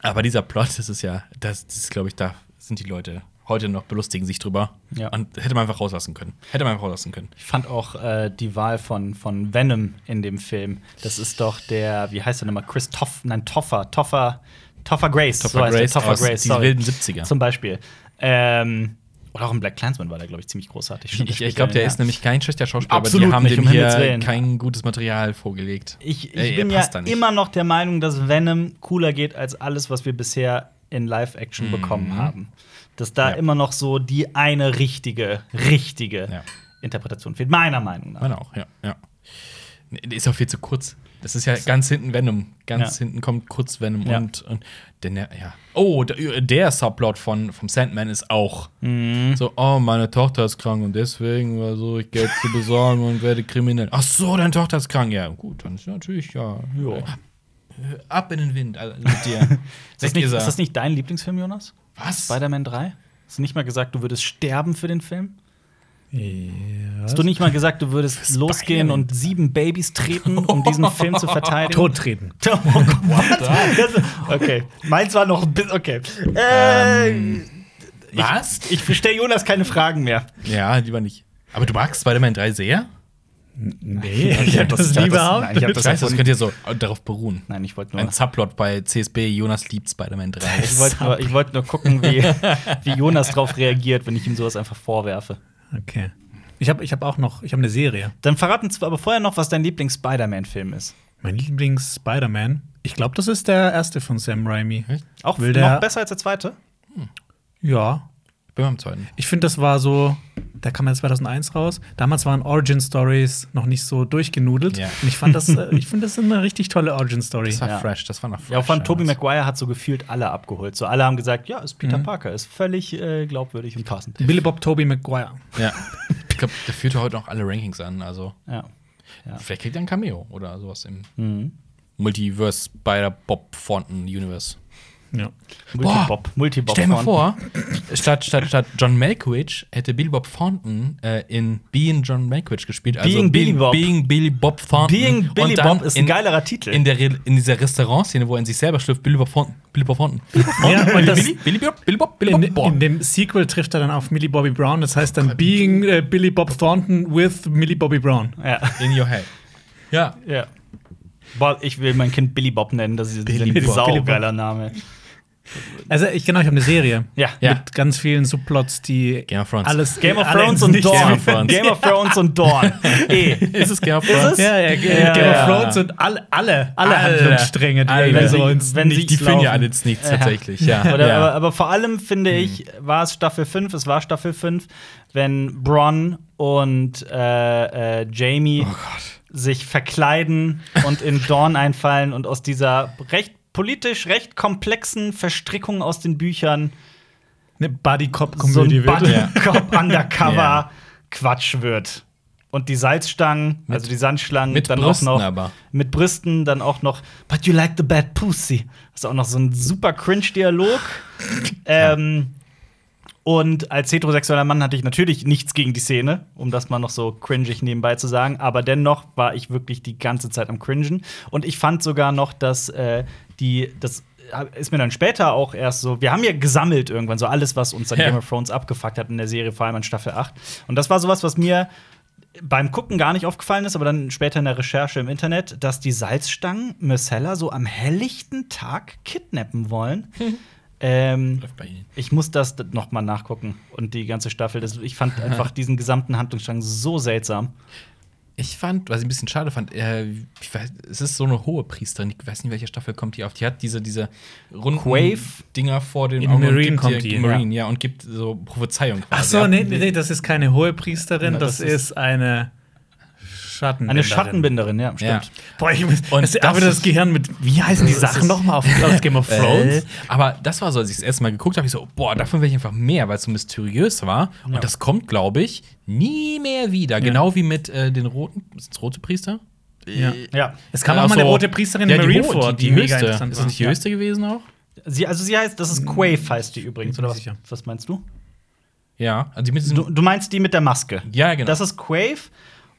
[SPEAKER 2] aber dieser Plot, das ist ja, das, das ist, glaube ich, da sind die Leute heute noch belustigen sich drüber.
[SPEAKER 1] Ja.
[SPEAKER 2] Und hätte man einfach rauslassen können. Hätte man einfach rauslassen können.
[SPEAKER 1] Ich fand auch äh, die Wahl von, von Venom in dem Film. Das ist doch der, wie heißt der nochmal? Chris Toff, nein, Toffer, Toffer, Toffer Grace.
[SPEAKER 2] Topher
[SPEAKER 1] heißt der,
[SPEAKER 2] Grace
[SPEAKER 1] Topher
[SPEAKER 2] aus
[SPEAKER 1] Grace,
[SPEAKER 2] Die
[SPEAKER 1] sorry.
[SPEAKER 2] wilden 70er.
[SPEAKER 1] Zum Beispiel. Ähm, oder auch im Black Clansman war der, glaube ich, ziemlich großartig. Stimmt,
[SPEAKER 2] Ich,
[SPEAKER 1] spielt
[SPEAKER 2] ich glaube, der
[SPEAKER 1] den,
[SPEAKER 2] ist nämlich kein schlechter Schauspieler,
[SPEAKER 1] Absolut
[SPEAKER 2] aber die haben
[SPEAKER 1] nicht,
[SPEAKER 2] dem
[SPEAKER 1] um Himmels
[SPEAKER 2] hier
[SPEAKER 1] Willen.
[SPEAKER 2] kein gutes Material vorgelegt.
[SPEAKER 1] Ich, ich
[SPEAKER 2] Ey, er
[SPEAKER 1] bin ja
[SPEAKER 2] passt da nicht.
[SPEAKER 1] immer noch der Meinung, dass Venom cooler geht als alles, was wir bisher in Live-Action bekommen haben. Dass da
[SPEAKER 2] Mhm. Ja.
[SPEAKER 1] immer noch so die eine richtige, richtige
[SPEAKER 2] Ja.
[SPEAKER 1] Interpretation fehlt, meiner Meinung nach.
[SPEAKER 2] Meine auch, ja. ja. Nee, Der ist auch viel zu kurz. Das ist ja ganz hinten Venom. Ganz
[SPEAKER 1] Ja.
[SPEAKER 2] hinten kommt kurz Venom
[SPEAKER 1] Ja.
[SPEAKER 2] und, und denn der, ja. Oh, der, der Subplot von, vom Sandman ist auch. So, oh, meine Tochter ist krank und deswegen war so, ich Geld zu besorgen und werde kriminell. Ach so, deine Tochter ist krank. Ja, gut, dann ist natürlich, ja.
[SPEAKER 1] Ja.
[SPEAKER 2] ab in den Wind also mit dir.
[SPEAKER 1] Ist das, nicht, ist das nicht dein Lieblingsfilm, Jonas?
[SPEAKER 2] was?
[SPEAKER 1] Spider-Man 3? Hast du nicht mal gesagt, du würdest sterben für den Film?
[SPEAKER 3] Ja.
[SPEAKER 1] Hast du nicht mal gesagt, du würdest losgehen und sieben Babys treten, um diesen Film zu verteidigen?
[SPEAKER 3] Tot treten.
[SPEAKER 1] Oh Gott. Das- okay, meins war noch ein bisschen. Okay. Äh,
[SPEAKER 2] was?
[SPEAKER 1] Ich stelle Jonas keine Fragen mehr.
[SPEAKER 2] Ja, lieber nicht. Aber du magst Spider-Man 3 sehr?
[SPEAKER 3] Nee, ich hab das
[SPEAKER 1] ich hab das- nein, ich hab
[SPEAKER 3] nie behauptet.
[SPEAKER 1] Das
[SPEAKER 2] Das
[SPEAKER 1] heißt,
[SPEAKER 2] heißt, das könnt ihr so darauf beruhen.
[SPEAKER 1] Nein, ich wollte
[SPEAKER 2] Ein
[SPEAKER 1] nur.
[SPEAKER 2] Subplot bei CSB, Jonas liebt Spider-Man 3.
[SPEAKER 1] Ich wollte nur, ich wollte nur gucken, wie, wie Jonas drauf reagiert, wenn ich ihm sowas einfach vorwerfe.
[SPEAKER 3] Okay. Ich habe ich hab auch noch, ich habe eine Serie.
[SPEAKER 1] Dann verrat uns aber vorher noch, was dein Lieblings-Spider-Man-Film ist.
[SPEAKER 3] Mein Lieblings-Spider-Man. Ich glaube, das ist der erste von Sam Raimi.
[SPEAKER 1] Auch
[SPEAKER 3] Will der-
[SPEAKER 1] noch besser als der zweite?
[SPEAKER 3] Ja.
[SPEAKER 2] Ich bin beim zweiten.
[SPEAKER 3] Ich finde, das war so, da kam ja 2001 raus. Damals waren Origin Stories noch nicht so durchgenudelt.
[SPEAKER 2] Ja.
[SPEAKER 3] Und ich fand das, äh, ich finde das eine richtig tolle Origin Story.
[SPEAKER 2] Das war
[SPEAKER 1] Ja.
[SPEAKER 2] fresh, das war noch fresh.
[SPEAKER 1] Ja, von Tobey
[SPEAKER 2] damals.
[SPEAKER 1] Maguire hat so gefühlt alle abgeholt. So alle haben gesagt, ja, ist
[SPEAKER 2] Mhm.
[SPEAKER 1] Peter Parker, ist völlig äh, glaubwürdig und passend.
[SPEAKER 3] Billy Bob Toby Maguire.
[SPEAKER 2] Ja. Ich glaube, der führt heute noch alle Rankings an. Also,
[SPEAKER 1] Ja. Ja.
[SPEAKER 2] vielleicht kriegt er ein Cameo oder sowas im
[SPEAKER 1] Mhm.
[SPEAKER 2] Multiverse Spider-Bob-Fonten-Universe.
[SPEAKER 3] Ja.
[SPEAKER 1] Multibob. Multibob.
[SPEAKER 2] Stell dir mal
[SPEAKER 1] von-
[SPEAKER 2] vor, statt, statt, statt John Malkovich hätte Billy Bob Thornton äh, in Being John Malkovich gespielt. Also
[SPEAKER 1] Being Billy Bob.
[SPEAKER 2] Being Billy Bob Thornton.
[SPEAKER 1] Being Billy
[SPEAKER 2] Und dann
[SPEAKER 1] Bob ist ein
[SPEAKER 2] in-
[SPEAKER 1] geilerer Titel.
[SPEAKER 2] In, der, Re- in dieser Restaurantszene, wo er in sich selber schlüpft, Billy Bob Thornton. Billy Bob Thornton.
[SPEAKER 3] Ja, und das,
[SPEAKER 2] Billy, Billy Bob, Billy Bob, Billy
[SPEAKER 3] in,
[SPEAKER 2] Bob.
[SPEAKER 3] in dem Sequel trifft er dann auf Millie Bobby Brown. Das heißt dann Being äh, Billy Bob Thornton with Millie Bobby Brown.
[SPEAKER 1] ja.
[SPEAKER 2] in your head. Ja,
[SPEAKER 1] ja. Boah, ich will mein Kind Billy Bob nennen, das ist
[SPEAKER 2] Billy
[SPEAKER 1] ein
[SPEAKER 2] Bob.
[SPEAKER 1] saugeiler Name.
[SPEAKER 3] Also ich genau, ich habe eine Serie
[SPEAKER 1] Ja.
[SPEAKER 2] Ja.
[SPEAKER 3] mit ganz vielen Subplots, die
[SPEAKER 2] Game of Thrones.
[SPEAKER 3] alles
[SPEAKER 1] Game of
[SPEAKER 3] alle
[SPEAKER 1] Thrones
[SPEAKER 3] ins
[SPEAKER 1] und
[SPEAKER 3] Nichts
[SPEAKER 1] Dawn.
[SPEAKER 2] Game of Thrones.
[SPEAKER 1] Game of Thrones und Dawn. Eh.
[SPEAKER 2] ist es Game of Thrones?
[SPEAKER 1] es?
[SPEAKER 3] Ja, ja,
[SPEAKER 1] Ja,
[SPEAKER 3] Game
[SPEAKER 1] ja.
[SPEAKER 3] of Thrones und alle, alle, alle
[SPEAKER 2] Alle.
[SPEAKER 3] Handlungsstränge, die
[SPEAKER 2] Alle.
[SPEAKER 3] irgendwie
[SPEAKER 2] Wenn sie-
[SPEAKER 3] so ins
[SPEAKER 1] wenn sie-
[SPEAKER 3] Nichts
[SPEAKER 2] Die finden ja
[SPEAKER 3] laufen.
[SPEAKER 2] alle ins Nichts tatsächlich. Ja.
[SPEAKER 1] Oder,
[SPEAKER 2] ja. Hm.
[SPEAKER 1] aber, aber vor allem finde ich, war es Staffel 5, es war Staffel 5, wenn Bronn und äh, äh, Jamie
[SPEAKER 2] Oh
[SPEAKER 1] sich verkleiden und in Dawn einfallen und aus dieser recht politisch recht komplexen Verstrickung aus den Büchern
[SPEAKER 3] eine Buddy Cop
[SPEAKER 1] so
[SPEAKER 3] Komödie
[SPEAKER 1] ein
[SPEAKER 3] wird.
[SPEAKER 2] Ja.
[SPEAKER 1] Buddy-Cop Undercover
[SPEAKER 2] Ja.
[SPEAKER 1] Quatsch wird. Und die Salzstangen, also die Sandschlangen,
[SPEAKER 2] mit
[SPEAKER 1] dann
[SPEAKER 2] Brüsten
[SPEAKER 1] auch noch
[SPEAKER 2] aber.
[SPEAKER 1] mit Brüsten, dann auch noch But you like the bad pussy. Das ist auch noch so ein super cringe Dialog. ähm, und als heterosexueller Mann hatte ich natürlich nichts gegen die Szene, um das mal noch so cringig nebenbei zu sagen. Aber dennoch war ich wirklich die ganze Zeit am Cringen. Und ich fand sogar noch, dass äh, die, das äh, ist mir dann später auch erst so, wir haben ja gesammelt irgendwann so alles, was uns an
[SPEAKER 2] Ja.
[SPEAKER 1] Game of Thrones abgefuckt hat in der Serie, vor allem in Staffel 8. Und das war sowas, was mir beim Gucken gar nicht aufgefallen ist, aber dann später in der Recherche im Internet, dass die Salzstangen Myrcella so am helllichten Tag kidnappen wollen. ähm,
[SPEAKER 2] Läuft bei Ihnen.
[SPEAKER 1] ich muss das d- noch mal nachgucken und die ganze Staffel. Das, ich fand einfach diesen gesamten Handlungsstrang so seltsam.
[SPEAKER 2] Ich fand, was ich ein bisschen schade fand, äh, ich weiß, es ist so eine hohe Priesterin, ich weiß nicht, welche Staffel kommt die auf. Die hat diese, diese runden
[SPEAKER 1] Quaithe?
[SPEAKER 2] Dinger vor den
[SPEAKER 3] In
[SPEAKER 2] und
[SPEAKER 3] Marine
[SPEAKER 2] gibt
[SPEAKER 3] kommt
[SPEAKER 2] die,
[SPEAKER 3] die,
[SPEAKER 2] Marine, ja. und gibt so Prophezeiung.
[SPEAKER 3] Ach
[SPEAKER 2] quasi
[SPEAKER 3] so,
[SPEAKER 2] ab.
[SPEAKER 3] nee, nee, das ist keine hohe Priesterin,
[SPEAKER 2] Na,
[SPEAKER 3] das,
[SPEAKER 2] das
[SPEAKER 3] ist eine Schattenbinderin.
[SPEAKER 1] Eine Schattenbinderin, ja,
[SPEAKER 2] Ja.
[SPEAKER 1] stimmt.
[SPEAKER 3] Boah, ich muss,
[SPEAKER 2] Und
[SPEAKER 3] das,
[SPEAKER 2] das
[SPEAKER 3] aber das
[SPEAKER 2] ist-
[SPEAKER 3] Gehirn mit, wie heißen die
[SPEAKER 2] Das
[SPEAKER 3] Sachen
[SPEAKER 2] ist-
[SPEAKER 3] nochmal auf, aus Game of
[SPEAKER 2] Äh,
[SPEAKER 3] Thrones?
[SPEAKER 2] aber das war so, als ich das erste Mal geguckt habe, ich so, boah, davon will ich einfach mehr, weil es so mysteriös war. Und das kommt, glaube ich, nie mehr wieder. Genau wie mit äh, den roten, ist das rote Priester?
[SPEAKER 3] Ja.
[SPEAKER 1] Ja.
[SPEAKER 3] Es kam auch
[SPEAKER 2] Also,
[SPEAKER 3] mal eine rote Priesterin
[SPEAKER 2] ja,
[SPEAKER 3] in
[SPEAKER 2] die
[SPEAKER 3] Marine
[SPEAKER 2] Rot,
[SPEAKER 3] vor,
[SPEAKER 2] die, die, höchste. ist das nicht die
[SPEAKER 3] war.
[SPEAKER 2] höchste gewesen auch?
[SPEAKER 1] Sie, also sie heißt, das ist Quave heißt die übrigens,
[SPEAKER 3] bin
[SPEAKER 1] oder
[SPEAKER 3] mir
[SPEAKER 1] was,
[SPEAKER 3] sicher.
[SPEAKER 1] was meinst du?
[SPEAKER 2] Ja, also die mit diesem,
[SPEAKER 1] du? Du meinst die mit der Maske?
[SPEAKER 2] ja, genau.
[SPEAKER 1] Das ist Quave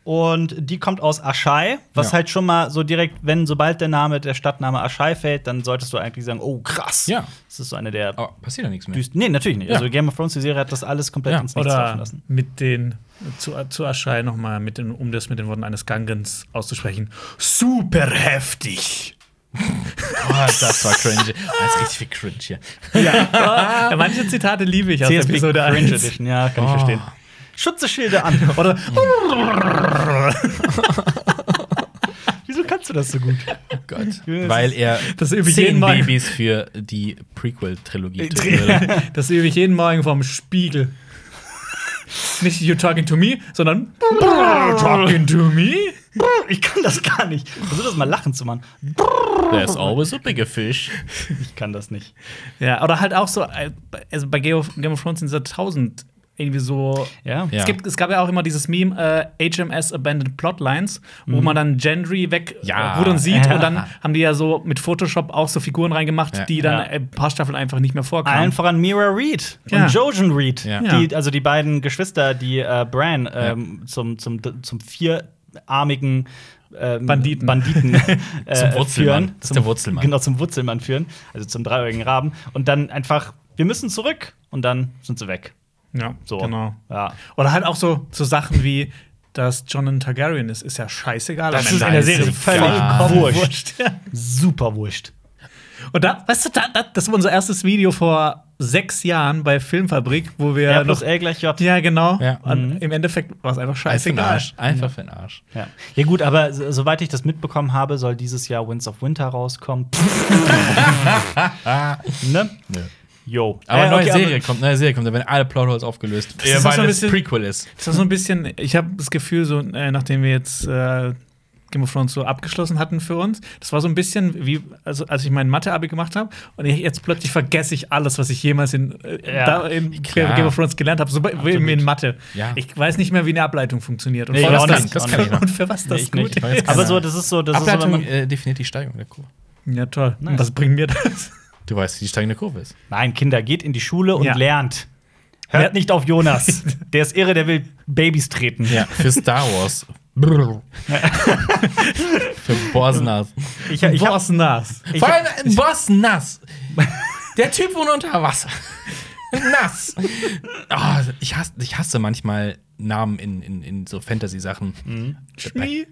[SPEAKER 1] und die kommt aus Aschai, was
[SPEAKER 2] Ja.
[SPEAKER 1] halt schon mal so direkt, wenn sobald der Name, der Stadtname Aschai fällt, dann solltest du eigentlich sagen, oh krass.
[SPEAKER 2] Ja.
[SPEAKER 1] Das ist so eine der
[SPEAKER 2] aber Oh, passiert ja nichts mehr.
[SPEAKER 1] düsten. Nee, natürlich nicht.
[SPEAKER 2] Ja.
[SPEAKER 1] Also Game of Thrones, die Serie hat das alles komplett
[SPEAKER 2] Ja,
[SPEAKER 1] ins Nichts laufen
[SPEAKER 3] Oder
[SPEAKER 1] lassen.
[SPEAKER 3] mit den, zu, zu Aschai nochmal, mit den, um das mit den Worten eines Gangens auszusprechen, super heftig.
[SPEAKER 2] Oh,
[SPEAKER 3] Ah,
[SPEAKER 2] das war cringe. Das Ah, ist richtig viel cringe hier.
[SPEAKER 3] Ja. Manche Zitate liebe ich aus der Episode 1.
[SPEAKER 1] Edition, ja, kann ich
[SPEAKER 2] Oh.
[SPEAKER 1] verstehen. Schutzeschilde an.
[SPEAKER 3] Oder
[SPEAKER 1] Wieso kannst du das so gut?
[SPEAKER 2] Oh Gott.
[SPEAKER 1] Ja, das
[SPEAKER 2] Weil er
[SPEAKER 3] das übe ich jeden
[SPEAKER 2] zehn
[SPEAKER 3] Morgen.
[SPEAKER 2] Babys für die Prequel-Trilogie töten würde.
[SPEAKER 3] Das übe ich jeden Morgen vorm Spiegel. Nicht you talking to me, sondern talking to me.
[SPEAKER 1] Ich kann das gar nicht. Versuch das mal lachen zu machen.
[SPEAKER 2] There's always a bigger fish.
[SPEAKER 1] Ich kann das nicht.
[SPEAKER 3] Ja, oder halt auch so, äh, also bei Game of, Game of Thrones sind so tausend irgendwie so.
[SPEAKER 1] Ja.
[SPEAKER 2] Ja.
[SPEAKER 3] Es, gibt, es gab ja auch immer dieses Meme äh, HMS Abandoned Plotlines, wo man dann Gendry
[SPEAKER 2] Ja.
[SPEAKER 3] wegrudern sieht
[SPEAKER 1] Ja.
[SPEAKER 3] und dann haben die ja so mit Photoshop auch so Figuren reingemacht,
[SPEAKER 2] Ja.
[SPEAKER 3] die dann
[SPEAKER 1] Ja.
[SPEAKER 3] ein paar Staffeln einfach nicht mehr vorkamen.
[SPEAKER 1] Allen voran Mira Reed
[SPEAKER 3] Ja.
[SPEAKER 1] und Jojen Reed,
[SPEAKER 2] Ja.
[SPEAKER 1] die, also die beiden Geschwister, die äh, Bran ähm, zum, zum, zum vierarmigen ähm,
[SPEAKER 3] Banditen.
[SPEAKER 1] Banditen äh,
[SPEAKER 2] Zum Wurzelmann.
[SPEAKER 1] führen.
[SPEAKER 2] Das ist der Wurzelmann.
[SPEAKER 1] Genau, zum Wurzelmann führen, also zum dreieugigen Raben. Und dann einfach, wir müssen zurück und dann sind sie weg.
[SPEAKER 3] ja,
[SPEAKER 1] So.
[SPEAKER 3] genau.
[SPEAKER 1] Ja.
[SPEAKER 3] Oder halt auch so, so Sachen wie, dass John Targaryen ist, ist ja scheißegal.
[SPEAKER 1] Das
[SPEAKER 3] Am Ende
[SPEAKER 1] ist in
[SPEAKER 3] einer
[SPEAKER 1] der Serie völlig
[SPEAKER 3] vollkommen
[SPEAKER 1] wurscht.
[SPEAKER 3] Ja.
[SPEAKER 1] Super wurscht.
[SPEAKER 3] Und da, weißt du, da, da, das war unser erstes Video vor sechs Jahren bei Filmfabrik, wo wir
[SPEAKER 1] R plus
[SPEAKER 3] noch.
[SPEAKER 1] L gleich J.
[SPEAKER 3] Ja, genau.
[SPEAKER 2] Ja.
[SPEAKER 1] Mhm.
[SPEAKER 3] Und Im Endeffekt war es einfach
[SPEAKER 2] Einfach für den
[SPEAKER 3] scheißegal.
[SPEAKER 2] Arsch. Einfach für den Arsch.
[SPEAKER 1] Ja. ja, gut, aber so, soweit ich das mitbekommen habe, soll dieses Jahr Winds of Winter rauskommen. ne?
[SPEAKER 2] Nö.
[SPEAKER 1] Jo.
[SPEAKER 2] Aber
[SPEAKER 1] Äh,
[SPEAKER 2] neue
[SPEAKER 1] okay,
[SPEAKER 2] Serie kommt, neue Serie kommt, da werden alle Plotholes aufgelöst.
[SPEAKER 3] ist auch so ein
[SPEAKER 2] weil es
[SPEAKER 3] bisschen-
[SPEAKER 2] Prequel ist.
[SPEAKER 3] Ist das so ein bisschen, ich habe das Gefühl, so äh, nachdem wir jetzt äh, Game of Thrones so abgeschlossen hatten für uns, das war so ein bisschen wie, also als ich mein Mathe-Abi gemacht habe und ich, jetzt plötzlich vergesse ich alles, was ich jemals in, äh,
[SPEAKER 1] Ja.
[SPEAKER 3] da in
[SPEAKER 2] Klar.
[SPEAKER 3] Game of Thrones gelernt habe, so bei- wie in Mathe.
[SPEAKER 2] Ja.
[SPEAKER 3] Ich weiß nicht mehr, wie eine Ableitung funktioniert und,
[SPEAKER 1] Nee,
[SPEAKER 3] für,
[SPEAKER 1] ich
[SPEAKER 3] was
[SPEAKER 1] auch
[SPEAKER 3] das,
[SPEAKER 1] nicht.
[SPEAKER 3] das
[SPEAKER 1] Auch nicht.
[SPEAKER 3] und für was das
[SPEAKER 1] ich
[SPEAKER 3] gut
[SPEAKER 1] nicht.
[SPEAKER 3] ist.
[SPEAKER 1] Aber so, das ist so, das ist so,
[SPEAKER 2] Ableitung
[SPEAKER 1] wenn man,
[SPEAKER 2] äh, definiert die Steigung der Kurve.
[SPEAKER 3] Ja, toll.
[SPEAKER 1] Nice.
[SPEAKER 3] Und was bringt mir das?
[SPEAKER 2] Du weißt, wie die steigende Kurve ist.
[SPEAKER 1] Nein, Kinder, geht in die Schule und
[SPEAKER 3] Ja.
[SPEAKER 1] lernt. Hört
[SPEAKER 3] Ja.
[SPEAKER 1] nicht auf Jonas. Der ist irre, der will Babys treten.
[SPEAKER 2] Ja, für Star Wars. Brrr. für Bosnas.
[SPEAKER 1] Ich, ich hab,
[SPEAKER 3] was nass.
[SPEAKER 1] Ich-
[SPEAKER 2] Vor allem ein Boss nass. Der Typ wohnt unter Wasser. nass. Ah, ich, hasse, ich hasse manchmal Namen in, in, in so Fantasy-Sachen.
[SPEAKER 1] Mhm.
[SPEAKER 2] Äh,
[SPEAKER 3] Schmie?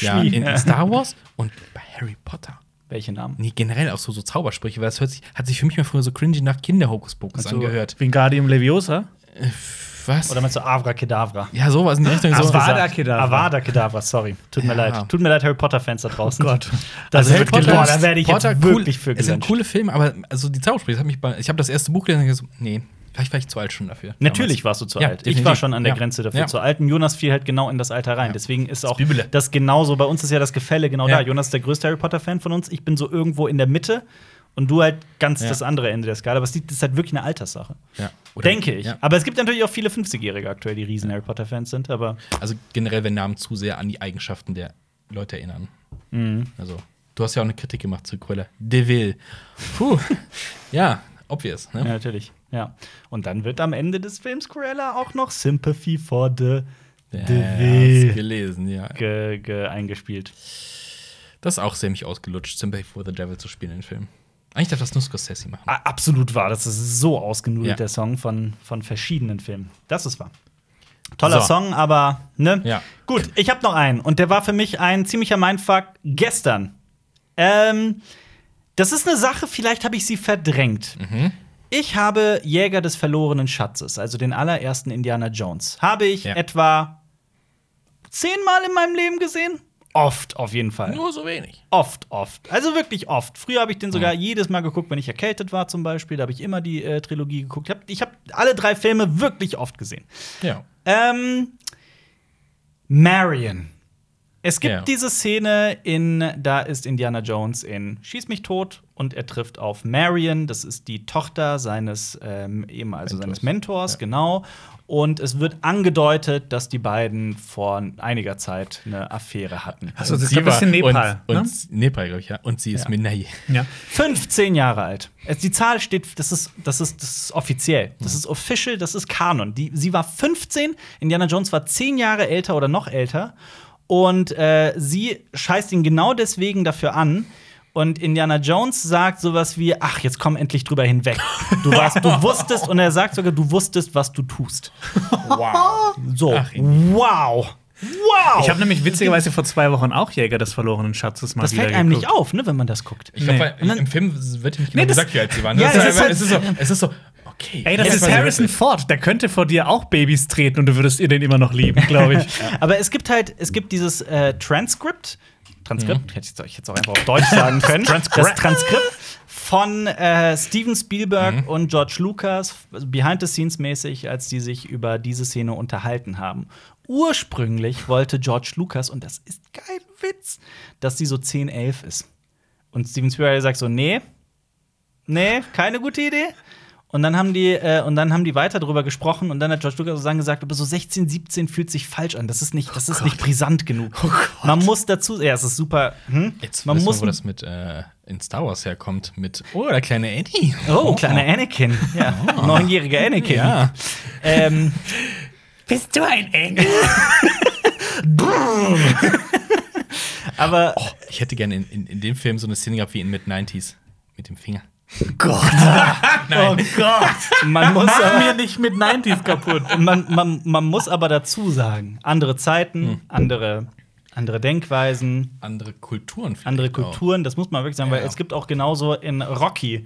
[SPEAKER 2] Ja, in, in Star Wars und bei Harry Potter.
[SPEAKER 1] welche Namen?
[SPEAKER 2] Nee, generell auch so, so Zaubersprüche, weil es hört sich, hat sich für mich mal früher so cringy nach Kinderhokuspokus
[SPEAKER 1] Also-
[SPEAKER 2] angehört.
[SPEAKER 3] Wingardium Leviosa?
[SPEAKER 2] Was?
[SPEAKER 1] Oder meinst du Avra Kedavra?
[SPEAKER 2] ja, sowas in die Richtung.
[SPEAKER 1] Also,
[SPEAKER 3] Ach,
[SPEAKER 2] So.
[SPEAKER 3] was? Avada
[SPEAKER 1] Gesagt.
[SPEAKER 3] Kedavra.
[SPEAKER 1] Avada Kedavra, sorry. Tut mir
[SPEAKER 2] Ja.
[SPEAKER 1] leid. Tut mir leid, Harry Potter-Fans da draußen.
[SPEAKER 3] Oh Gott.
[SPEAKER 1] Das
[SPEAKER 2] Also Harry
[SPEAKER 1] wird
[SPEAKER 2] Potter
[SPEAKER 1] gelöst.
[SPEAKER 2] ist-
[SPEAKER 1] da werde ich
[SPEAKER 2] Potter,
[SPEAKER 1] jetzt
[SPEAKER 2] cool.
[SPEAKER 1] wirklich für
[SPEAKER 2] Es sind
[SPEAKER 1] gelönscht.
[SPEAKER 2] coole Filme, aber also die Zaubersprüche, das hat mich bei, ich habe das erste Buch gelesen und so, nee, vielleicht war ich zu alt schon dafür.
[SPEAKER 1] Natürlich warst du zu
[SPEAKER 2] Ja,
[SPEAKER 1] alt. Ich
[SPEAKER 2] definitiv.
[SPEAKER 1] war schon an der
[SPEAKER 2] Ja.
[SPEAKER 1] Grenze dafür
[SPEAKER 2] Ja.
[SPEAKER 1] zu alt. Und Jonas fiel halt genau in das Alter rein. Deswegen ist auch
[SPEAKER 2] Bibele.
[SPEAKER 1] das genauso. Bei uns ist ja das Gefälle genau
[SPEAKER 2] Ja.
[SPEAKER 1] da. Jonas ist der größte Harry Potter-Fan von uns. Ich bin so irgendwo in der Mitte und du halt ganz
[SPEAKER 2] Ja.
[SPEAKER 1] das andere Ende der Skala. Aber es liegt- das ist halt wirklich eine Alterssache.
[SPEAKER 2] Ja. Oder-
[SPEAKER 1] Denke ich.
[SPEAKER 2] Ja.
[SPEAKER 1] Aber es gibt natürlich auch viele 50-Jährige aktuell, die riesen Harry Potter-Fans sind. Aber
[SPEAKER 2] Also generell, wenn Namen zu sehr an die Eigenschaften der Leute erinnern.
[SPEAKER 1] Mhm.
[SPEAKER 2] Also, du hast ja auch eine Kritik gemacht zu Cruella. Deville. Puh. ja, obvious.
[SPEAKER 1] ja,
[SPEAKER 2] Ne?
[SPEAKER 1] natürlich. Ja. Und dann wird am Ende des Films Cruella auch noch Sympathy for the
[SPEAKER 2] Ja,
[SPEAKER 1] Deville.
[SPEAKER 2] hast gelesen, ja.
[SPEAKER 1] ge ge eingespielt.
[SPEAKER 2] Das ist auch ziemlich ausgelutscht, Sympathy for the Devil zu spielen in Filmen. Eigentlich darf das nur Scorsese machen.
[SPEAKER 1] A- Absolut wahr. Das ist so ausgenudelt,
[SPEAKER 2] Ja.
[SPEAKER 1] der Song von, von verschiedenen Filmen. Das ist wahr. Toller
[SPEAKER 2] So.
[SPEAKER 1] Song, aber ne?
[SPEAKER 2] Ja.
[SPEAKER 1] Gut, ich habe noch einen und der war für mich ein ziemlicher Mindfuck gestern. Ähm, das ist eine Sache, vielleicht habe ich sie verdrängt.
[SPEAKER 2] Mhm.
[SPEAKER 1] Ich habe Jäger des verlorenen Schatzes, also den allerersten Indiana Jones, habe ich
[SPEAKER 2] Ja.
[SPEAKER 1] etwa zehnmal in meinem Leben gesehen. Oft, auf jeden Fall.
[SPEAKER 2] Nur so wenig.
[SPEAKER 1] Oft, oft. Also wirklich oft. Früher habe ich den sogar jedes Mal geguckt, wenn ich erkältet war zum Beispiel. Da habe ich immer die äh, Trilogie geguckt. Ich hab- Ich habe alle drei Filme wirklich oft gesehen.
[SPEAKER 2] Ja.
[SPEAKER 1] Ähm, Marion. Es gibt
[SPEAKER 2] Ja.
[SPEAKER 1] diese Szene in, da ist Indiana Jones in Schieß mich tot und er trifft auf Marion. Das ist die Tochter seines ähm, eben also
[SPEAKER 2] Mentors.
[SPEAKER 1] seines Mentors, genau. Und es wird angedeutet, dass die beiden vor einiger Zeit eine Affäre hatten.
[SPEAKER 3] Also, das
[SPEAKER 2] Sie
[SPEAKER 3] ist ein bisschen
[SPEAKER 2] war-
[SPEAKER 3] Nepal.
[SPEAKER 2] Und,
[SPEAKER 3] ne?
[SPEAKER 2] und Nepal, glaube ich, ja. Und sie ist
[SPEAKER 1] Ja.
[SPEAKER 2] ja. Minai.
[SPEAKER 3] ja.
[SPEAKER 1] 15 Jahre alt. Also die Zahl steht, das ist, das ist, das ist offiziell. Das
[SPEAKER 3] Mhm.
[SPEAKER 1] ist official, das ist Kanon. Die, sie war 15, Indiana Jones war 10 Jahre älter oder noch älter. Und äh, sie scheißt ihn genau deswegen dafür an. Und Indiana Jones sagt sowas wie: Ach, jetzt komm endlich drüber hinweg. Du, warst, du wusstest, und er sagt sogar, du wusstest, was du tust.
[SPEAKER 2] Wow.
[SPEAKER 1] So,
[SPEAKER 2] Ach,
[SPEAKER 1] wow. Wow!
[SPEAKER 3] Ich habe nämlich witzigerweise vor zwei Wochen auch Jäger des verlorenen Schatzes mal
[SPEAKER 1] das
[SPEAKER 3] wieder
[SPEAKER 1] fällt einem
[SPEAKER 3] geguckt.
[SPEAKER 1] nicht auf, ne, wenn man das guckt.
[SPEAKER 2] Ich glaube,
[SPEAKER 1] Und dann-
[SPEAKER 2] im Film wird nicht genau
[SPEAKER 3] Nee, das-
[SPEAKER 2] gesagt, wie alt sie waren.
[SPEAKER 1] Ja,
[SPEAKER 2] Das
[SPEAKER 1] es ist halt-
[SPEAKER 2] es ist so, es ist so, okay.
[SPEAKER 3] Ey, das
[SPEAKER 2] Ja,
[SPEAKER 3] ist
[SPEAKER 2] war so
[SPEAKER 3] Harrison
[SPEAKER 2] witzig.
[SPEAKER 3] Ford. Der könnte vor dir auch Babys treten und du würdest ihr den immer noch lieben, glaube ich.
[SPEAKER 1] Aber es gibt halt, es gibt dieses äh, Transkript. Transkript, hätte ich jetzt auch- ich hätte es auch einfach auf Deutsch sagen können. Das Transkript von äh, Steven Spielberg
[SPEAKER 2] Mhm.
[SPEAKER 1] und George Lucas, also behind the scenes mäßig, als die sich über diese Szene unterhalten haben. Ursprünglich wollte George Lucas, und das ist kein Witz, dass sie so 10, 11 ist. Und Steven Spielberg sagt so: Nee, nee, keine gute Idee. Und dann haben die, äh, und dann haben die weiter darüber gesprochen und dann hat George Lucas sozusagen gesagt, aber so 16, 17 fühlt sich falsch an. Das ist nicht,
[SPEAKER 2] Oh
[SPEAKER 1] das ist nicht brisant genug. Man muss dazu, ja, es ist super. Hm?
[SPEAKER 2] Jetzt
[SPEAKER 1] man
[SPEAKER 2] wissen
[SPEAKER 1] muss,
[SPEAKER 2] wir, wo das mit äh, in Star Wars herkommt. Mit, oh, der kleine Eddie.
[SPEAKER 1] oh, kleiner Anakin, ja,
[SPEAKER 3] Ah.
[SPEAKER 1] neunjähriger Anakin.
[SPEAKER 2] Ja.
[SPEAKER 1] Ähm,
[SPEAKER 3] Bist du ein Engel?
[SPEAKER 1] aber
[SPEAKER 2] Oh, ich hätte gerne in, in, in dem Film so eine Szene gehabt wie in Mid-90s. Mit dem Finger.
[SPEAKER 3] Gott.
[SPEAKER 2] Nein.
[SPEAKER 1] man muss
[SPEAKER 3] Mach
[SPEAKER 1] aber,
[SPEAKER 3] mir nicht mit 90s kaputt.
[SPEAKER 1] man, man, man muss aber dazu sagen, andere Zeiten,
[SPEAKER 3] Hm.
[SPEAKER 1] andere, andere Denkweisen,
[SPEAKER 2] Andere Kulturen. vielleicht
[SPEAKER 1] andere
[SPEAKER 2] auch.
[SPEAKER 1] Kulturen, das muss man wirklich sagen, weil
[SPEAKER 2] Genau. Ja.
[SPEAKER 1] es gibt auch genauso in Rocky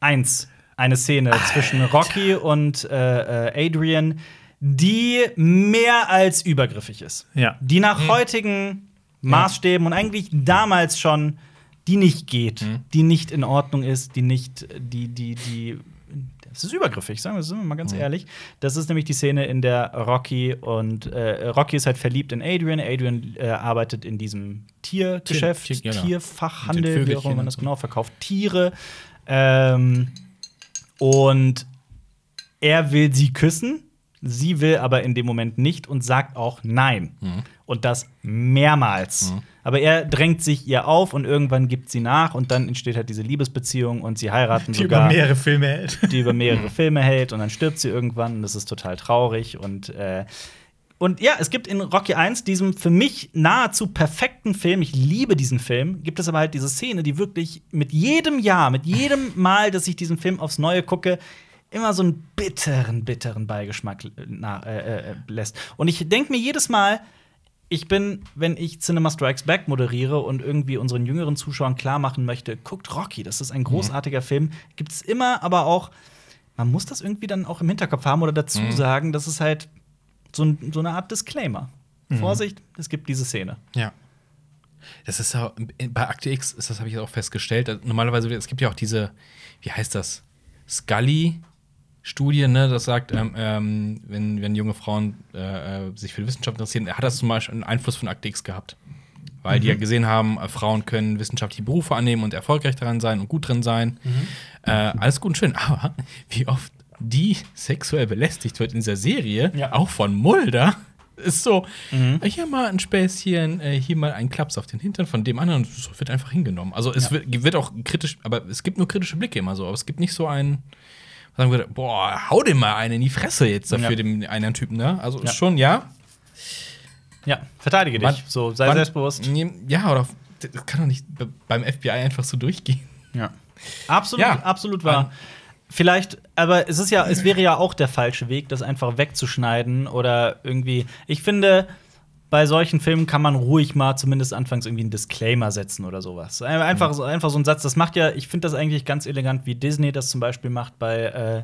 [SPEAKER 1] 1 eine Szene zwischen Rocky und äh, äh, Adrian, die mehr als übergriffig ist.
[SPEAKER 3] Ja.
[SPEAKER 1] Die nach heutigen Maßstäben und eigentlich damals schon, die nicht geht, die nicht in Ordnung ist, die nicht, die, die, die. Das ist übergriffig, sagen wir es mal ganz ehrlich. Das ist nämlich die Szene, in der Rocky und äh, Rocky ist halt verliebt in Adrian. Adrian äh, arbeitet in diesem Tiergeschäft,
[SPEAKER 2] Tier- genau. Mit den
[SPEAKER 1] Tierfachhandel, wie auch
[SPEAKER 2] Vögelchen
[SPEAKER 1] immer
[SPEAKER 2] und
[SPEAKER 1] man das
[SPEAKER 2] so.
[SPEAKER 1] genau verkauft, Tiere. Ähm, und er will sie küssen, sie will aber in dem Moment nicht und sagt auch nein.
[SPEAKER 2] Mhm.
[SPEAKER 1] Und das mehrmals. Aber er drängt sich ihr auf und irgendwann gibt sie nach und dann entsteht halt diese Liebesbeziehung und sie heiraten
[SPEAKER 3] Die über
[SPEAKER 1] sogar,
[SPEAKER 3] mehrere Filme hält.
[SPEAKER 1] die über mehrere Filme hält und dann stirbt sie irgendwann und das ist total traurig und äh, und ja, es gibt in Rocky 1 diesem für mich nahezu perfekten Film, ich liebe diesen Film, gibt es aber halt diese Szene, die wirklich mit jedem Jahr, mit jedem Mal, dass ich diesen Film aufs Neue gucke, immer so einen bitteren, bitteren Beigeschmack äh, na, äh, äh, lässt. Und ich denke mir jedes Mal, ich bin, wenn ich Cinema Strikes Back moderiere und irgendwie unseren jüngeren Zuschauern klar machen möchte, guckt Rocky, das ist ein großartiger Film, gibt es immer aber auch, man muss das irgendwie dann auch im Hinterkopf haben oder dazu
[SPEAKER 2] Mhm.
[SPEAKER 1] sagen, dass es halt so, ein- so eine Art Disclaimer.
[SPEAKER 2] Mhm.
[SPEAKER 1] Vorsicht, es gibt diese Szene.
[SPEAKER 2] Ja. Das ist ja bei Akte X, ist das habe ich jetzt auch festgestellt. also Normalerweise, es gibt ja auch diese, wie heißt das? Scully-Studie, ne? Das sagt, ähm, ähm, wenn, wenn junge Frauen äh, äh, sich für die Wissenschaft interessieren, hat das zum Beispiel einen Einfluss von Akte X gehabt. Weil
[SPEAKER 1] Mhm.
[SPEAKER 2] die ja gesehen haben, äh, Frauen können wissenschaftliche Berufe annehmen und erfolgreich daran sein und gut drin sein.
[SPEAKER 1] Mhm.
[SPEAKER 2] Äh, alles gut und schön. Aber wie oft die sexuell belästigt wird in dieser Serie,
[SPEAKER 1] Ja. Mhm.
[SPEAKER 2] auch von Mulder, ist so, äh, hier mal ein Späßchen, äh, hier mal ein Klaps auf den Hintern von dem anderen. Das wird einfach hingenommen. Also es wird, wird auch kritisch, aber es gibt nur kritische Blicke immer so. Aber es gibt nicht so einen, sagen wir, boah, hau dem mal einen in die Fresse jetzt dafür,
[SPEAKER 1] Ja.
[SPEAKER 2] dem einen Typen, ne? Also
[SPEAKER 1] Ja.
[SPEAKER 2] ist schon, ja,
[SPEAKER 1] Ja, verteidige dich.
[SPEAKER 2] Wann-
[SPEAKER 1] so, sei
[SPEAKER 2] wann-
[SPEAKER 1] selbstbewusst.
[SPEAKER 2] Nee, Ja, oder das kann doch nicht be- beim FBI einfach so durchgehen.
[SPEAKER 1] Ja. Absolut,
[SPEAKER 2] Ja.
[SPEAKER 1] absolut wahr. Vielleicht, aber es ist ja, es wäre ja auch der falsche Weg, das einfach wegzuschneiden oder irgendwie. Ich finde, bei solchen Filmen kann man ruhig mal zumindest anfangs irgendwie einen Disclaimer setzen oder sowas. Ein- Einfach, so- einfach so ein Satz. Das macht ja, ich finde das eigentlich ganz elegant, wie Disney das zum Beispiel macht bei äh,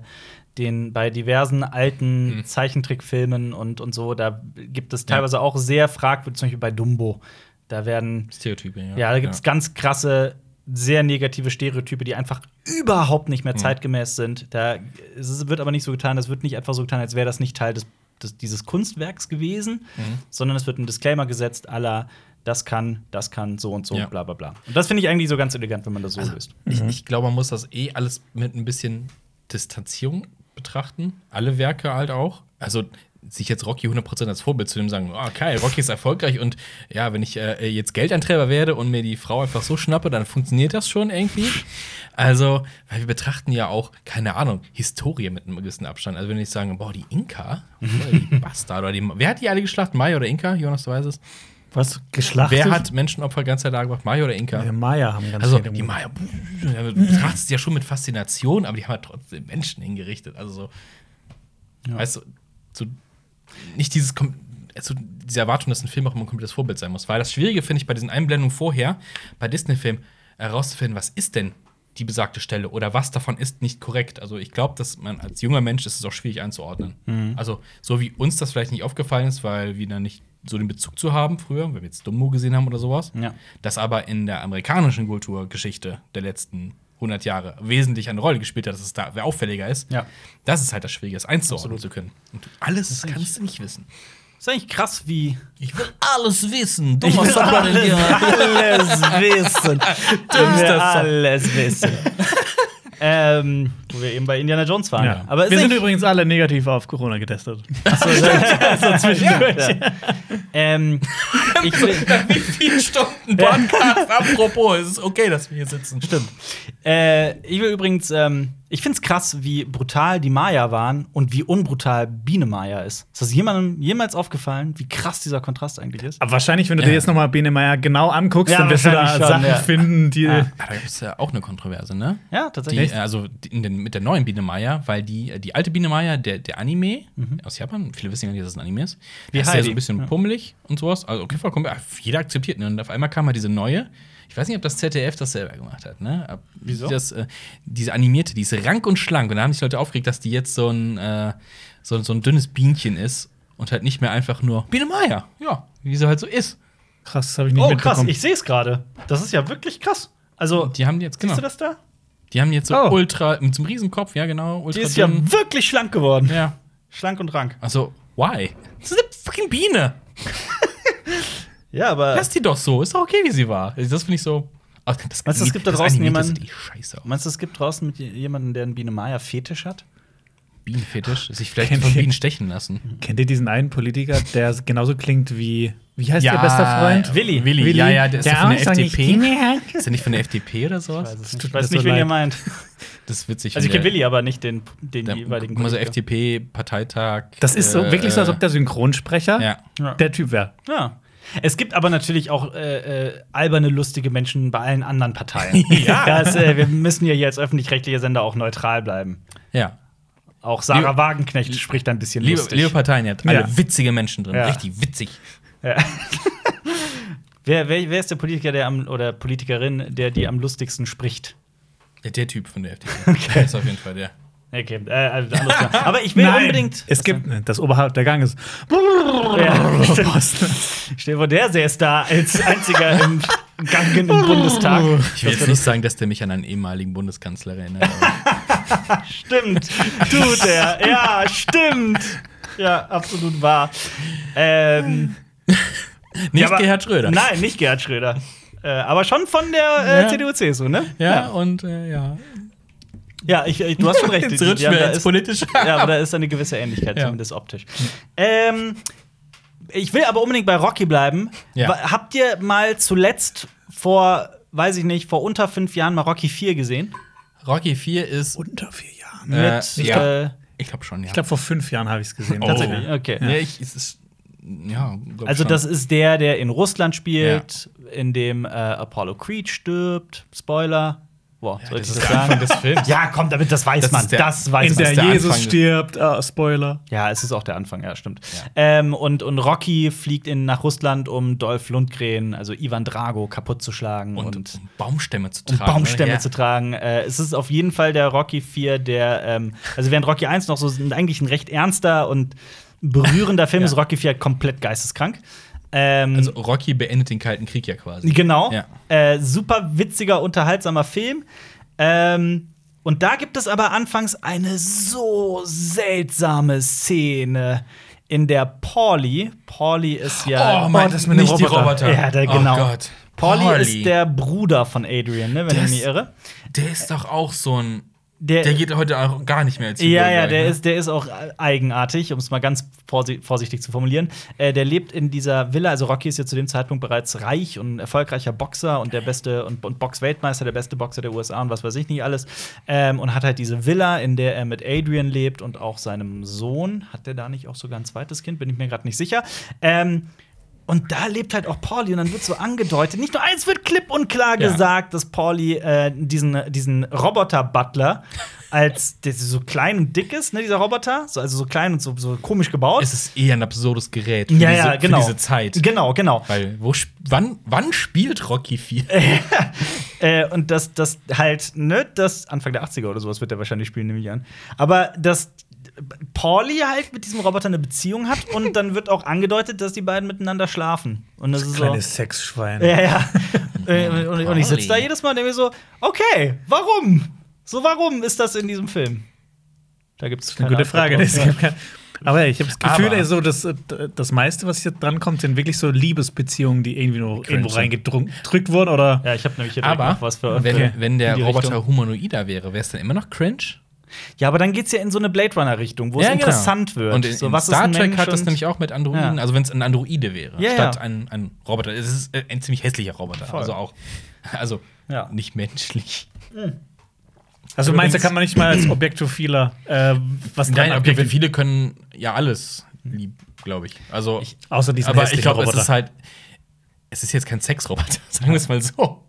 [SPEAKER 1] den, bei diversen alten Zeichentrickfilmen und, und so. Da gibt es teilweise auch sehr fragwürdig, zum Beispiel bei Dumbo. Da werden
[SPEAKER 2] Stereotype, ja.
[SPEAKER 1] ja, da gibt es ganz krasse, sehr negative Stereotype, die einfach überhaupt nicht mehr zeitgemäß sind. Da es ist- wird aber nicht so getan, das wird nicht einfach so getan, als wäre das nicht Teil des, des, dieses Kunstwerks gewesen, sondern es wird ein Disclaimer gesetzt, aller das kann, das kann, so und so,
[SPEAKER 2] Ja.
[SPEAKER 1] bla bla bla. Und das finde ich eigentlich so ganz elegant, wenn man das so löst.
[SPEAKER 2] Ich, ich glaube, man muss das eh alles mit ein bisschen Distanzierung betrachten. Alle Werke halt auch. Also sich jetzt Rocky 100% als Vorbild zu dem sagen, ah geil, Rocky ist erfolgreich und ja, wenn ich äh, jetzt Geldeintreiber werde und mir die Frau einfach so schnappe, dann funktioniert das schon irgendwie. Also, weil wir betrachten ja auch, keine Ahnung, Historie mit einem gewissen Abstand. Also wenn ich sage, boah, die Inka, oder die Bastard oder die, wer hat die alle geschlagen? Maya oder Inka? Jonas, du weißt es.
[SPEAKER 3] Was? Geschlachtet?
[SPEAKER 2] Wer hat Menschenopfer ganzer Lage gemacht? Maya oder Inka?
[SPEAKER 3] Ja, Maya haben ganz
[SPEAKER 2] Also
[SPEAKER 3] viele
[SPEAKER 2] die
[SPEAKER 3] gemacht.
[SPEAKER 2] Maya du betrachtest sie ja schon mit Faszination, aber die haben ja trotzdem Menschen hingerichtet. Also so, weißt du, so, nicht dieses kom- also diese Erwartung, dass ein Film auch immer ein komplettes Vorbild sein muss. Weil das Schwierige finde ich bei diesen Einblendungen vorher bei Disney-Filmen herauszufinden, was ist denn die besagte Stelle oder was davon ist nicht korrekt. Also ich glaube, dass man als junger Mensch ist es auch schwierig einzuordnen. Also so wie uns das vielleicht nicht aufgefallen ist, weil wir da nicht so den Bezug zu haben früher, wenn wir jetzt Dumbo gesehen haben oder sowas,
[SPEAKER 1] Ja.
[SPEAKER 2] das aber in der amerikanischen Kulturgeschichte der letzten 100 Jahre wesentlich eine Rolle gespielt hat, dass es da auffälliger ist.
[SPEAKER 1] Ja.
[SPEAKER 2] Das ist halt das Schwierige, das einzuordnen zu können. Und alles kannst du nicht wissen.
[SPEAKER 1] Ist eigentlich krass, wie
[SPEAKER 2] Ich will alles wissen.
[SPEAKER 1] Ich
[SPEAKER 2] Dummer
[SPEAKER 1] will
[SPEAKER 2] Sopper in dir.
[SPEAKER 1] alles wissen. Ich will
[SPEAKER 2] Dümmster Song.
[SPEAKER 1] alles wissen. ähm, wo wir eben bei Indiana Jones waren.
[SPEAKER 3] Ja.
[SPEAKER 1] Aber ist
[SPEAKER 3] wir sind
[SPEAKER 1] nicht-
[SPEAKER 3] übrigens alle negativ auf Corona getestet. Also,
[SPEAKER 1] Ja. Ähm, ich,
[SPEAKER 2] Wie viele Stunden Podcast? Apropos, es ist okay, dass wir hier sitzen. Stimmt.
[SPEAKER 1] äh, ich will übrigens, ähm, ich find's krass, wie brutal die Maya waren und wie unbrutal Biene Maya ist. Ist das jemandem jemals aufgefallen, wie krass dieser Kontrast eigentlich ist?
[SPEAKER 3] Aber wahrscheinlich, wenn du
[SPEAKER 2] Ja.
[SPEAKER 3] dir jetzt nochmal Benemeyer genau anguckst,
[SPEAKER 1] Ja,
[SPEAKER 3] dann wirst du da
[SPEAKER 1] wahrscheinlich schon,
[SPEAKER 3] Sachen
[SPEAKER 1] ja.
[SPEAKER 3] finden, die.
[SPEAKER 1] Ja.
[SPEAKER 2] Da gibt es ja auch eine Kontroverse, ne?
[SPEAKER 1] Ja,
[SPEAKER 2] Die,
[SPEAKER 1] tatsächlich.
[SPEAKER 2] äh, also die, in den, mit der neuen Biene Maya, weil die, äh, die alte Biene Maya, der, der Anime aus Japan, viele wissen ja nicht, dass es ein Anime ist,
[SPEAKER 1] Mhm. Wie
[SPEAKER 2] der ist ja so
[SPEAKER 1] Heidi.
[SPEAKER 2] ein bisschen
[SPEAKER 1] Ja.
[SPEAKER 2] pummelig und sowas. Also okay, vollkommen, ach, jeder akzeptiert. Ne? Und auf einmal kam halt diese neue. Ich weiß nicht, ob das ZDF das selber gemacht hat, ne? Ab-
[SPEAKER 1] Wieso?
[SPEAKER 2] Das, äh, diese animierte, die ist rank und schlank. Und da haben sich Leute aufgeregt, dass die jetzt so ein, äh, so, so ein dünnes Bienchen ist und halt nicht mehr einfach nur Biene Maya. Ja, wie sie halt so ist.
[SPEAKER 3] Krass, das habe ich
[SPEAKER 1] Oh,
[SPEAKER 3] nicht mitbekommen.
[SPEAKER 1] sehe es gerade. Das ist ja wirklich krass. Also,
[SPEAKER 2] Die haben die jetzt, genau.
[SPEAKER 1] das da?
[SPEAKER 2] Die haben die jetzt so
[SPEAKER 3] Oh.
[SPEAKER 2] ultra, mit so einem Riesenkopf, ja, genau. Ultra
[SPEAKER 1] Die ist ja
[SPEAKER 2] dünn.
[SPEAKER 1] wirklich schlank geworden.
[SPEAKER 2] ja.
[SPEAKER 1] Schlank und rank.
[SPEAKER 2] Also, why? Das ist eine fucking Biene.
[SPEAKER 1] Ja, aber
[SPEAKER 2] Lass die doch so. Ist doch okay, wie sie war. Das finde ich so. Ach, Das,
[SPEAKER 1] Meinst du, es gibt da
[SPEAKER 2] das
[SPEAKER 1] draußen
[SPEAKER 2] Animierte
[SPEAKER 1] jemanden-
[SPEAKER 2] sieht eh scheiße aus.
[SPEAKER 1] meinst du, es gibt draußen mit jemandem, der einen Biene Maya Fetisch hat?
[SPEAKER 2] Bienenfetisch. Sich vielleicht
[SPEAKER 3] Kennt
[SPEAKER 2] von
[SPEAKER 3] ihr-
[SPEAKER 2] Bienen stechen lassen.
[SPEAKER 3] Kennt ihr diesen einen Politiker, der genauso klingt wie. Wie heißt
[SPEAKER 2] Ja,
[SPEAKER 3] ihr bester Freund?
[SPEAKER 2] Willi. Willi, ja, ja, der ist doch von der
[SPEAKER 3] auch sagt, ich
[SPEAKER 2] FDP.
[SPEAKER 3] bin hier.
[SPEAKER 2] Ist er nicht von der FDP oder sowas?
[SPEAKER 1] Ich
[SPEAKER 3] tut
[SPEAKER 1] weiß,
[SPEAKER 3] mir so
[SPEAKER 1] nicht, wen
[SPEAKER 3] leid.
[SPEAKER 1] ihr meint.
[SPEAKER 2] Das ist witzig.
[SPEAKER 1] Also ich
[SPEAKER 2] wenn
[SPEAKER 1] kenne Willi, aber nicht den, den
[SPEAKER 2] der,
[SPEAKER 1] jeweiligen.
[SPEAKER 2] jeweiligen. Also
[SPEAKER 1] Politiker.
[SPEAKER 2] FDP-Parteitag.
[SPEAKER 3] Das ist so,
[SPEAKER 2] äh,
[SPEAKER 3] wirklich so, als ob der Synchronsprecher
[SPEAKER 2] Ja.
[SPEAKER 3] der Typ wäre.
[SPEAKER 1] Ja. ja. Es gibt aber natürlich auch äh, äh, alberne, lustige Menschen bei allen anderen Parteien.
[SPEAKER 2] Ja.
[SPEAKER 1] Das, äh, wir müssen ja hier als öffentlich-rechtlicher Sender auch neutral bleiben.
[SPEAKER 2] ja.
[SPEAKER 1] Auch Sarah
[SPEAKER 2] Liebe-
[SPEAKER 1] Wagenknecht spricht ein bisschen
[SPEAKER 2] Liebe,
[SPEAKER 1] lustig.
[SPEAKER 2] liebe Parteien, ihr habt alle
[SPEAKER 3] Ja.
[SPEAKER 2] witzige Menschen drin.
[SPEAKER 1] Ja.
[SPEAKER 2] Richtig witzig.
[SPEAKER 1] Ja. wer, wer, wer ist der Politiker, der am oder Politikerin, der die am lustigsten spricht?
[SPEAKER 2] Der, der Typ von der FDP. Okay. Der ist auf jeden Fall der.
[SPEAKER 1] Okay, äh, also anderes Thema. aber ich will unbedingt.
[SPEAKER 3] Es gibt das oberhalb der Gang ist.
[SPEAKER 1] Stell dir vor, der säß da als einziger im Gang im Bundestag.
[SPEAKER 2] Ich will jetzt nicht sagen, dass der mich an einen ehemaligen Bundeskanzler erinnert. aber-
[SPEAKER 1] Stimmt, tut er. Ja, stimmt. Ja, absolut wahr. Ähm,
[SPEAKER 2] Nicht
[SPEAKER 1] aber-
[SPEAKER 2] Gerhard Schröder.
[SPEAKER 1] Nein, nicht Gerhard Schröder. Äh, aber schon von der äh,
[SPEAKER 2] Ja.
[SPEAKER 1] CDU-CSU, ne?
[SPEAKER 2] Ja, und äh, ja.
[SPEAKER 1] Ja, ich, ich, du hast schon recht.
[SPEAKER 2] Jetzt
[SPEAKER 1] Die- die
[SPEAKER 2] rutschen
[SPEAKER 1] haben-
[SPEAKER 2] wir
[SPEAKER 1] da
[SPEAKER 2] ins
[SPEAKER 1] ist-
[SPEAKER 2] Politische.
[SPEAKER 1] Ja, aber da ist eine gewisse Ähnlichkeit,
[SPEAKER 2] Ja.
[SPEAKER 1] zumindest optisch. Ähm, ich will aber unbedingt bei Rocky bleiben.
[SPEAKER 2] Ja.
[SPEAKER 1] Wa- Habt ihr mal zuletzt vor, weiß ich nicht, vor unter fünf Jahren mal Rocky 4 gesehen?
[SPEAKER 2] Rocky 4 ist.
[SPEAKER 3] Unter vier Jahren.
[SPEAKER 2] Äh, ja.
[SPEAKER 1] äh,
[SPEAKER 2] ich glaube schon, ja.
[SPEAKER 3] Ich glaube, vor fünf Jahren habe ich es gesehen.
[SPEAKER 2] Oh.
[SPEAKER 1] tatsächlich, okay.
[SPEAKER 2] ja. ich, es ist, ja glaub
[SPEAKER 1] Also,
[SPEAKER 2] schon.
[SPEAKER 1] das ist der, der in Russland spielt, in dem äh, Apollo Creed stirbt. Spoiler. Boah, sollte
[SPEAKER 2] das
[SPEAKER 1] ich
[SPEAKER 2] ist
[SPEAKER 1] das
[SPEAKER 2] der Anfang
[SPEAKER 1] sagen?
[SPEAKER 2] des Films.
[SPEAKER 1] Ja, komm, damit das weiß
[SPEAKER 2] Das
[SPEAKER 1] man.
[SPEAKER 2] ist der-
[SPEAKER 1] das weiß
[SPEAKER 3] In
[SPEAKER 1] man.
[SPEAKER 3] der,
[SPEAKER 2] der
[SPEAKER 3] Jesus
[SPEAKER 2] Anfang.
[SPEAKER 3] stirbt. Ah, Spoiler.
[SPEAKER 1] Ja, es ist auch der Anfang, ja, stimmt. Ähm, und, und Rocky fliegt in, nach Russland, um Dolph Lundgren, also Ivan Drago, kaputt zu schlagen und,
[SPEAKER 2] Und,
[SPEAKER 1] und
[SPEAKER 2] um Baumstämme zu tragen.
[SPEAKER 1] Baumstämme
[SPEAKER 2] ja.
[SPEAKER 1] zu tragen. Äh, es ist auf jeden Fall der Rocky 4, der, ähm, also während Rocky 1 noch so ein- eigentlich ein recht ernster und berührender Film ist, Rocky 4 komplett geisteskrank. Ähm,
[SPEAKER 2] Also, Rocky beendet den Kalten Krieg ja quasi.
[SPEAKER 1] Genau.
[SPEAKER 2] Ja.
[SPEAKER 1] Äh, super witziger, unterhaltsamer Film. Ähm, und da gibt es aber anfangs eine so seltsame Szene, in der Pauli, Pauli ist ja.
[SPEAKER 2] Oh, mein,
[SPEAKER 3] Oh, das mit dem
[SPEAKER 2] nicht die
[SPEAKER 3] Roboter.
[SPEAKER 2] Roboter.
[SPEAKER 1] Ja, da, genau.
[SPEAKER 2] Oh Gott.
[SPEAKER 1] Pauli,
[SPEAKER 2] Pauli.
[SPEAKER 1] ist der Bruder von Adrian, ne, wenn
[SPEAKER 2] Das-
[SPEAKER 1] ich mich irre.
[SPEAKER 2] Der ist doch auch so ein.
[SPEAKER 1] Der-
[SPEAKER 2] Der geht heute auch gar nicht mehr als
[SPEAKER 1] Ja,
[SPEAKER 2] Jugendlicher,
[SPEAKER 1] ja, der
[SPEAKER 2] ne?
[SPEAKER 1] ist, der ist auch eigenartig, um es mal ganz vorsi vorsichtig zu formulieren. Äh, der lebt in dieser Villa, also Rocky ist ja zu dem Zeitpunkt bereits reich und erfolgreicher Boxer und der beste und, und Box-Weltmeister, der beste Boxer der USA und was weiß ich nicht alles. Ähm, und hat halt diese Villa, in der er mit Adrian lebt und auch seinem Sohn. Hat der da nicht auch sogar ein zweites Kind? Bin ich mir gerade nicht sicher. Ähm, und da lebt halt auch Pauli und dann wird so angedeutet, nicht nur eins wird klipp und klar
[SPEAKER 2] Ja.
[SPEAKER 1] gesagt, dass Pauli äh, diesen, diesen Roboter-Butler als der so klein und dick ist, ne, dieser Roboter, so, also so klein und so, so komisch gebaut.
[SPEAKER 2] Es ist eher ein absurdes Gerät für, diese, für diese Zeit.
[SPEAKER 1] Genau, genau.
[SPEAKER 2] Weil, wo, sp- wann, wann spielt Rocky 4?
[SPEAKER 1] Äh, und das, das halt, ne, das Anfang der 80er oder sowas wird er wahrscheinlich spielen, nehme ich an. Aber dass Pauli halt mit diesem Roboter eine Beziehung hat und dann wird auch angedeutet, dass die beiden miteinander schlafen. Und das ist so.
[SPEAKER 3] Kleines Sexschwein.
[SPEAKER 1] Ja, ja. Äh, und, und ich sitze da
[SPEAKER 2] Pauli.
[SPEAKER 1] jedes Mal und denke mir so, okay, warum? So, warum ist das in diesem Film? Da gibt es
[SPEAKER 3] Eine gute Frage. Es gibt kein- Aber ich habe das Gefühl,
[SPEAKER 2] Aber-
[SPEAKER 3] ey, so, das, das meiste, was hier dran kommt, sind wirklich so Liebesbeziehungen, die irgendwie nur
[SPEAKER 2] Cringe
[SPEAKER 3] irgendwo
[SPEAKER 2] sind.
[SPEAKER 3] reingedrückt wurden oder
[SPEAKER 1] Ja, ich habe nämlich hier direkt
[SPEAKER 2] Aber
[SPEAKER 1] noch was für
[SPEAKER 2] wenn,
[SPEAKER 1] für-
[SPEAKER 2] wenn der
[SPEAKER 1] in die
[SPEAKER 2] Roboter
[SPEAKER 1] Richtung.
[SPEAKER 2] humanoider wäre, wäre es dann immer noch cringe?
[SPEAKER 1] Ja, aber dann geht's ja in so eine Blade Runner Richtung, wo es
[SPEAKER 2] genau.
[SPEAKER 1] interessant wird.
[SPEAKER 2] Und in,
[SPEAKER 1] so,
[SPEAKER 2] in
[SPEAKER 1] was ist
[SPEAKER 2] Star
[SPEAKER 1] ein
[SPEAKER 2] Trek
[SPEAKER 1] Mensch
[SPEAKER 2] hat das
[SPEAKER 1] und-
[SPEAKER 2] nämlich auch mit Androiden,
[SPEAKER 1] Ja.
[SPEAKER 2] also wenn es ein Androide wäre,
[SPEAKER 1] Ja,
[SPEAKER 2] statt
[SPEAKER 1] ja.
[SPEAKER 2] Ein, ein Roboter. Es ist äh, ein ziemlich hässlicher Roboter,
[SPEAKER 1] Voll.
[SPEAKER 2] also auch also
[SPEAKER 1] Ja.
[SPEAKER 2] nicht menschlich.
[SPEAKER 3] Also meinst du,
[SPEAKER 1] Übrigens-
[SPEAKER 3] kann man nicht mal als Objektophiler äh, was dran
[SPEAKER 2] Nein, aber
[SPEAKER 3] abgewinnen?
[SPEAKER 2] viele können ja alles lieb, glaube ich. Also
[SPEAKER 3] Außer diesen
[SPEAKER 2] aber
[SPEAKER 3] hässlichen
[SPEAKER 2] ich glaube, es
[SPEAKER 3] Roboter.
[SPEAKER 2] ist halt es ist jetzt kein Sexroboter, sagen wir es mal so.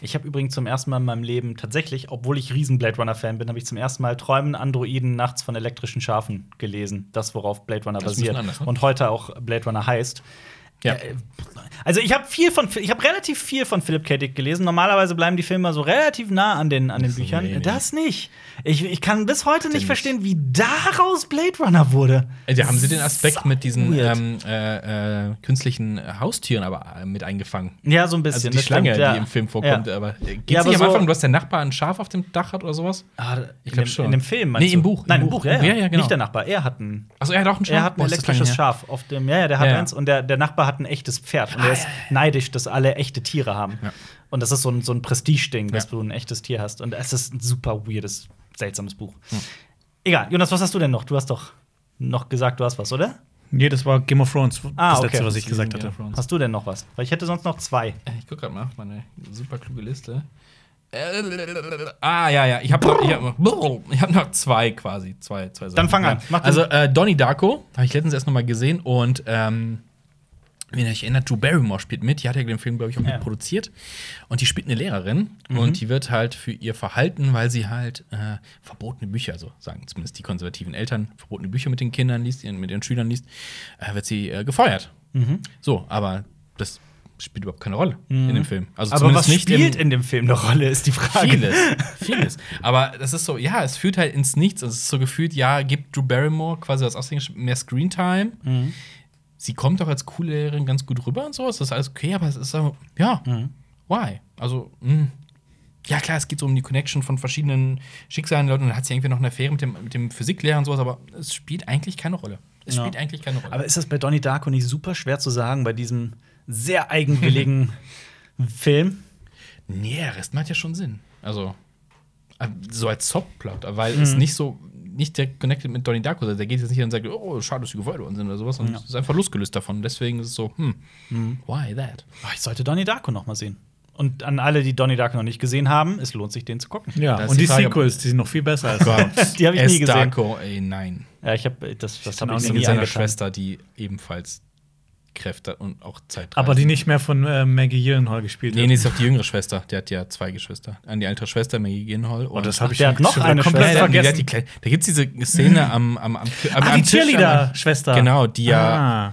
[SPEAKER 1] Ich habe übrigens zum ersten Mal in meinem Leben tatsächlich, obwohl ich riesen Blade Runner Fan bin, habe ich zum ersten Mal Träumen Androiden nachts von elektrischen Schafen gelesen. Das worauf Blade Runner
[SPEAKER 2] Das ist ein
[SPEAKER 1] basiert
[SPEAKER 2] bisschen anders, ne?
[SPEAKER 1] und heute auch Blade Runner heißt.
[SPEAKER 2] Ja.
[SPEAKER 1] Äh, Also ich habe viel von ich habe relativ viel von Philip K. Dick gelesen. Normalerweise bleiben die Filme so relativ nah an den an den
[SPEAKER 2] So
[SPEAKER 1] Büchern.
[SPEAKER 2] wenig.
[SPEAKER 1] Das nicht. Ich, ich kann bis heute nicht
[SPEAKER 2] nicht.
[SPEAKER 1] verstehen, wie daraus Blade Runner wurde.
[SPEAKER 2] Äh, Da haben sie den Aspekt mit diesen
[SPEAKER 1] weird.
[SPEAKER 2] ähm, äh, äh, künstlichen äh, Haustieren aber äh, mit eingefangen.
[SPEAKER 1] Ja, so ein bisschen.
[SPEAKER 2] Also die
[SPEAKER 1] das
[SPEAKER 2] Schlange,
[SPEAKER 1] stimmt, ja.
[SPEAKER 2] die im Film vorkommt.
[SPEAKER 1] Ja.
[SPEAKER 2] Aber äh, geht's
[SPEAKER 1] Ja, aber
[SPEAKER 2] nicht am
[SPEAKER 1] so-
[SPEAKER 2] Anfang, dass der Nachbar ein Schaf auf dem Dach hat oder sowas?
[SPEAKER 1] Ah, in,
[SPEAKER 2] Ich glaub
[SPEAKER 1] dem,
[SPEAKER 2] schon.
[SPEAKER 1] in dem Film
[SPEAKER 2] Nee, im Buch, im
[SPEAKER 1] Nein, im
[SPEAKER 2] Buch.
[SPEAKER 1] Buch, ja,
[SPEAKER 2] Ja, ja, genau.
[SPEAKER 1] Nicht der Nachbar, er hat einen
[SPEAKER 2] Achso, er hat auch ein Schaf.
[SPEAKER 1] Er hat ein
[SPEAKER 2] Boah, ist das lange
[SPEAKER 1] elektrisches
[SPEAKER 2] her.
[SPEAKER 1] Schaf auf dem. Ja, ja, der hat
[SPEAKER 2] Ja, Ah, ja.
[SPEAKER 1] eins und der, der Nachbar hat ein echtes Pferd. Und er ist neidisch, dass alle echte Tiere haben.
[SPEAKER 2] Ja.
[SPEAKER 1] Und das ist so ein, so ein Prestige-Ding, dass
[SPEAKER 2] Ja.
[SPEAKER 1] du ein echtes Tier hast. Und es ist ein super weirdes, seltsames Buch. Egal, Jonas, was hast du denn noch? Du hast doch noch gesagt, du hast was, oder?
[SPEAKER 3] Nee, das war Game of Thrones,
[SPEAKER 1] Ah,
[SPEAKER 3] das
[SPEAKER 1] okay.
[SPEAKER 3] letzte, was ich
[SPEAKER 2] Das
[SPEAKER 3] gesagt
[SPEAKER 2] ist ein
[SPEAKER 3] hatte.
[SPEAKER 2] Game of Thrones.
[SPEAKER 1] Hast du denn noch was? Weil ich hätte sonst noch zwei.
[SPEAKER 2] Ich guck grad mal auf meine super kluge Liste. Äh, Ah, ja, ja. Ich habe noch, ich hab noch, ich hab noch zwei quasi. Zwei, zwei Sachen.
[SPEAKER 1] Dann fang an.
[SPEAKER 2] Ja.
[SPEAKER 1] Mach du-
[SPEAKER 2] also, äh, Donnie Darko habe ich letztens erst noch mal gesehen und ähm, wenn ihr euch erinnert, Drew Barrymore spielt mit. Die hat ja den Film, glaube ich, auch
[SPEAKER 1] Ja. Mhm.
[SPEAKER 2] mit produziert. Und die spielt eine Lehrerin und die wird halt für ihr Verhalten, weil sie halt äh, verbotene Bücher, so sagen zumindest die konservativen Eltern, verbotene Bücher mit den Kindern liest, ihren- mit ihren Schülern liest, äh, wird sie äh, gefeuert.
[SPEAKER 1] Mhm.
[SPEAKER 2] So, aber das spielt überhaupt keine Rolle in dem Film. Also
[SPEAKER 1] Aber
[SPEAKER 2] zumindest
[SPEAKER 1] was spielt
[SPEAKER 2] im-
[SPEAKER 1] in dem Film eine Rolle, ist die Frage.
[SPEAKER 2] Vieles, vieles. Aber das ist so, ja, es führt halt ins Nichts. Also es ist so gefühlt, ja, gibt Drew Barrymore quasi das Aussehen mehr Screentime.
[SPEAKER 1] Mhm.
[SPEAKER 2] Sie kommt auch als coole Lehrerin ganz gut rüber und so. Es ist alles okay, aber es ist so, ja,
[SPEAKER 1] Mhm.
[SPEAKER 2] why? Also, mh. ja, klar, es geht so um die Connection von verschiedenen Schicksalen Leuten und dann hat sie irgendwie noch eine Affäre mit dem, mit dem Physiklehrer und sowas, aber es spielt eigentlich keine Rolle. Es
[SPEAKER 1] Ja.
[SPEAKER 2] spielt eigentlich keine Rolle.
[SPEAKER 1] Aber ist das bei Donnie Darko nicht super schwer zu sagen, bei diesem sehr eigenwilligen Film?
[SPEAKER 2] Nee, der Rest macht ja schon Sinn. Also, äh, so als Subplot, weil es
[SPEAKER 1] Mhm.
[SPEAKER 2] nicht so, nicht der connected mit Donnie Darko, ist. der geht jetzt nicht hin und sagt, oh, schade, dass die Gebäude sind oder sowas, und es ist einfach losgelöst davon. Deswegen ist es so, hm, why that?
[SPEAKER 1] Oh, ich sollte Donnie Darko noch mal sehen. Und an alle, die Donnie Darko noch nicht gesehen haben, es lohnt sich, den zu gucken.
[SPEAKER 3] Ja,
[SPEAKER 2] Das ist
[SPEAKER 3] und
[SPEAKER 2] die
[SPEAKER 3] die
[SPEAKER 2] Frage. Oh
[SPEAKER 3] Sequels, die sind noch viel besser als
[SPEAKER 1] Die hab ich
[SPEAKER 2] Es
[SPEAKER 1] nie gesehen.
[SPEAKER 2] Darko, ey, nein.
[SPEAKER 1] Ja, ich habe das, das habe
[SPEAKER 3] hab
[SPEAKER 1] ich
[SPEAKER 3] auch
[SPEAKER 1] mir
[SPEAKER 2] Mit
[SPEAKER 1] nie
[SPEAKER 2] seiner
[SPEAKER 1] angetan.
[SPEAKER 2] Schwester, die ebenfalls Kräfte und auch Zeit
[SPEAKER 3] Aber die nicht mehr von äh, Maggie Gyllenhaal gespielt
[SPEAKER 2] Nee,
[SPEAKER 3] wird.
[SPEAKER 2] nee, ist auch die jüngere Schwester. Der hat ja zwei Geschwister. An die ältere Schwester, Maggie Gyllenhaal. Und
[SPEAKER 3] Oh, das hab ich
[SPEAKER 1] der hat noch
[SPEAKER 3] schon
[SPEAKER 1] eine
[SPEAKER 3] komplett
[SPEAKER 1] Schwester.
[SPEAKER 2] die hat die
[SPEAKER 3] vergessen.
[SPEAKER 2] kleine, da gibt es diese Szene am, am, am, am,
[SPEAKER 3] ah,
[SPEAKER 2] am
[SPEAKER 3] die
[SPEAKER 2] Tisch, am-
[SPEAKER 3] Cheerleader-Schwester.
[SPEAKER 2] Genau, die ja
[SPEAKER 3] Ah.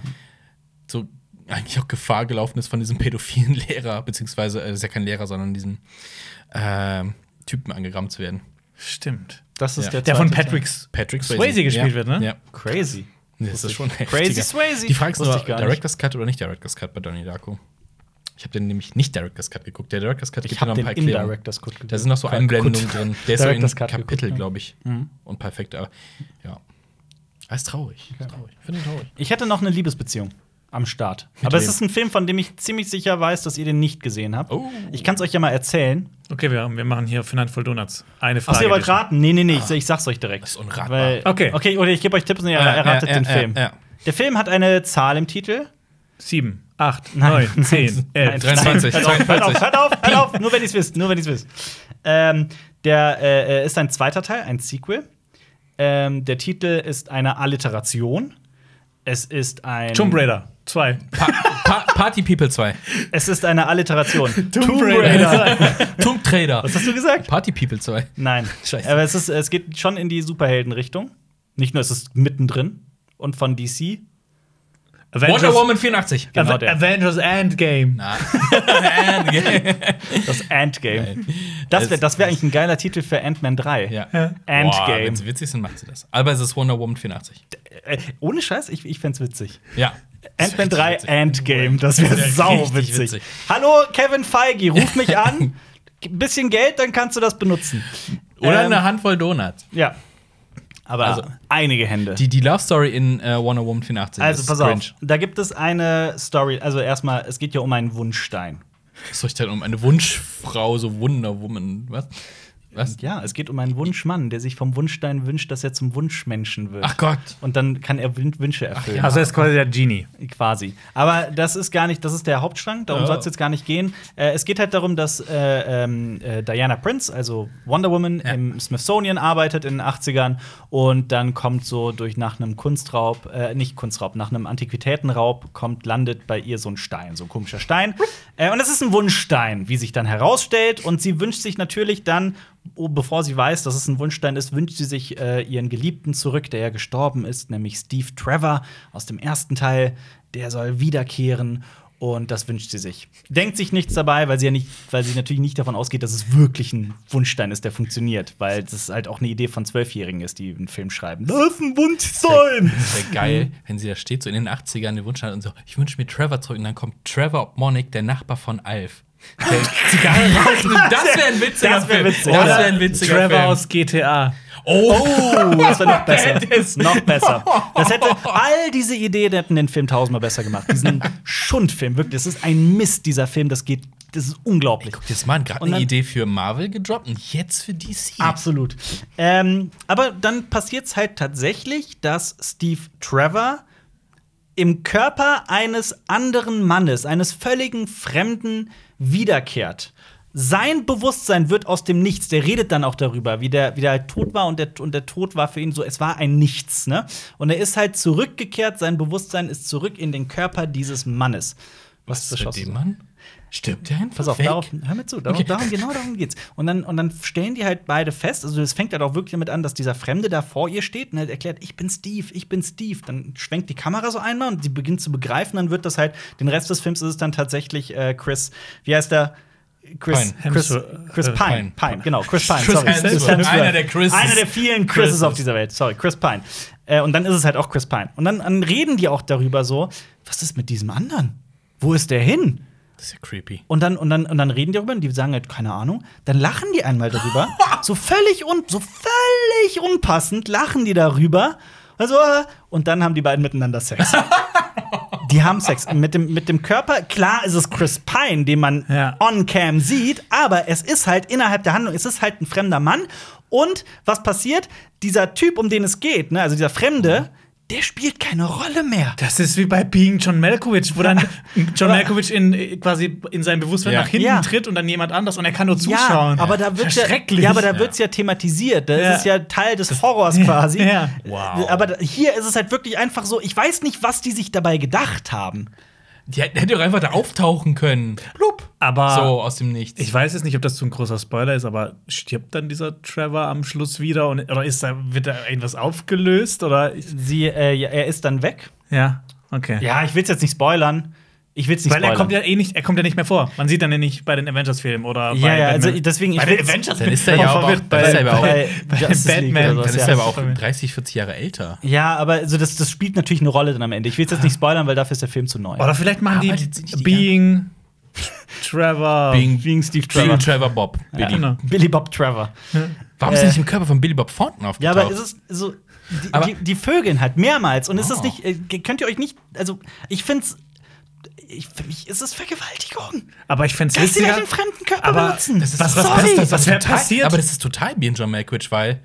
[SPEAKER 2] so eigentlich auch Gefahr gelaufen ist von diesem pädophilen Lehrer, beziehungsweise, äh, das ist ja kein Lehrer, sondern diesem ähm, Typen angerammt zu werden.
[SPEAKER 3] Stimmt.
[SPEAKER 1] Das ist
[SPEAKER 2] Ja.
[SPEAKER 1] der,
[SPEAKER 3] Der von
[SPEAKER 1] zweite
[SPEAKER 3] Patrick's.
[SPEAKER 2] Patrick Swayze.
[SPEAKER 3] Swayze gespielt
[SPEAKER 2] ja.
[SPEAKER 3] wird, ne?
[SPEAKER 2] Ja.
[SPEAKER 1] Teil. Crazy.
[SPEAKER 2] Nee, Das ist schon
[SPEAKER 1] Crazy
[SPEAKER 2] heftiger.
[SPEAKER 1] Swayze.
[SPEAKER 2] Die Frage ist nur,
[SPEAKER 1] Wusste ich gar nicht.
[SPEAKER 2] Director's Cut oder nicht Director's Cut bei Donnie Darko? Ich habe den nämlich nicht Director's Cut geguckt. Der Director's Cut
[SPEAKER 1] Ich
[SPEAKER 2] gibt
[SPEAKER 1] habe
[SPEAKER 2] noch
[SPEAKER 1] den
[SPEAKER 2] ein paar Erklärungen.
[SPEAKER 1] Indirectors Cut
[SPEAKER 2] Da sind noch so
[SPEAKER 1] Cut-
[SPEAKER 2] Einblendungen
[SPEAKER 1] Cut.
[SPEAKER 2] drin. Der ist so in
[SPEAKER 1] Director's Cut geguckt, ne?
[SPEAKER 2] Kapitel,
[SPEAKER 1] Mhm. ja.
[SPEAKER 2] glaube ich. Und perfekt, aber ja. Ah, ist traurig. Ist traurig. Ich finde ihn traurig.
[SPEAKER 1] Ich hätte noch eine Liebesbeziehung am Start.
[SPEAKER 2] Mit
[SPEAKER 1] Aber es
[SPEAKER 2] wem?
[SPEAKER 1] ist ein Film, von dem ich ziemlich sicher weiß, dass ihr den nicht gesehen habt.
[SPEAKER 2] Oh.
[SPEAKER 1] Ich kann es euch ja mal erzählen.
[SPEAKER 3] Okay, wir, wir machen hier Finanzvoll Donuts. Eine Frage.
[SPEAKER 1] Achso, ihr wollt
[SPEAKER 3] bitte.
[SPEAKER 1] raten? Nee, nee, nee,
[SPEAKER 2] Ah.
[SPEAKER 1] ich, ich sag's euch direkt.
[SPEAKER 2] Das ist unratbar. Äh,
[SPEAKER 1] Weil,
[SPEAKER 3] Okay.
[SPEAKER 1] okay. Okay, oder ich gebe euch Tipps und ihr
[SPEAKER 2] Ja,
[SPEAKER 1] erratet
[SPEAKER 2] ja,
[SPEAKER 1] den
[SPEAKER 2] ja,
[SPEAKER 1] Film.
[SPEAKER 2] ja, ja.
[SPEAKER 1] Der Film hat eine Zahl im Titel.
[SPEAKER 3] Sieben, acht, neun, zehn, elf.
[SPEAKER 2] Nein. 23,
[SPEAKER 1] Hört auf, hört
[SPEAKER 2] 22.
[SPEAKER 1] auf, hört auf, hört auf. Nur wenn ihr's wisst, nur wenn ihr's wisst. Ähm, der äh, äh, ist ein zweiter Teil, ein Sequel. Ähm, der Titel ist eine Alliteration. Es ist ein.
[SPEAKER 3] Tomb Raider. Zwei.
[SPEAKER 2] Pa pa Party People 2.
[SPEAKER 1] Es ist eine Alliteration.
[SPEAKER 3] Tomb
[SPEAKER 2] Tomb Raider.
[SPEAKER 1] Was hast du gesagt?
[SPEAKER 2] Party People 2.
[SPEAKER 1] Nein.
[SPEAKER 2] Scheiße.
[SPEAKER 1] Aber es, ist, es geht schon in die Superhelden-Richtung. Nicht nur, es ist mittendrin und von DC.
[SPEAKER 2] Wonder
[SPEAKER 3] Avengers,
[SPEAKER 2] Woman Genau. 84.
[SPEAKER 1] Genau
[SPEAKER 3] Ave-
[SPEAKER 1] der.
[SPEAKER 3] Avengers Endgame.
[SPEAKER 1] Das Endgame. Das wäre das wär eigentlich ein geiler Titel für Ant-Man 3.
[SPEAKER 2] ja. Boah,
[SPEAKER 1] Endgame.
[SPEAKER 2] wenn's witzig sind, macht sie das. Aber es ist Wonder Woman 84.
[SPEAKER 1] Äh, ohne Scheiß, ich, ich fänd's witzig.
[SPEAKER 2] Ja.
[SPEAKER 1] Ant-Man 3
[SPEAKER 2] Witzig.
[SPEAKER 1] Endgame, das wäre
[SPEAKER 2] wär
[SPEAKER 1] sau
[SPEAKER 2] richtig
[SPEAKER 1] witzig.
[SPEAKER 2] witzig.
[SPEAKER 1] Hallo Kevin Feige, ruf mich an. G- Bisschen Geld, dann kannst du das benutzen.
[SPEAKER 2] Oder
[SPEAKER 1] Ähm,
[SPEAKER 2] eine Handvoll Donuts.
[SPEAKER 1] Ja. aber
[SPEAKER 2] Also-
[SPEAKER 1] einige Hände.
[SPEAKER 2] Die, die Love Story in äh, Wonder Woman 84.
[SPEAKER 1] also
[SPEAKER 2] ist
[SPEAKER 1] pass
[SPEAKER 2] cringe.
[SPEAKER 1] auf, da gibt es eine Story. Also erstmal, es geht ja um einen Wunschstein.
[SPEAKER 2] Was soll ich denn um eine Wunschfrau, so Wonder Woman? Was? Was?
[SPEAKER 1] Ja, es geht um einen Wunschmann, der sich vom Wunschstein wünscht, dass er zum Wunschmenschen wird.
[SPEAKER 2] Ach Gott.
[SPEAKER 1] Und dann kann er Wün- Wünsche erfüllen.
[SPEAKER 3] Also, er ist quasi der Genie.
[SPEAKER 1] Quasi. Aber das ist gar nicht, das ist der Hauptstrang, darum
[SPEAKER 2] Oh.
[SPEAKER 1] soll es jetzt gar nicht gehen. Äh, es geht halt darum, dass äh, ähm, äh, Diana Prince, also Wonder Woman,
[SPEAKER 2] Ja.
[SPEAKER 1] im Smithsonian arbeitet in den 80ern und dann kommt so durch nach einem Kunstraub, äh, nicht Kunstraub, nach einem Antiquitätenraub kommt, landet bei ihr so ein Stein, so ein komischer Stein. äh, und es ist ein Wunschstein, wie sich dann herausstellt. Und sie wünscht sich natürlich dann, oh, bevor sie weiß, dass es ein Wunschstein ist, wünscht sie sich äh, ihren Geliebten zurück, der ja gestorben ist, nämlich Steve Trevor aus dem ersten Teil. Der soll wiederkehren. Und das wünscht sie sich. Denkt sich nichts dabei, weil sie ja nicht, weil sie natürlich nicht davon ausgeht, dass es wirklich ein Wunschstein ist, der funktioniert, weil das halt auch eine Idee von Zwölfjährigen ist, die einen Film schreiben. Das ist ein Wunschstein!
[SPEAKER 2] Das wäre geil, wenn sie da steht, so in den 80ern, den Wunsch hat und so, ich wünsche mir Trevor zurück. Und dann kommt Trevor Monick, der Nachbar von Alf. Der Zigarre raucht. Das wäre ein witziger
[SPEAKER 1] Das wär
[SPEAKER 2] Film.
[SPEAKER 1] witzig.
[SPEAKER 2] Das
[SPEAKER 1] Oder
[SPEAKER 2] wäre ein witziger
[SPEAKER 3] Trevor
[SPEAKER 2] Film.
[SPEAKER 3] aus GTA.
[SPEAKER 2] oh,
[SPEAKER 1] Oh, das wäre noch besser.
[SPEAKER 2] Das ist-
[SPEAKER 1] noch besser. Das hätte all diese Ideen die hätten den Film tausendmal besser gemacht. Diesen Schundfilm, wirklich. Das ist ein Mist, dieser Film. Das geht, das ist unglaublich.
[SPEAKER 2] Guck dir das mal an, gerade
[SPEAKER 1] Und
[SPEAKER 2] eine
[SPEAKER 1] dann-
[SPEAKER 2] Idee für Marvel gedroppt und jetzt für DC.
[SPEAKER 1] Absolut. Ähm, aber dann passiert es halt tatsächlich, dass Steve Trevor im Körper eines anderen Mannes, eines völligen Fremden, wiederkehrt. Sein Bewusstsein wird aus dem Nichts. Der redet dann auch darüber, wie der, wie der halt tot war und der, und der Tod war für ihn so, es war ein Nichts, ne? Und er ist halt zurückgekehrt, sein Bewusstsein ist zurück in den Körper dieses Mannes.
[SPEAKER 2] Was ist mit
[SPEAKER 1] beschossen?
[SPEAKER 2] dem Mann? Stirbt der einfach
[SPEAKER 1] Pass auf,
[SPEAKER 2] weg?
[SPEAKER 1] darauf, hör mir zu, darum,
[SPEAKER 2] Okay.
[SPEAKER 1] darum, genau darum geht's. Und dann, und dann stellen die halt beide fest, also es fängt halt auch wirklich damit an, dass dieser Fremde da vor ihr steht und halt erklärt, ich bin Steve, ich bin Steve. Dann schwenkt die Kamera so einmal und sie beginnt zu begreifen, dann wird das halt, den Rest des Films ist es dann tatsächlich äh, Chris, wie heißt der? Chris
[SPEAKER 2] Pine.
[SPEAKER 1] Chris,
[SPEAKER 3] Hemsworth.
[SPEAKER 1] Chris
[SPEAKER 3] Äh,
[SPEAKER 1] Pine,
[SPEAKER 2] Pine.
[SPEAKER 1] Pine, genau, Chris Pine,
[SPEAKER 2] Chris
[SPEAKER 1] sorry.
[SPEAKER 2] Hemsworth. Einer der Chrises.
[SPEAKER 1] Einer der vielen Chrises
[SPEAKER 2] Chrises.
[SPEAKER 1] auf dieser Welt, sorry, Chris Pine. Äh, und dann ist es halt auch Chris Pine. Und dann, dann reden die auch darüber so, was ist mit diesem anderen? Wo ist der hin?
[SPEAKER 2] Das ist ja creepy.
[SPEAKER 1] Und dann, und, dann, und dann reden die darüber und die sagen halt, keine Ahnung. Dann lachen die einmal darüber. so, völlig un, so völlig unpassend lachen die darüber. Also, äh, und dann haben die beiden miteinander Sex. die haben Sex. Mit dem, mit dem Körper, klar ist es Chris Pine, den man
[SPEAKER 3] Ja.
[SPEAKER 1] on-cam sieht, aber es ist halt innerhalb der Handlung, es ist halt ein fremder Mann. Und was passiert? Dieser Typ, um den es geht, ne, also dieser Fremde, der spielt keine Rolle mehr.
[SPEAKER 3] Das ist wie bei Being John Malkovich, wo dann John Malkovich in, äh, quasi in sein Bewusstsein
[SPEAKER 2] Ja.
[SPEAKER 3] nach hinten
[SPEAKER 1] Ja.
[SPEAKER 3] tritt und dann jemand anders und er kann nur zuschauen.
[SPEAKER 1] Ja, aber da wird
[SPEAKER 3] Ist
[SPEAKER 1] ja,
[SPEAKER 3] schrecklich.
[SPEAKER 1] ja, aber da wird's ja thematisiert. Das
[SPEAKER 3] Ja.
[SPEAKER 1] ist ja Teil des Horrors quasi.
[SPEAKER 3] ja.
[SPEAKER 2] Wow.
[SPEAKER 1] Aber da- hier ist es halt wirklich einfach so, ich weiß nicht, was die sich dabei gedacht haben.
[SPEAKER 2] Die hätte hätte doch einfach da auftauchen können. Blub.
[SPEAKER 3] Aber-
[SPEAKER 1] Ah.
[SPEAKER 2] so aus dem Nichts.
[SPEAKER 3] Ich weiß jetzt nicht, ob das zu ein großer Spoiler ist, aber stirbt dann dieser Trevor am Schluss wieder und, oder ist da, wird da irgendwas aufgelöst oder
[SPEAKER 1] Sie, äh, ja, er ist dann weg.
[SPEAKER 3] ja, okay.
[SPEAKER 1] Ja, ich will's jetzt nicht spoilern. Ich will's nicht
[SPEAKER 3] Weil er
[SPEAKER 1] spoilern.
[SPEAKER 3] kommt ja eh nicht, er kommt ja nicht mehr vor. Man sieht dann ja nicht bei den Avengers Filmen oder bei
[SPEAKER 1] ja, ja, also
[SPEAKER 3] Batman.
[SPEAKER 1] deswegen
[SPEAKER 3] bei den
[SPEAKER 1] will's-
[SPEAKER 3] Avengers
[SPEAKER 2] Dann ist er ja
[SPEAKER 3] Voll
[SPEAKER 2] aber auch-
[SPEAKER 3] verwirrt
[SPEAKER 2] dann ist er aber auch-
[SPEAKER 1] bei, bei Justice League
[SPEAKER 3] Batman.
[SPEAKER 1] oder
[SPEAKER 2] Dann
[SPEAKER 1] sowas,
[SPEAKER 2] ist
[SPEAKER 1] ja.
[SPEAKER 2] er aber auch 30, 40 Jahre älter.
[SPEAKER 1] ja, aber also das, das spielt natürlich eine Rolle dann am Ende. Ich will's jetzt nicht spoilern, weil dafür ist der Film zu neu.
[SPEAKER 3] Oder vielleicht machen die,
[SPEAKER 2] Arbeitet sich die
[SPEAKER 3] Being Trevor.
[SPEAKER 1] Being Steve Trevor.
[SPEAKER 2] Trevor, Trevor Bob.
[SPEAKER 3] Ja.
[SPEAKER 2] Billy.
[SPEAKER 3] Genau.
[SPEAKER 1] Billy Bob Trevor.
[SPEAKER 2] Warum ist er nicht im Körper von Billy Bob Thornton
[SPEAKER 1] Ja,
[SPEAKER 2] aufgetaucht?
[SPEAKER 1] aber es ist so. Die,
[SPEAKER 2] Aber-
[SPEAKER 1] die, die Vögeln halt mehrmals. Und ist es
[SPEAKER 2] Oh.
[SPEAKER 1] nicht. äh, Könnt ihr euch nicht. Also, ich find's. Ich, für mich ist es Vergewaltigung.
[SPEAKER 3] Aber ich fände es
[SPEAKER 1] Dass sie
[SPEAKER 3] lustiger.
[SPEAKER 1] da den fremden Körper
[SPEAKER 3] aber
[SPEAKER 1] benutzen.
[SPEAKER 3] das ist- was- was
[SPEAKER 1] Sorry.
[SPEAKER 3] passt das-
[SPEAKER 2] was
[SPEAKER 3] was wär
[SPEAKER 2] total,
[SPEAKER 3] passiert?
[SPEAKER 2] Aber das ist total Benjamin Malkovich, weil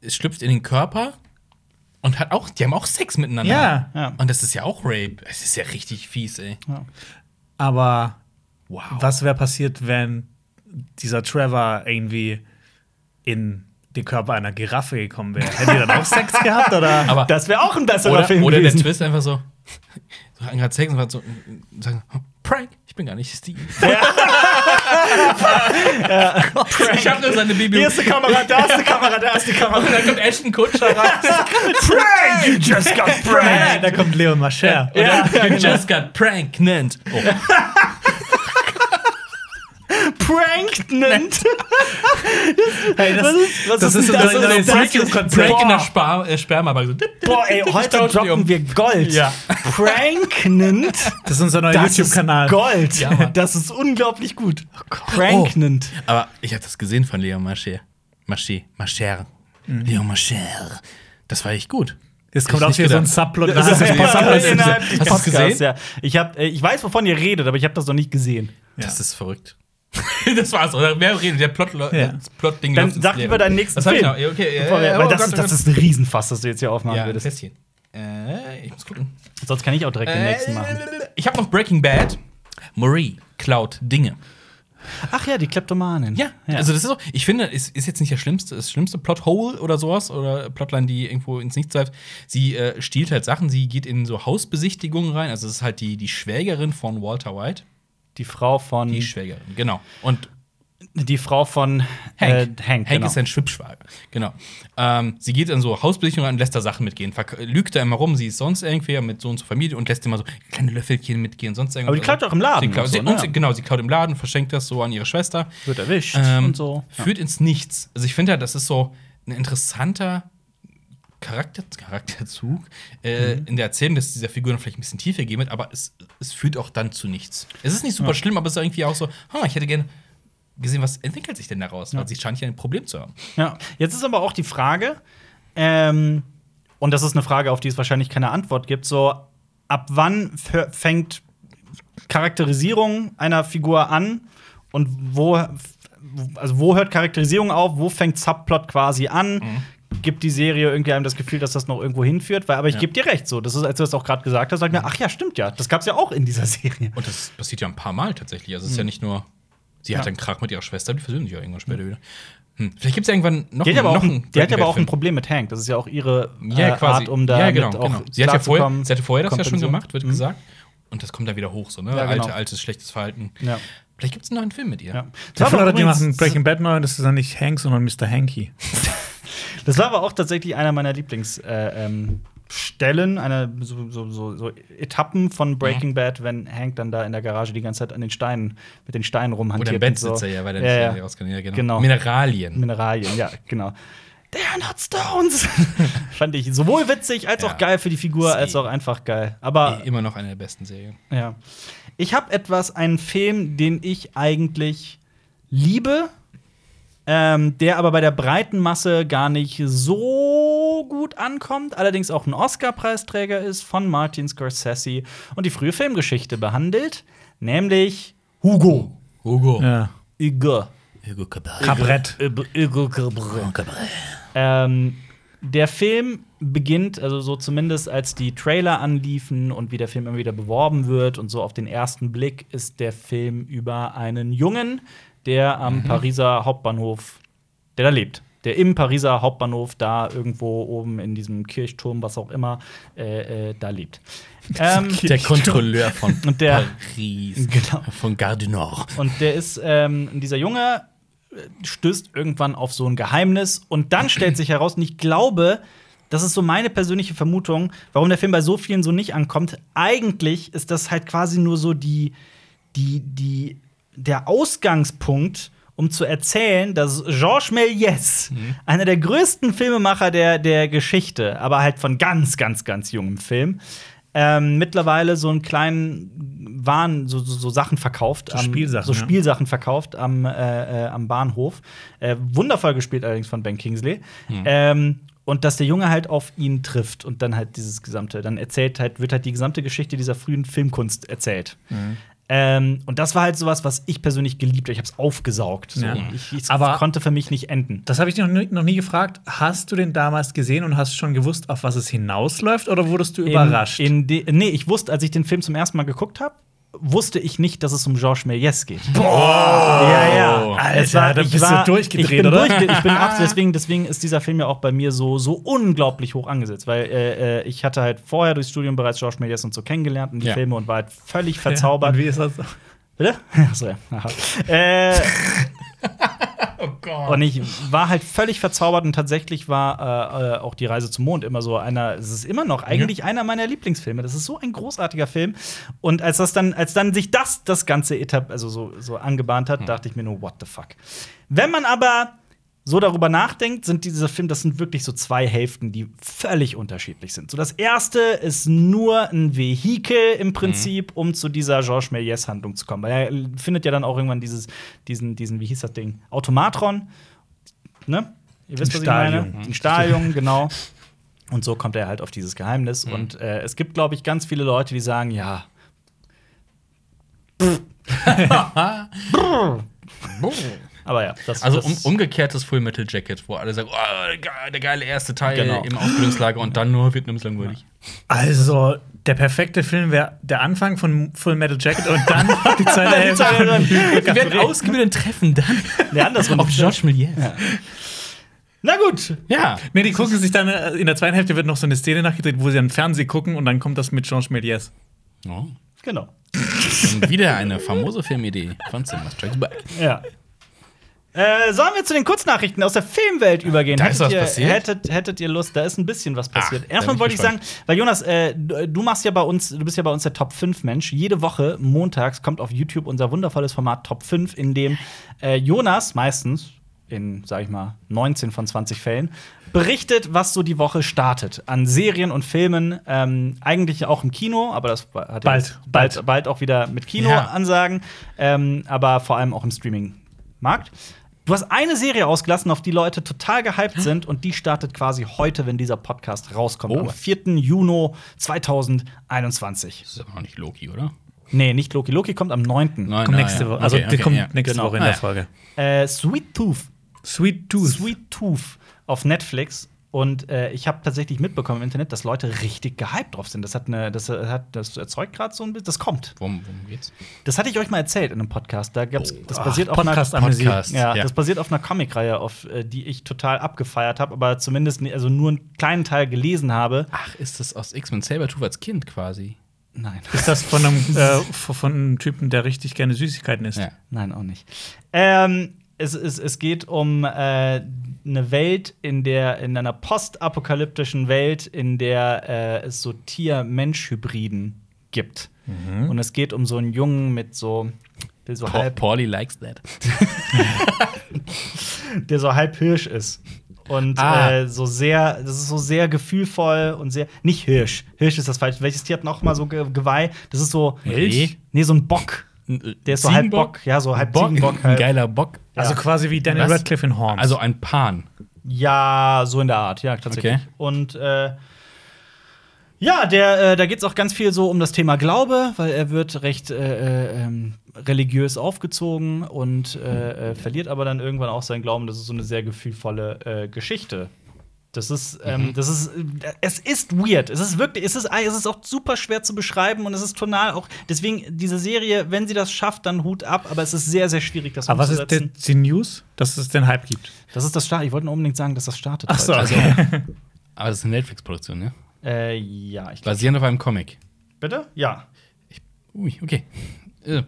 [SPEAKER 2] es schlüpft in den Körper und hat auch, die haben auch Sex miteinander.
[SPEAKER 3] Ja.
[SPEAKER 1] Ja.
[SPEAKER 2] Und das ist ja auch Rape. Es ist ja richtig fies, ey.
[SPEAKER 3] aber
[SPEAKER 2] Wow.
[SPEAKER 3] was wäre passiert, wenn dieser Trevor irgendwie in den Körper einer Giraffe gekommen wäre? Hätten die dann auch Sex gehabt oder?
[SPEAKER 2] Aber
[SPEAKER 1] Das wäre auch ein besserer
[SPEAKER 2] oder,
[SPEAKER 1] Film
[SPEAKER 2] oder der
[SPEAKER 1] gewesen.
[SPEAKER 2] Twist einfach so, so hatten gerade Sex und war so, und sagen, Prank, ich bin gar nicht Steve. Ich habe nur seine
[SPEAKER 1] hier
[SPEAKER 2] Bibliothek.
[SPEAKER 1] ist eine Kamera, da ist eine Kamera, da ist eine Kamera.
[SPEAKER 2] Und dann kommt Ashton Kutscher rein.
[SPEAKER 1] Prank! You just got
[SPEAKER 3] Nein, da kommt Leo Mascher.
[SPEAKER 2] Oder you just got pranked. nennt. genau. Oh.
[SPEAKER 1] Pranked nennt.
[SPEAKER 3] Hey, das,
[SPEAKER 1] Was ist- was
[SPEAKER 3] das
[SPEAKER 1] ist
[SPEAKER 3] ist
[SPEAKER 1] denn
[SPEAKER 3] das,
[SPEAKER 1] das?
[SPEAKER 3] das,
[SPEAKER 1] Das
[SPEAKER 3] das,
[SPEAKER 1] ist-
[SPEAKER 3] Konzept.
[SPEAKER 2] Break in der
[SPEAKER 1] Boah.
[SPEAKER 2] Spar äh, Spermabank. So.
[SPEAKER 1] Boah, ey, heute
[SPEAKER 2] Staunt die
[SPEAKER 1] droppen
[SPEAKER 2] um.
[SPEAKER 1] wir Gold.
[SPEAKER 2] Ja.
[SPEAKER 1] Prank nennt.
[SPEAKER 3] das ist unser neuer
[SPEAKER 1] Das
[SPEAKER 3] YouTube-Kanal.
[SPEAKER 1] ist Gold.
[SPEAKER 2] Ja, Mann.
[SPEAKER 1] das ist unglaublich gut. Prank
[SPEAKER 2] Oh.
[SPEAKER 1] nennt.
[SPEAKER 2] Aber ich habe das gesehen von Leon Marché. Marché, Marcher.
[SPEAKER 1] Mhm.
[SPEAKER 2] Leon Mascher. Das war echt gut.
[SPEAKER 3] Jetzt
[SPEAKER 2] Hätte
[SPEAKER 3] kommt
[SPEAKER 2] ich
[SPEAKER 3] auch
[SPEAKER 2] nicht
[SPEAKER 3] hier so ein
[SPEAKER 2] gedacht.
[SPEAKER 3] Subplot.
[SPEAKER 2] Das ist
[SPEAKER 3] Ah,
[SPEAKER 2] jetzt
[SPEAKER 3] ja,
[SPEAKER 2] was anderes.
[SPEAKER 3] ja, ja.
[SPEAKER 1] innerhalb des
[SPEAKER 2] Hast du's
[SPEAKER 1] Podcasts,
[SPEAKER 2] gesehen?
[SPEAKER 1] Ja. Ich, hab, äh, ich weiß, wovon ihr redet, aber ich habe das noch nicht gesehen.
[SPEAKER 2] Das ist verrückt. das war's, oder? Mehr reden, der Plot,
[SPEAKER 3] Ja.
[SPEAKER 2] das Plot-Ding
[SPEAKER 1] Dann
[SPEAKER 2] läuft ins
[SPEAKER 1] sag
[SPEAKER 2] Leere.
[SPEAKER 1] über deinen nächsten
[SPEAKER 2] das hab
[SPEAKER 1] Film.
[SPEAKER 2] Ich noch. Ja, Okay, ja,
[SPEAKER 1] Bevor wir-
[SPEAKER 2] ja,
[SPEAKER 1] weil
[SPEAKER 2] oh
[SPEAKER 1] das,
[SPEAKER 2] Gott, oh
[SPEAKER 1] das
[SPEAKER 2] Gott.
[SPEAKER 1] ist ein Riesenfass, das du jetzt hier aufmachen
[SPEAKER 2] Ja, ein
[SPEAKER 1] würdest.
[SPEAKER 2] Fässchen. Äh, ich muss gucken.
[SPEAKER 1] Sonst kann ich auch direkt den nächsten machen.
[SPEAKER 2] Äh, Ich habe noch Breaking Bad. Marie klaut Dinge.
[SPEAKER 1] Ach ja, die Kleptomanin.
[SPEAKER 2] äh, Ja, also das ist so. Ich finde, es ist jetzt nicht der schlimmste, das schlimmste Plothole oder sowas oder Plotline, die irgendwo ins Nichts läuft. Sie äh, stiehlt halt Sachen. Sie geht in so Hausbesichtigungen rein. Also es ist halt die, die Schwägerin von Walter White.
[SPEAKER 1] die Frau von
[SPEAKER 2] Die
[SPEAKER 1] die,
[SPEAKER 2] Schwägerin, genau. Und
[SPEAKER 1] Frau von
[SPEAKER 2] Hank.
[SPEAKER 1] Äh, Hank, genau.
[SPEAKER 2] ist ein Schwippschwager. Genau. Ähm, sie geht in so Hausbesichtigungen rein und lässt da Sachen mitgehen. Verk lügt da immer rum, sie ist sonst irgendwer mit so und so Familie und lässt immer so kleine Löffelchen mitgehen, sonst irgendwas.
[SPEAKER 1] Aber die klaut auch im Laden
[SPEAKER 2] Sie klaut,
[SPEAKER 1] und so,
[SPEAKER 2] sie,
[SPEAKER 1] ne?
[SPEAKER 2] und sie, genau, sie klaut im Laden, verschenkt das so an ihre Schwester.
[SPEAKER 1] wird erwischt
[SPEAKER 2] Ähm,
[SPEAKER 1] und so.
[SPEAKER 2] Führt ins Nichts. Also ich finde ja, das ist so ein interessanter Charakter, Charakterzug äh,
[SPEAKER 1] Mhm.
[SPEAKER 2] in der Erzählung, dass dieser Figur dann vielleicht ein bisschen tiefer gehen wird, aber es, es führt auch dann zu nichts. Es ist nicht super schlimm, aber es ist irgendwie auch so, ha, ich hätte gerne gesehen, was entwickelt sich denn daraus, weil sie scheint ja ein Problem zu haben.
[SPEAKER 1] Ja. Jetzt ist aber auch die Frage, ähm, und das ist eine Frage, auf die es wahrscheinlich keine Antwort gibt, so ab wann f- fängt Charakterisierung einer Figur an und wo, also wo hört Charakterisierung auf, wo fängt Subplot quasi an? Gibt die Serie irgendwie einem das Gefühl, dass das noch irgendwo hinführt? Weil, aber ich
[SPEAKER 2] Ja.
[SPEAKER 1] gebe dir recht, so. Das ist, als du das auch gerade gesagt hast, sag ich mir, ach ja, stimmt ja. Das gab's ja auch in dieser Serie.
[SPEAKER 2] Und das passiert ja ein paar Mal tatsächlich. Also es ist
[SPEAKER 1] Mhm.
[SPEAKER 2] ja nicht nur, sie hat einen Krach mit ihrer Schwester, die versöhnen sich ja irgendwann später wieder. Hm. Vielleicht gibt es ja irgendwann noch
[SPEAKER 1] Die hat,
[SPEAKER 2] einen-
[SPEAKER 1] aber auch,
[SPEAKER 2] noch
[SPEAKER 1] ein, die hat aber auch ein
[SPEAKER 2] Breaking Bad-Film.
[SPEAKER 1] Problem mit Hank. Das ist ja auch ihre äh,
[SPEAKER 2] Ja, quasi.
[SPEAKER 1] Art, um da
[SPEAKER 2] ja, genau,
[SPEAKER 1] mit auch
[SPEAKER 2] genau. Sie, hat ja vorher,
[SPEAKER 1] klarzukommen.
[SPEAKER 2] sie hatte vorher das ja schon
[SPEAKER 1] Kompensation.
[SPEAKER 2] gemacht, wird gesagt. Und das kommt da wieder hoch, so, ne?
[SPEAKER 1] Ja, genau.
[SPEAKER 2] Alte, altes, schlechtes Verhalten.
[SPEAKER 1] Ja.
[SPEAKER 2] Vielleicht gibt es einen neuen Film mit ihr.
[SPEAKER 1] Ja.
[SPEAKER 3] Ich
[SPEAKER 1] Das, war
[SPEAKER 3] hoffe,
[SPEAKER 1] aber
[SPEAKER 3] die
[SPEAKER 1] übrigens-
[SPEAKER 3] machen Breaking Bad neu und das ist dann nicht Hank, sondern Mr. Hanky.
[SPEAKER 1] das war aber auch tatsächlich einer meiner Lieblingsstellen, äh, ähm, Stellen, einer so, so, so, so Etappen von Breaking Bad, wenn Hank dann da in der Garage die ganze Zeit an den Steinen mit den Steinen rumhantiert.
[SPEAKER 2] Oder im Bett
[SPEAKER 1] und so.
[SPEAKER 2] sitzt er ja, weil er
[SPEAKER 1] ja,
[SPEAKER 2] nicht
[SPEAKER 1] ja.
[SPEAKER 2] raus kann. Ja, genau.
[SPEAKER 1] Genau.
[SPEAKER 2] Mineralien.
[SPEAKER 1] Mineralien, ja, genau. They are not stones! Fand ich sowohl witzig als
[SPEAKER 2] Ja.
[SPEAKER 1] auch geil für die Figur,
[SPEAKER 2] Ist eh-
[SPEAKER 1] als auch einfach geil. Aber
[SPEAKER 2] Immer noch eine der besten Serien.
[SPEAKER 1] Ja. Ich habe etwas, einen Film, den ich eigentlich liebe, ähm, der aber bei der breiten Masse gar nicht so gut ankommt, allerdings auch ein Oscar-Preisträger ist, von Martin Scorsese und die frühe Filmgeschichte behandelt, nämlich Hugo.
[SPEAKER 2] Hugo.
[SPEAKER 3] Ja.
[SPEAKER 1] Hugo.
[SPEAKER 2] Hugo Cabral.
[SPEAKER 3] Kabrett.
[SPEAKER 1] Hugo Cabral. Ähm, der Film beginnt, also so zumindest als die Trailer anliefen und wie der Film immer wieder beworben wird und so auf den ersten Blick ist der Film über einen Jungen, der am Pariser Hauptbahnhof, der da lebt. Der im Pariser Hauptbahnhof da irgendwo oben in diesem Kirchturm, was auch immer, äh, äh, da lebt. Ähm,
[SPEAKER 2] Der Kontrolleur von
[SPEAKER 1] Und der-
[SPEAKER 2] Paris.
[SPEAKER 1] Genau.
[SPEAKER 2] Von Gare du Nord.
[SPEAKER 1] Und der ist, ähm, dieser Junge äh, stößt irgendwann auf so ein Geheimnis und dann stellt sich heraus, und ich glaube, das ist so meine persönliche Vermutung, warum der Film bei so vielen so nicht ankommt. Eigentlich ist das halt quasi nur so die, die, die, der Ausgangspunkt, um zu erzählen, dass Georges Méliès,
[SPEAKER 3] Mhm.
[SPEAKER 1] einer der größten Filmemacher der, der Geschichte, aber halt von ganz, ganz, ganz jungem Film, ähm, mittlerweile so einen kleinen Waren, so, so, so Sachen verkauft. am-
[SPEAKER 3] Spielsachen,
[SPEAKER 1] So
[SPEAKER 3] ja.
[SPEAKER 1] Spielsachen verkauft am, äh, äh, am Bahnhof. Äh, wundervoll gespielt allerdings von Ben Kingsley. Ähm, und dass der Junge halt auf ihn trifft und dann halt dieses gesamte, dann erzählt halt, wird halt die gesamte Geschichte dieser frühen Filmkunst erzählt. Ähm, und das war halt sowas, was ich persönlich geliebt habe. Ich habe es aufgesaugt. So.
[SPEAKER 3] Ja.
[SPEAKER 1] Ich, ich
[SPEAKER 3] Aber-
[SPEAKER 1] konnte für mich nicht enden.
[SPEAKER 3] Das habe ich dich noch nie, noch nie gefragt. Hast du den damals gesehen und hast schon gewusst, auf was es hinausläuft oder wurdest du überrascht?
[SPEAKER 1] In, in de- nee, ich wusste, als ich den Film zum ersten Mal geguckt habe, wusste ich nicht, dass es um Georges Méliès geht. Boah! Ja, ja.
[SPEAKER 3] Alter,
[SPEAKER 1] Es war-
[SPEAKER 3] da
[SPEAKER 1] ich
[SPEAKER 3] bist du durchgedreht,
[SPEAKER 1] ich bin
[SPEAKER 3] oder?
[SPEAKER 1] durchge- ich bin absolut, deswegen, deswegen ist dieser Film ja auch bei mir so, so unglaublich hoch angesetzt, weil äh, äh, ich hatte halt vorher durchs Studium bereits Georges Méliès und so kennengelernt und die
[SPEAKER 2] Ja.
[SPEAKER 1] Filme und war halt völlig
[SPEAKER 3] Ja,
[SPEAKER 1] verzaubert.
[SPEAKER 3] und wie ist das?
[SPEAKER 1] Bitte? Achso, ja. Aha. äh,
[SPEAKER 2] Oh
[SPEAKER 1] und ich war halt völlig verzaubert und tatsächlich war äh, äh, auch die Reise zum Mond immer so einer, es ist immer noch eigentlich einer meiner Lieblingsfilme. Das ist so ein großartiger Film. Und als das dann, als dann sich das, das ganze Etap, also so, so angebahnt hat, dachte ich mir nur, what the fuck. Wenn man aber so darüber nachdenkt, sind diese Filme, das sind wirklich so zwei Hälften, die völlig unterschiedlich sind. So das erste ist nur ein Vehikel im Prinzip, um zu dieser Georges Méliès Handlung zu kommen. Weil er äh, findet ja dann auch irgendwann dieses diesen diesen wie hieß das Ding? Automatron, ne? Ihr wisst, was ich meine? Den Stadion, genau. Und so kommt er halt auf dieses
[SPEAKER 2] Mhm.
[SPEAKER 1] Geheimnis. Und äh, es gibt, glaube ich, ganz viele Leute, die sagen, ja, aber ja, das
[SPEAKER 2] Also
[SPEAKER 1] das,
[SPEAKER 2] um, umgekehrtes Full Metal Jacket, wo alle sagen, oh, ge- der geile erste Teil
[SPEAKER 1] Genau.
[SPEAKER 2] im Ausbildungslager und dann nur wird nimm's langweilig.
[SPEAKER 3] Also, der perfekte Film wäre der Anfang von Full Metal Jacket und dann die zweite Hälfte.
[SPEAKER 1] Zweite Hälfte.
[SPEAKER 2] Wir werden ausgebildet und treffen dann
[SPEAKER 1] nee, andersrum.
[SPEAKER 2] auf George Millier.
[SPEAKER 1] Na gut.
[SPEAKER 2] Ja.
[SPEAKER 3] Nee, die gucken sich dann, äh, in der zweiten Hälfte wird noch so eine Szene nachgedreht, wo sie am Fernsehen gucken und dann kommt das mit Georges Méliès.
[SPEAKER 2] Oh.
[SPEAKER 1] Genau.
[SPEAKER 2] Und wieder eine famose Filmidee von Cinema Strikes Back.
[SPEAKER 1] Ja. Äh, sollen wir zu den Kurznachrichten aus der Filmwelt übergehen?
[SPEAKER 2] Da ist was
[SPEAKER 1] ihr,
[SPEAKER 2] passiert?
[SPEAKER 1] Hättet, hättet ihr Lust, da ist ein bisschen was passiert.
[SPEAKER 2] Ach, da bin
[SPEAKER 1] Erstmal
[SPEAKER 2] ich
[SPEAKER 1] wollte ich sagen,
[SPEAKER 2] gespannt.
[SPEAKER 1] weil Jonas, äh, du du machst ja bei uns, du bist ja bei uns der Top 5 Mensch. Jede Woche montags kommt auf YouTube unser wundervolles Format Top 5, in dem äh, Jonas meistens in, sag ich mal, 19 von 20 Fällen, berichtet, was so die Woche startet an Serien und Filmen. Ähm, eigentlich auch im Kino, aber das hat ja
[SPEAKER 3] Bald,
[SPEAKER 1] jetzt bald, bald auch wieder mit Kino
[SPEAKER 2] Ja.
[SPEAKER 1] Ansagen, ähm, aber vor allem auch im Streaming-Markt. Du hast eine Serie ausgelassen, auf die Leute total gehypt sind und die startet quasi heute, wenn dieser Podcast rauskommt,
[SPEAKER 2] Oh.
[SPEAKER 1] am 4. Juni 2021.
[SPEAKER 2] Das ist aber noch nicht Loki, oder?
[SPEAKER 1] Nee, nicht Loki. Loki kommt am 9.
[SPEAKER 2] Nein,
[SPEAKER 3] Kommt
[SPEAKER 2] nein,
[SPEAKER 3] nächste
[SPEAKER 2] Ah, ja.
[SPEAKER 3] Woche. Also,
[SPEAKER 2] Okay,
[SPEAKER 3] die
[SPEAKER 2] okay,
[SPEAKER 3] kommt
[SPEAKER 2] ja.
[SPEAKER 3] nächste
[SPEAKER 2] Genau.
[SPEAKER 3] Woche in der
[SPEAKER 2] Ah, ja.
[SPEAKER 3] Folge.
[SPEAKER 1] Äh, Sweet Tooth.
[SPEAKER 3] Sweet Tooth.
[SPEAKER 1] Sweet Tooth auf Netflix. Und äh, ich habe tatsächlich mitbekommen im Internet, dass Leute richtig gehypt drauf sind. Das hat eine, das äh, hat, das erzeugt gerade so ein bisschen. Das kommt.
[SPEAKER 2] Worum, worum geht's?
[SPEAKER 1] Das hatte ich euch mal erzählt in einem Podcast. Da gab's, das basiert auf einer
[SPEAKER 3] Podcast-Amnesie.
[SPEAKER 2] Podcast.
[SPEAKER 1] Ja,
[SPEAKER 2] Ja.
[SPEAKER 1] das basiert auf einer Comicreihe, auf äh, die ich total abgefeiert habe, aber zumindest ne- also nur einen kleinen Teil gelesen habe.
[SPEAKER 2] Ach, ist das aus X-Men Sabertooth als Kind quasi?
[SPEAKER 1] Nein,
[SPEAKER 3] Ist das von einem, äh, von einem Typen, der richtig gerne Süßigkeiten isst?
[SPEAKER 2] Ja.
[SPEAKER 1] nein, auch nicht. Ähm, es, es, es geht um äh, eine Welt, in der in einer postapokalyptischen Welt, in der äh, es so Tier-Mensch-Hybriden gibt. Und es geht um so einen Jungen mit so, der so halb
[SPEAKER 2] Paulie likes that.
[SPEAKER 1] der so halb Hirsch ist. Und
[SPEAKER 2] Ah.
[SPEAKER 1] äh, so sehr, das ist so sehr gefühlvoll und sehr. Nicht Hirsch. Hirsch ist das falsche. Welches Tier hat noch mal so Ge Geweih? Das ist so.
[SPEAKER 2] Milch?
[SPEAKER 1] Nee, so ein Bock. Der ist so halb Bock. Ja, so halb
[SPEAKER 2] Bock,
[SPEAKER 1] Ziegenbock.
[SPEAKER 2] ein
[SPEAKER 1] Halb.
[SPEAKER 2] geiler Bock.
[SPEAKER 3] Also
[SPEAKER 1] Ja.
[SPEAKER 3] quasi wie Daniel
[SPEAKER 2] Was?
[SPEAKER 3] Radcliffe in Horn.
[SPEAKER 2] Also ein Pan.
[SPEAKER 1] Ja, so in der Art, ja, tatsächlich.
[SPEAKER 2] Okay.
[SPEAKER 1] Und äh, ja, der, äh, da geht es auch ganz viel so um das Thema Glaube, weil er wird recht äh, äh, ähm, religiös aufgezogen und äh, äh, verliert aber dann irgendwann auch seinen Glauben. Das ist so eine sehr gefühlvolle äh, Geschichte. Das ist, ähm,
[SPEAKER 3] Mhm.
[SPEAKER 1] das ist, äh, es ist weird. Es ist wirklich, es ist, es ist auch super schwer zu beschreiben und es ist tonal auch. Deswegen diese Serie, wenn sie das schafft, dann Hut ab. Aber es ist sehr, sehr schwierig, das
[SPEAKER 3] Aber Ah, was ist
[SPEAKER 1] umzusetzen.
[SPEAKER 3] denn die News, dass es den Hype gibt?
[SPEAKER 1] Das ist das Start. Ich wollte nur unbedingt sagen, dass das startet.
[SPEAKER 3] Ach so,
[SPEAKER 1] heute.
[SPEAKER 3] okay.
[SPEAKER 2] Also, Aber das ist eine Netflix-Produktion, ne?
[SPEAKER 1] Äh, ja, ich glaube.
[SPEAKER 2] Basierend auf einem Comic.
[SPEAKER 1] Bitte? Ja.
[SPEAKER 2] Ui, okay. Äh,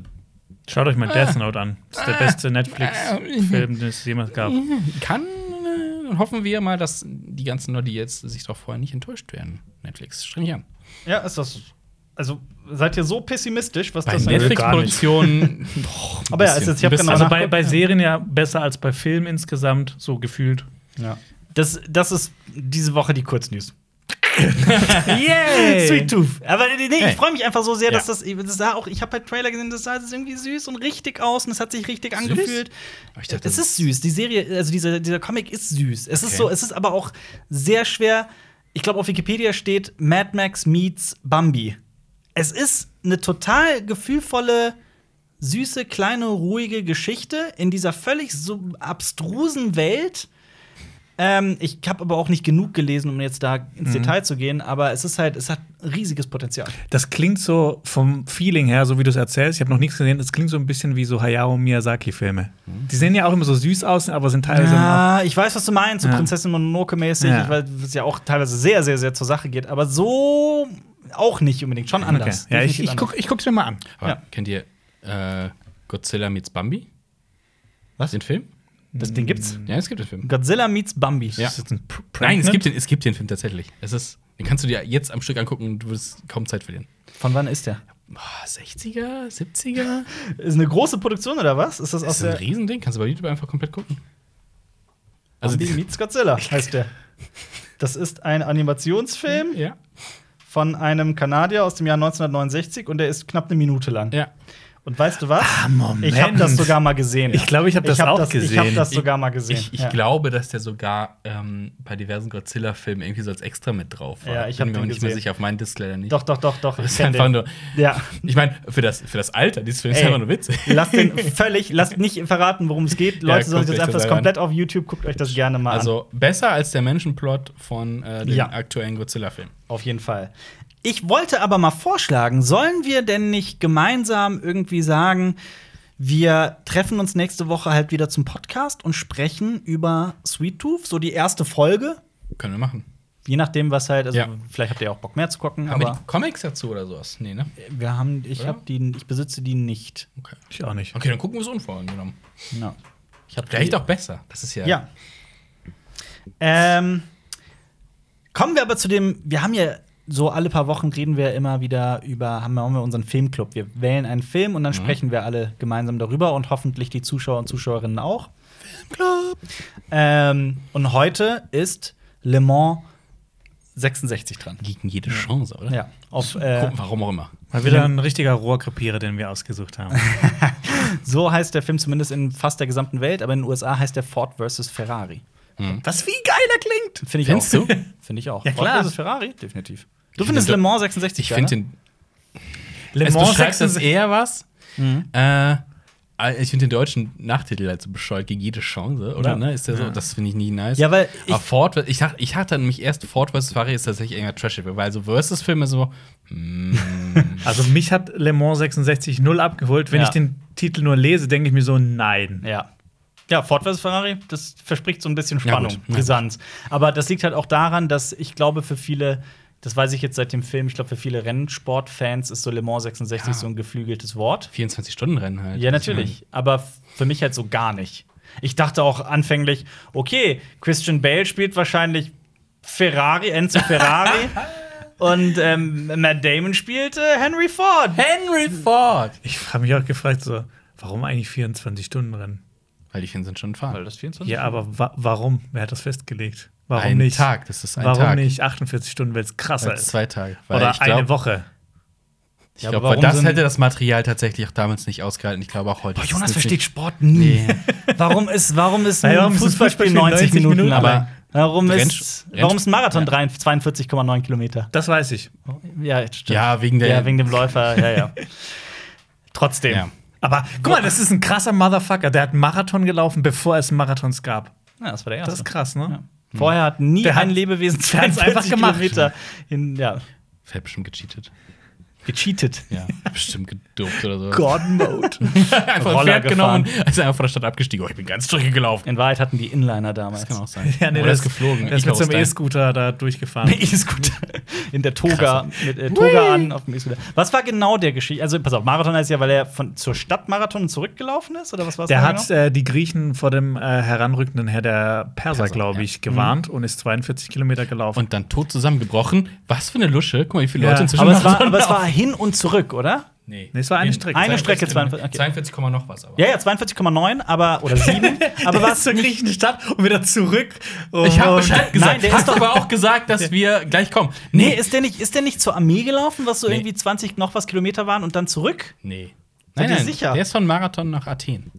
[SPEAKER 3] Schaut euch mal
[SPEAKER 2] Ah.
[SPEAKER 3] Death Note an. Das ist der beste Netflix-Film, den es jemals gab.
[SPEAKER 2] kann, äh, hoffen wir mal, dass die ganzen Leute jetzt sich doch vorher nicht enttäuscht werden. Netflix, streng mich an.
[SPEAKER 1] Ja, ist das. Also, seid ihr so pessimistisch, was
[SPEAKER 2] Bei
[SPEAKER 1] das angeht?
[SPEAKER 2] Netflix-Produktionen.
[SPEAKER 1] Aber ja, es ist- ich hab genau
[SPEAKER 3] Also
[SPEAKER 1] nach-
[SPEAKER 3] bei, bei Serien ja besser als bei Filmen insgesamt, so gefühlt.
[SPEAKER 1] Ja. Das, das ist diese Woche die Kurznews.
[SPEAKER 3] Yay!
[SPEAKER 1] Sweet Tooth. Aber nee, nee,
[SPEAKER 2] Hey.
[SPEAKER 1] ich freue mich einfach so sehr, dass
[SPEAKER 2] Ja.
[SPEAKER 1] das, das sah auch, ich habe halt Trailer gesehen, das sah das irgendwie süß und richtig aus und es hat sich richtig angefühlt.
[SPEAKER 2] ich dachte,
[SPEAKER 1] es ist süß, die Serie, also dieser, dieser Comic ist süß. Es ist
[SPEAKER 2] Okay.
[SPEAKER 1] so, es ist aber auch sehr schwer. Ich glaube, auf Wikipedia steht Mad Max meets Bambi. Es ist eine total gefühlvolle, süße, kleine, ruhige Geschichte in dieser völlig so abstrusen Welt. Ähm, ich habe aber auch nicht genug gelesen, um jetzt da
[SPEAKER 2] Mhm.
[SPEAKER 1] ins Detail zu gehen, aber es ist halt, es hat riesiges Potenzial.
[SPEAKER 3] Das klingt so vom Feeling her, so wie du es erzählst. Ich habe noch nichts gesehen. Das klingt so ein bisschen wie so Hayao Miyazaki-Filme. Die sehen ja auch immer so süß aus, aber sind teilweise auch
[SPEAKER 1] Ja, ich weiß, was du meinst, so
[SPEAKER 3] Also Ja.
[SPEAKER 1] Prinzessin Mononoke mäßig,
[SPEAKER 3] Ja.
[SPEAKER 1] ich weiß, was ja auch teilweise sehr, sehr, sehr zur Sache geht, aber so auch nicht unbedingt, schon anders.
[SPEAKER 3] Okay. Ja, ich,
[SPEAKER 1] Definitiv
[SPEAKER 3] ich, guck, ich guck's mir mal an.
[SPEAKER 2] Aber
[SPEAKER 1] Ja.
[SPEAKER 2] kennt ihr äh, Godzilla meets Bambi?
[SPEAKER 1] Was?
[SPEAKER 2] Den Film?
[SPEAKER 1] anders. Das, den gibt's.
[SPEAKER 2] Ja, es gibt den Film.
[SPEAKER 1] Godzilla meets Bambi.
[SPEAKER 2] Ja.
[SPEAKER 3] Ist das ein Pr- ne?
[SPEAKER 2] Nein, es
[SPEAKER 3] Pregnant?
[SPEAKER 2] gibt, den, es gibt den Film tatsächlich. Es ist, den kannst du dir jetzt am Stück angucken und du wirst kaum Zeit verlieren.
[SPEAKER 1] Von wann ist der?
[SPEAKER 2] Oh, 60er, 70er?
[SPEAKER 1] Ist eine große Produktion oder was? Ist das
[SPEAKER 2] Das
[SPEAKER 1] aus
[SPEAKER 2] ist ein
[SPEAKER 1] der
[SPEAKER 2] Riesending, kannst du bei YouTube einfach komplett gucken. Also,
[SPEAKER 1] Bambi
[SPEAKER 2] die,
[SPEAKER 1] meets Godzilla heißt der. Das ist ein Animationsfilm
[SPEAKER 2] ja,
[SPEAKER 1] von einem Kanadier aus dem Jahr 1969 und der ist knapp eine Minute lang.
[SPEAKER 2] ja.
[SPEAKER 1] Und weißt du was?
[SPEAKER 3] Ah, Moment.
[SPEAKER 1] Ich habe das sogar mal gesehen.
[SPEAKER 3] Ich glaube, ich habe das
[SPEAKER 1] hab
[SPEAKER 3] auch
[SPEAKER 1] Ich habe
[SPEAKER 3] gesehen.
[SPEAKER 1] das sogar mal gesehen.
[SPEAKER 2] Ich, ich
[SPEAKER 1] ja.
[SPEAKER 2] glaube, dass der sogar ähm, bei diversen Godzilla-Filmen irgendwie so als extra mit drauf war.
[SPEAKER 1] Ja, ich hab
[SPEAKER 2] bin mir
[SPEAKER 1] den
[SPEAKER 2] aber nicht mehr
[SPEAKER 1] gesehen.
[SPEAKER 2] sicher, auf meinen Disc leider nicht.
[SPEAKER 1] Doch, doch, doch, doch.
[SPEAKER 2] Das ist
[SPEAKER 1] kenn
[SPEAKER 2] einfach
[SPEAKER 1] den.
[SPEAKER 2] nur.
[SPEAKER 1] Ja.
[SPEAKER 2] Ich meine, für das, für das Alter dieses Films ist
[SPEAKER 1] Ey.
[SPEAKER 2] einfach nur witzig.
[SPEAKER 1] Lasst den völlig, lasst nicht verraten, worum es geht. Leute,
[SPEAKER 2] guckt
[SPEAKER 1] sollen jetzt
[SPEAKER 2] euch
[SPEAKER 1] einfach
[SPEAKER 2] das
[SPEAKER 1] das
[SPEAKER 2] an.
[SPEAKER 1] komplett auf YouTube, guckt euch das gerne mal an.
[SPEAKER 2] Also besser als der Menschenplot von äh, dem
[SPEAKER 1] Ja.
[SPEAKER 2] aktuellen Godzilla-Film.
[SPEAKER 1] Auf jeden Fall. Ich wollte aber mal vorschlagen, sollen wir denn nicht gemeinsam irgendwie sagen, wir treffen uns nächste Woche halt wieder zum Podcast und sprechen über Sweet Tooth, so die erste Folge.
[SPEAKER 2] Können wir machen.
[SPEAKER 1] Je nachdem, was halt, also
[SPEAKER 2] Ja.
[SPEAKER 1] vielleicht habt ihr auch Bock mehr zu gucken,
[SPEAKER 2] Haben wir
[SPEAKER 1] aber
[SPEAKER 2] die Comics dazu oder sowas? Nee, ne?
[SPEAKER 1] wir haben, ich
[SPEAKER 2] Oder?
[SPEAKER 1] hab die, ich besitze die nicht.
[SPEAKER 2] Okay.
[SPEAKER 3] Ich auch nicht.
[SPEAKER 2] Okay, dann gucken wir es unvorgenommen.
[SPEAKER 1] Ja. Ich hab
[SPEAKER 2] Vielleicht auch besser. Das ist ja.
[SPEAKER 1] Ja. Ähm, kommen wir aber zu dem, wir haben ja so alle paar Wochen reden wir immer wieder über, haben wir haben wir unseren Filmclub. Wir wählen einen Film und dann
[SPEAKER 2] Mhm.
[SPEAKER 1] sprechen wir alle gemeinsam darüber und hoffentlich die Zuschauer und Zuschauerinnen auch. Filmclub. Ähm, und heute ist Le Mans 66 dran.
[SPEAKER 2] Gegen jede Chance, oder?
[SPEAKER 1] Ja, auf, äh,
[SPEAKER 2] Gucken, warum auch immer.
[SPEAKER 3] Mal wieder ein richtiger Rohrkrepierer, den wir ausgesucht haben.
[SPEAKER 1] so heißt der Film zumindest in fast der gesamten Welt, aber in den USA heißt der Ford vs. Ferrari.
[SPEAKER 3] Was wie geiler klingt!
[SPEAKER 1] Finde ich
[SPEAKER 2] Findest
[SPEAKER 1] auch.
[SPEAKER 2] du?
[SPEAKER 1] Finde ich auch.
[SPEAKER 3] Ja, klar.
[SPEAKER 1] Ford vs. Ferrari, definitiv. Du findest Le Mans 66
[SPEAKER 2] Ich finde
[SPEAKER 1] geiler?
[SPEAKER 2] den.
[SPEAKER 3] Le
[SPEAKER 2] es
[SPEAKER 3] Mans
[SPEAKER 2] beschreibt das
[SPEAKER 3] 66.
[SPEAKER 2] eher was.
[SPEAKER 1] Mhm.
[SPEAKER 2] Äh, ich finde den deutschen Nachtitel halt so bescheuert gegen jede Chance, oder?
[SPEAKER 1] Ja.
[SPEAKER 2] Ne? Ist der so? Das finde ich nie nice.
[SPEAKER 1] Ja, weil ich-
[SPEAKER 2] Aber Ford, ich, dachte, ich dachte nämlich erst, Ford vs. Ferrari ist tatsächlich enger trashig, weil so Versus-Filme so.
[SPEAKER 3] Also mich hat Le Mans 66 null abgeholt. Wenn
[SPEAKER 1] Ja.
[SPEAKER 3] ich den Titel nur lese, denke ich mir so, nein.
[SPEAKER 1] Ja. Ja, Ford vs. Ferrari, das verspricht so ein bisschen
[SPEAKER 2] Ja,
[SPEAKER 1] Spannung,
[SPEAKER 2] gut. Ja.
[SPEAKER 1] Brisanz. Aber das liegt halt auch daran, dass ich glaube, für viele, das weiß ich jetzt seit dem Film, ich glaube, für viele Rennsportfans ist so Le Mans 66
[SPEAKER 2] Ja.
[SPEAKER 1] so ein geflügeltes Wort.
[SPEAKER 2] 24-Stunden-Rennen halt.
[SPEAKER 1] Ja, natürlich. Aber f- für mich halt so gar nicht. Ich dachte auch anfänglich, okay, Christian Bale spielt wahrscheinlich Ferrari, Enzo Ferrari. und ähm, Matt Damon spielte Henry Ford.
[SPEAKER 2] Henry Ford!
[SPEAKER 3] Ich habe mich auch gefragt, so, warum eigentlich 24-Stunden-Rennen?
[SPEAKER 2] Weil die 24 Stunden
[SPEAKER 1] Weil
[SPEAKER 2] fahren.
[SPEAKER 1] das 24
[SPEAKER 3] Ja, aber wa warum? Wer hat das festgelegt? Warum
[SPEAKER 2] ein
[SPEAKER 3] nicht?
[SPEAKER 2] Tag, das ist ein
[SPEAKER 3] warum
[SPEAKER 2] Tag.
[SPEAKER 3] nicht 48 Stunden, weil es krasser
[SPEAKER 2] Als
[SPEAKER 3] ist?
[SPEAKER 2] zwei Tage. Weil
[SPEAKER 3] Oder
[SPEAKER 2] ich glaub,
[SPEAKER 3] eine Woche.
[SPEAKER 2] Ich
[SPEAKER 1] Ja,
[SPEAKER 2] glaube,
[SPEAKER 1] aber warum
[SPEAKER 2] das
[SPEAKER 1] sind-
[SPEAKER 2] hätte das Material tatsächlich auch damals nicht ausgehalten. Ich glaube auch heute.
[SPEAKER 1] Boah,
[SPEAKER 2] ist
[SPEAKER 1] Jonas
[SPEAKER 2] es
[SPEAKER 1] versteht
[SPEAKER 2] nicht-
[SPEAKER 1] Sport nie.
[SPEAKER 2] Nee.
[SPEAKER 1] Warum ist, warum ist
[SPEAKER 3] Ja,
[SPEAKER 1] ein
[SPEAKER 3] warum ist ein
[SPEAKER 1] Fußballspiel
[SPEAKER 3] Fußballspiel
[SPEAKER 1] 90 Minuten,
[SPEAKER 3] Minuten
[SPEAKER 1] aber
[SPEAKER 2] lang?
[SPEAKER 1] warum
[SPEAKER 2] Renn-
[SPEAKER 1] ist,
[SPEAKER 2] Renn-
[SPEAKER 1] warum ist ein Marathon
[SPEAKER 2] Ja.
[SPEAKER 1] 3 42,9 Kilometer?
[SPEAKER 3] Das weiß ich.
[SPEAKER 1] Ja, jetzt stimmt.
[SPEAKER 2] Ja, wegen der.
[SPEAKER 1] ja, wegen dem Läufer, ja, ja. Trotzdem.
[SPEAKER 2] Ja.
[SPEAKER 1] Ja.
[SPEAKER 3] Aber guck mal, das ist ein krasser Motherfucker. Der hat einen Marathon gelaufen, bevor es Marathons gab.
[SPEAKER 1] das war der
[SPEAKER 3] Das ist
[SPEAKER 1] erste.
[SPEAKER 3] krass, ne?
[SPEAKER 2] Oh,
[SPEAKER 1] Ja. Vorher hat nie
[SPEAKER 3] Der hat-
[SPEAKER 1] ein Lebewesen
[SPEAKER 3] der hat's
[SPEAKER 1] 42
[SPEAKER 3] einfach gemacht.
[SPEAKER 1] Kilometer in, ja,
[SPEAKER 2] Vielleicht bestimmt gecheatet.
[SPEAKER 1] gecheatet.
[SPEAKER 2] Ja, bestimmt gedopt oder so.
[SPEAKER 1] Gordon Mode.
[SPEAKER 2] einfach ein
[SPEAKER 1] Roller
[SPEAKER 2] Pferd
[SPEAKER 1] gefahren.
[SPEAKER 2] genommen und ist einfach von der Stadt abgestiegen. Oh, ich bin ganz zurückgelaufen.
[SPEAKER 1] In Wahrheit hatten die Inliner damals.
[SPEAKER 2] Das kann auch sein.
[SPEAKER 3] Ja, nee,
[SPEAKER 2] Oder
[SPEAKER 3] der
[SPEAKER 2] ist geflogen.
[SPEAKER 3] Der ist mit so einem
[SPEAKER 1] E
[SPEAKER 2] Icarus-Style.
[SPEAKER 3] E-Scooter da durchgefahren.
[SPEAKER 1] E-Scooter. In der Toga. Mit äh, Toga an auf dem E-Scooter. Was war genau der Geschichte? Also, pass auf, Marathon heißt ja, weil er von, zur Stadtmarathon zurückgelaufen ist? Oder was genau? war
[SPEAKER 3] Der hat äh, die Griechen vor dem äh, heranrückenden Herr der Perser,
[SPEAKER 2] Perser,
[SPEAKER 3] glaube
[SPEAKER 2] ja. Mhm.
[SPEAKER 3] ich, gewarnt und ist 42 Kilometer gelaufen.
[SPEAKER 2] Und dann tot zusammengebrochen. Was für eine Lusche. Guck mal, wie viele
[SPEAKER 3] Ja.
[SPEAKER 2] Leute inzwischen
[SPEAKER 1] aber, es war,
[SPEAKER 2] Marathon
[SPEAKER 1] aber es war
[SPEAKER 2] laufen.
[SPEAKER 1] hin und zurück, oder?
[SPEAKER 2] Nee.
[SPEAKER 3] Nee, es war eine Strecke.
[SPEAKER 1] Eine Strecke, 42,
[SPEAKER 2] 42,
[SPEAKER 1] okay.
[SPEAKER 2] 42, Komma noch was. Aber.
[SPEAKER 1] Ja, ja, 42,9, aber oder 7. aber
[SPEAKER 3] Der
[SPEAKER 1] was?
[SPEAKER 3] ist zur griechischen Stadt und wieder zurück.
[SPEAKER 2] Ich habe
[SPEAKER 3] Und-
[SPEAKER 2] Bescheid gesagt.
[SPEAKER 1] Nein, der
[SPEAKER 2] Hast
[SPEAKER 1] ist doch-
[SPEAKER 2] aber auch gesagt, dass wir gleich kommen.
[SPEAKER 1] Nee, ist der nicht, ist der nicht zur Armee gelaufen, was so
[SPEAKER 2] Nee.
[SPEAKER 1] irgendwie 20 noch was Kilometer waren und dann zurück?
[SPEAKER 2] Nee.
[SPEAKER 1] Seid
[SPEAKER 2] Nein,
[SPEAKER 1] ihr
[SPEAKER 2] nein,
[SPEAKER 1] sicher?
[SPEAKER 2] der ist von Marathon nach Athen.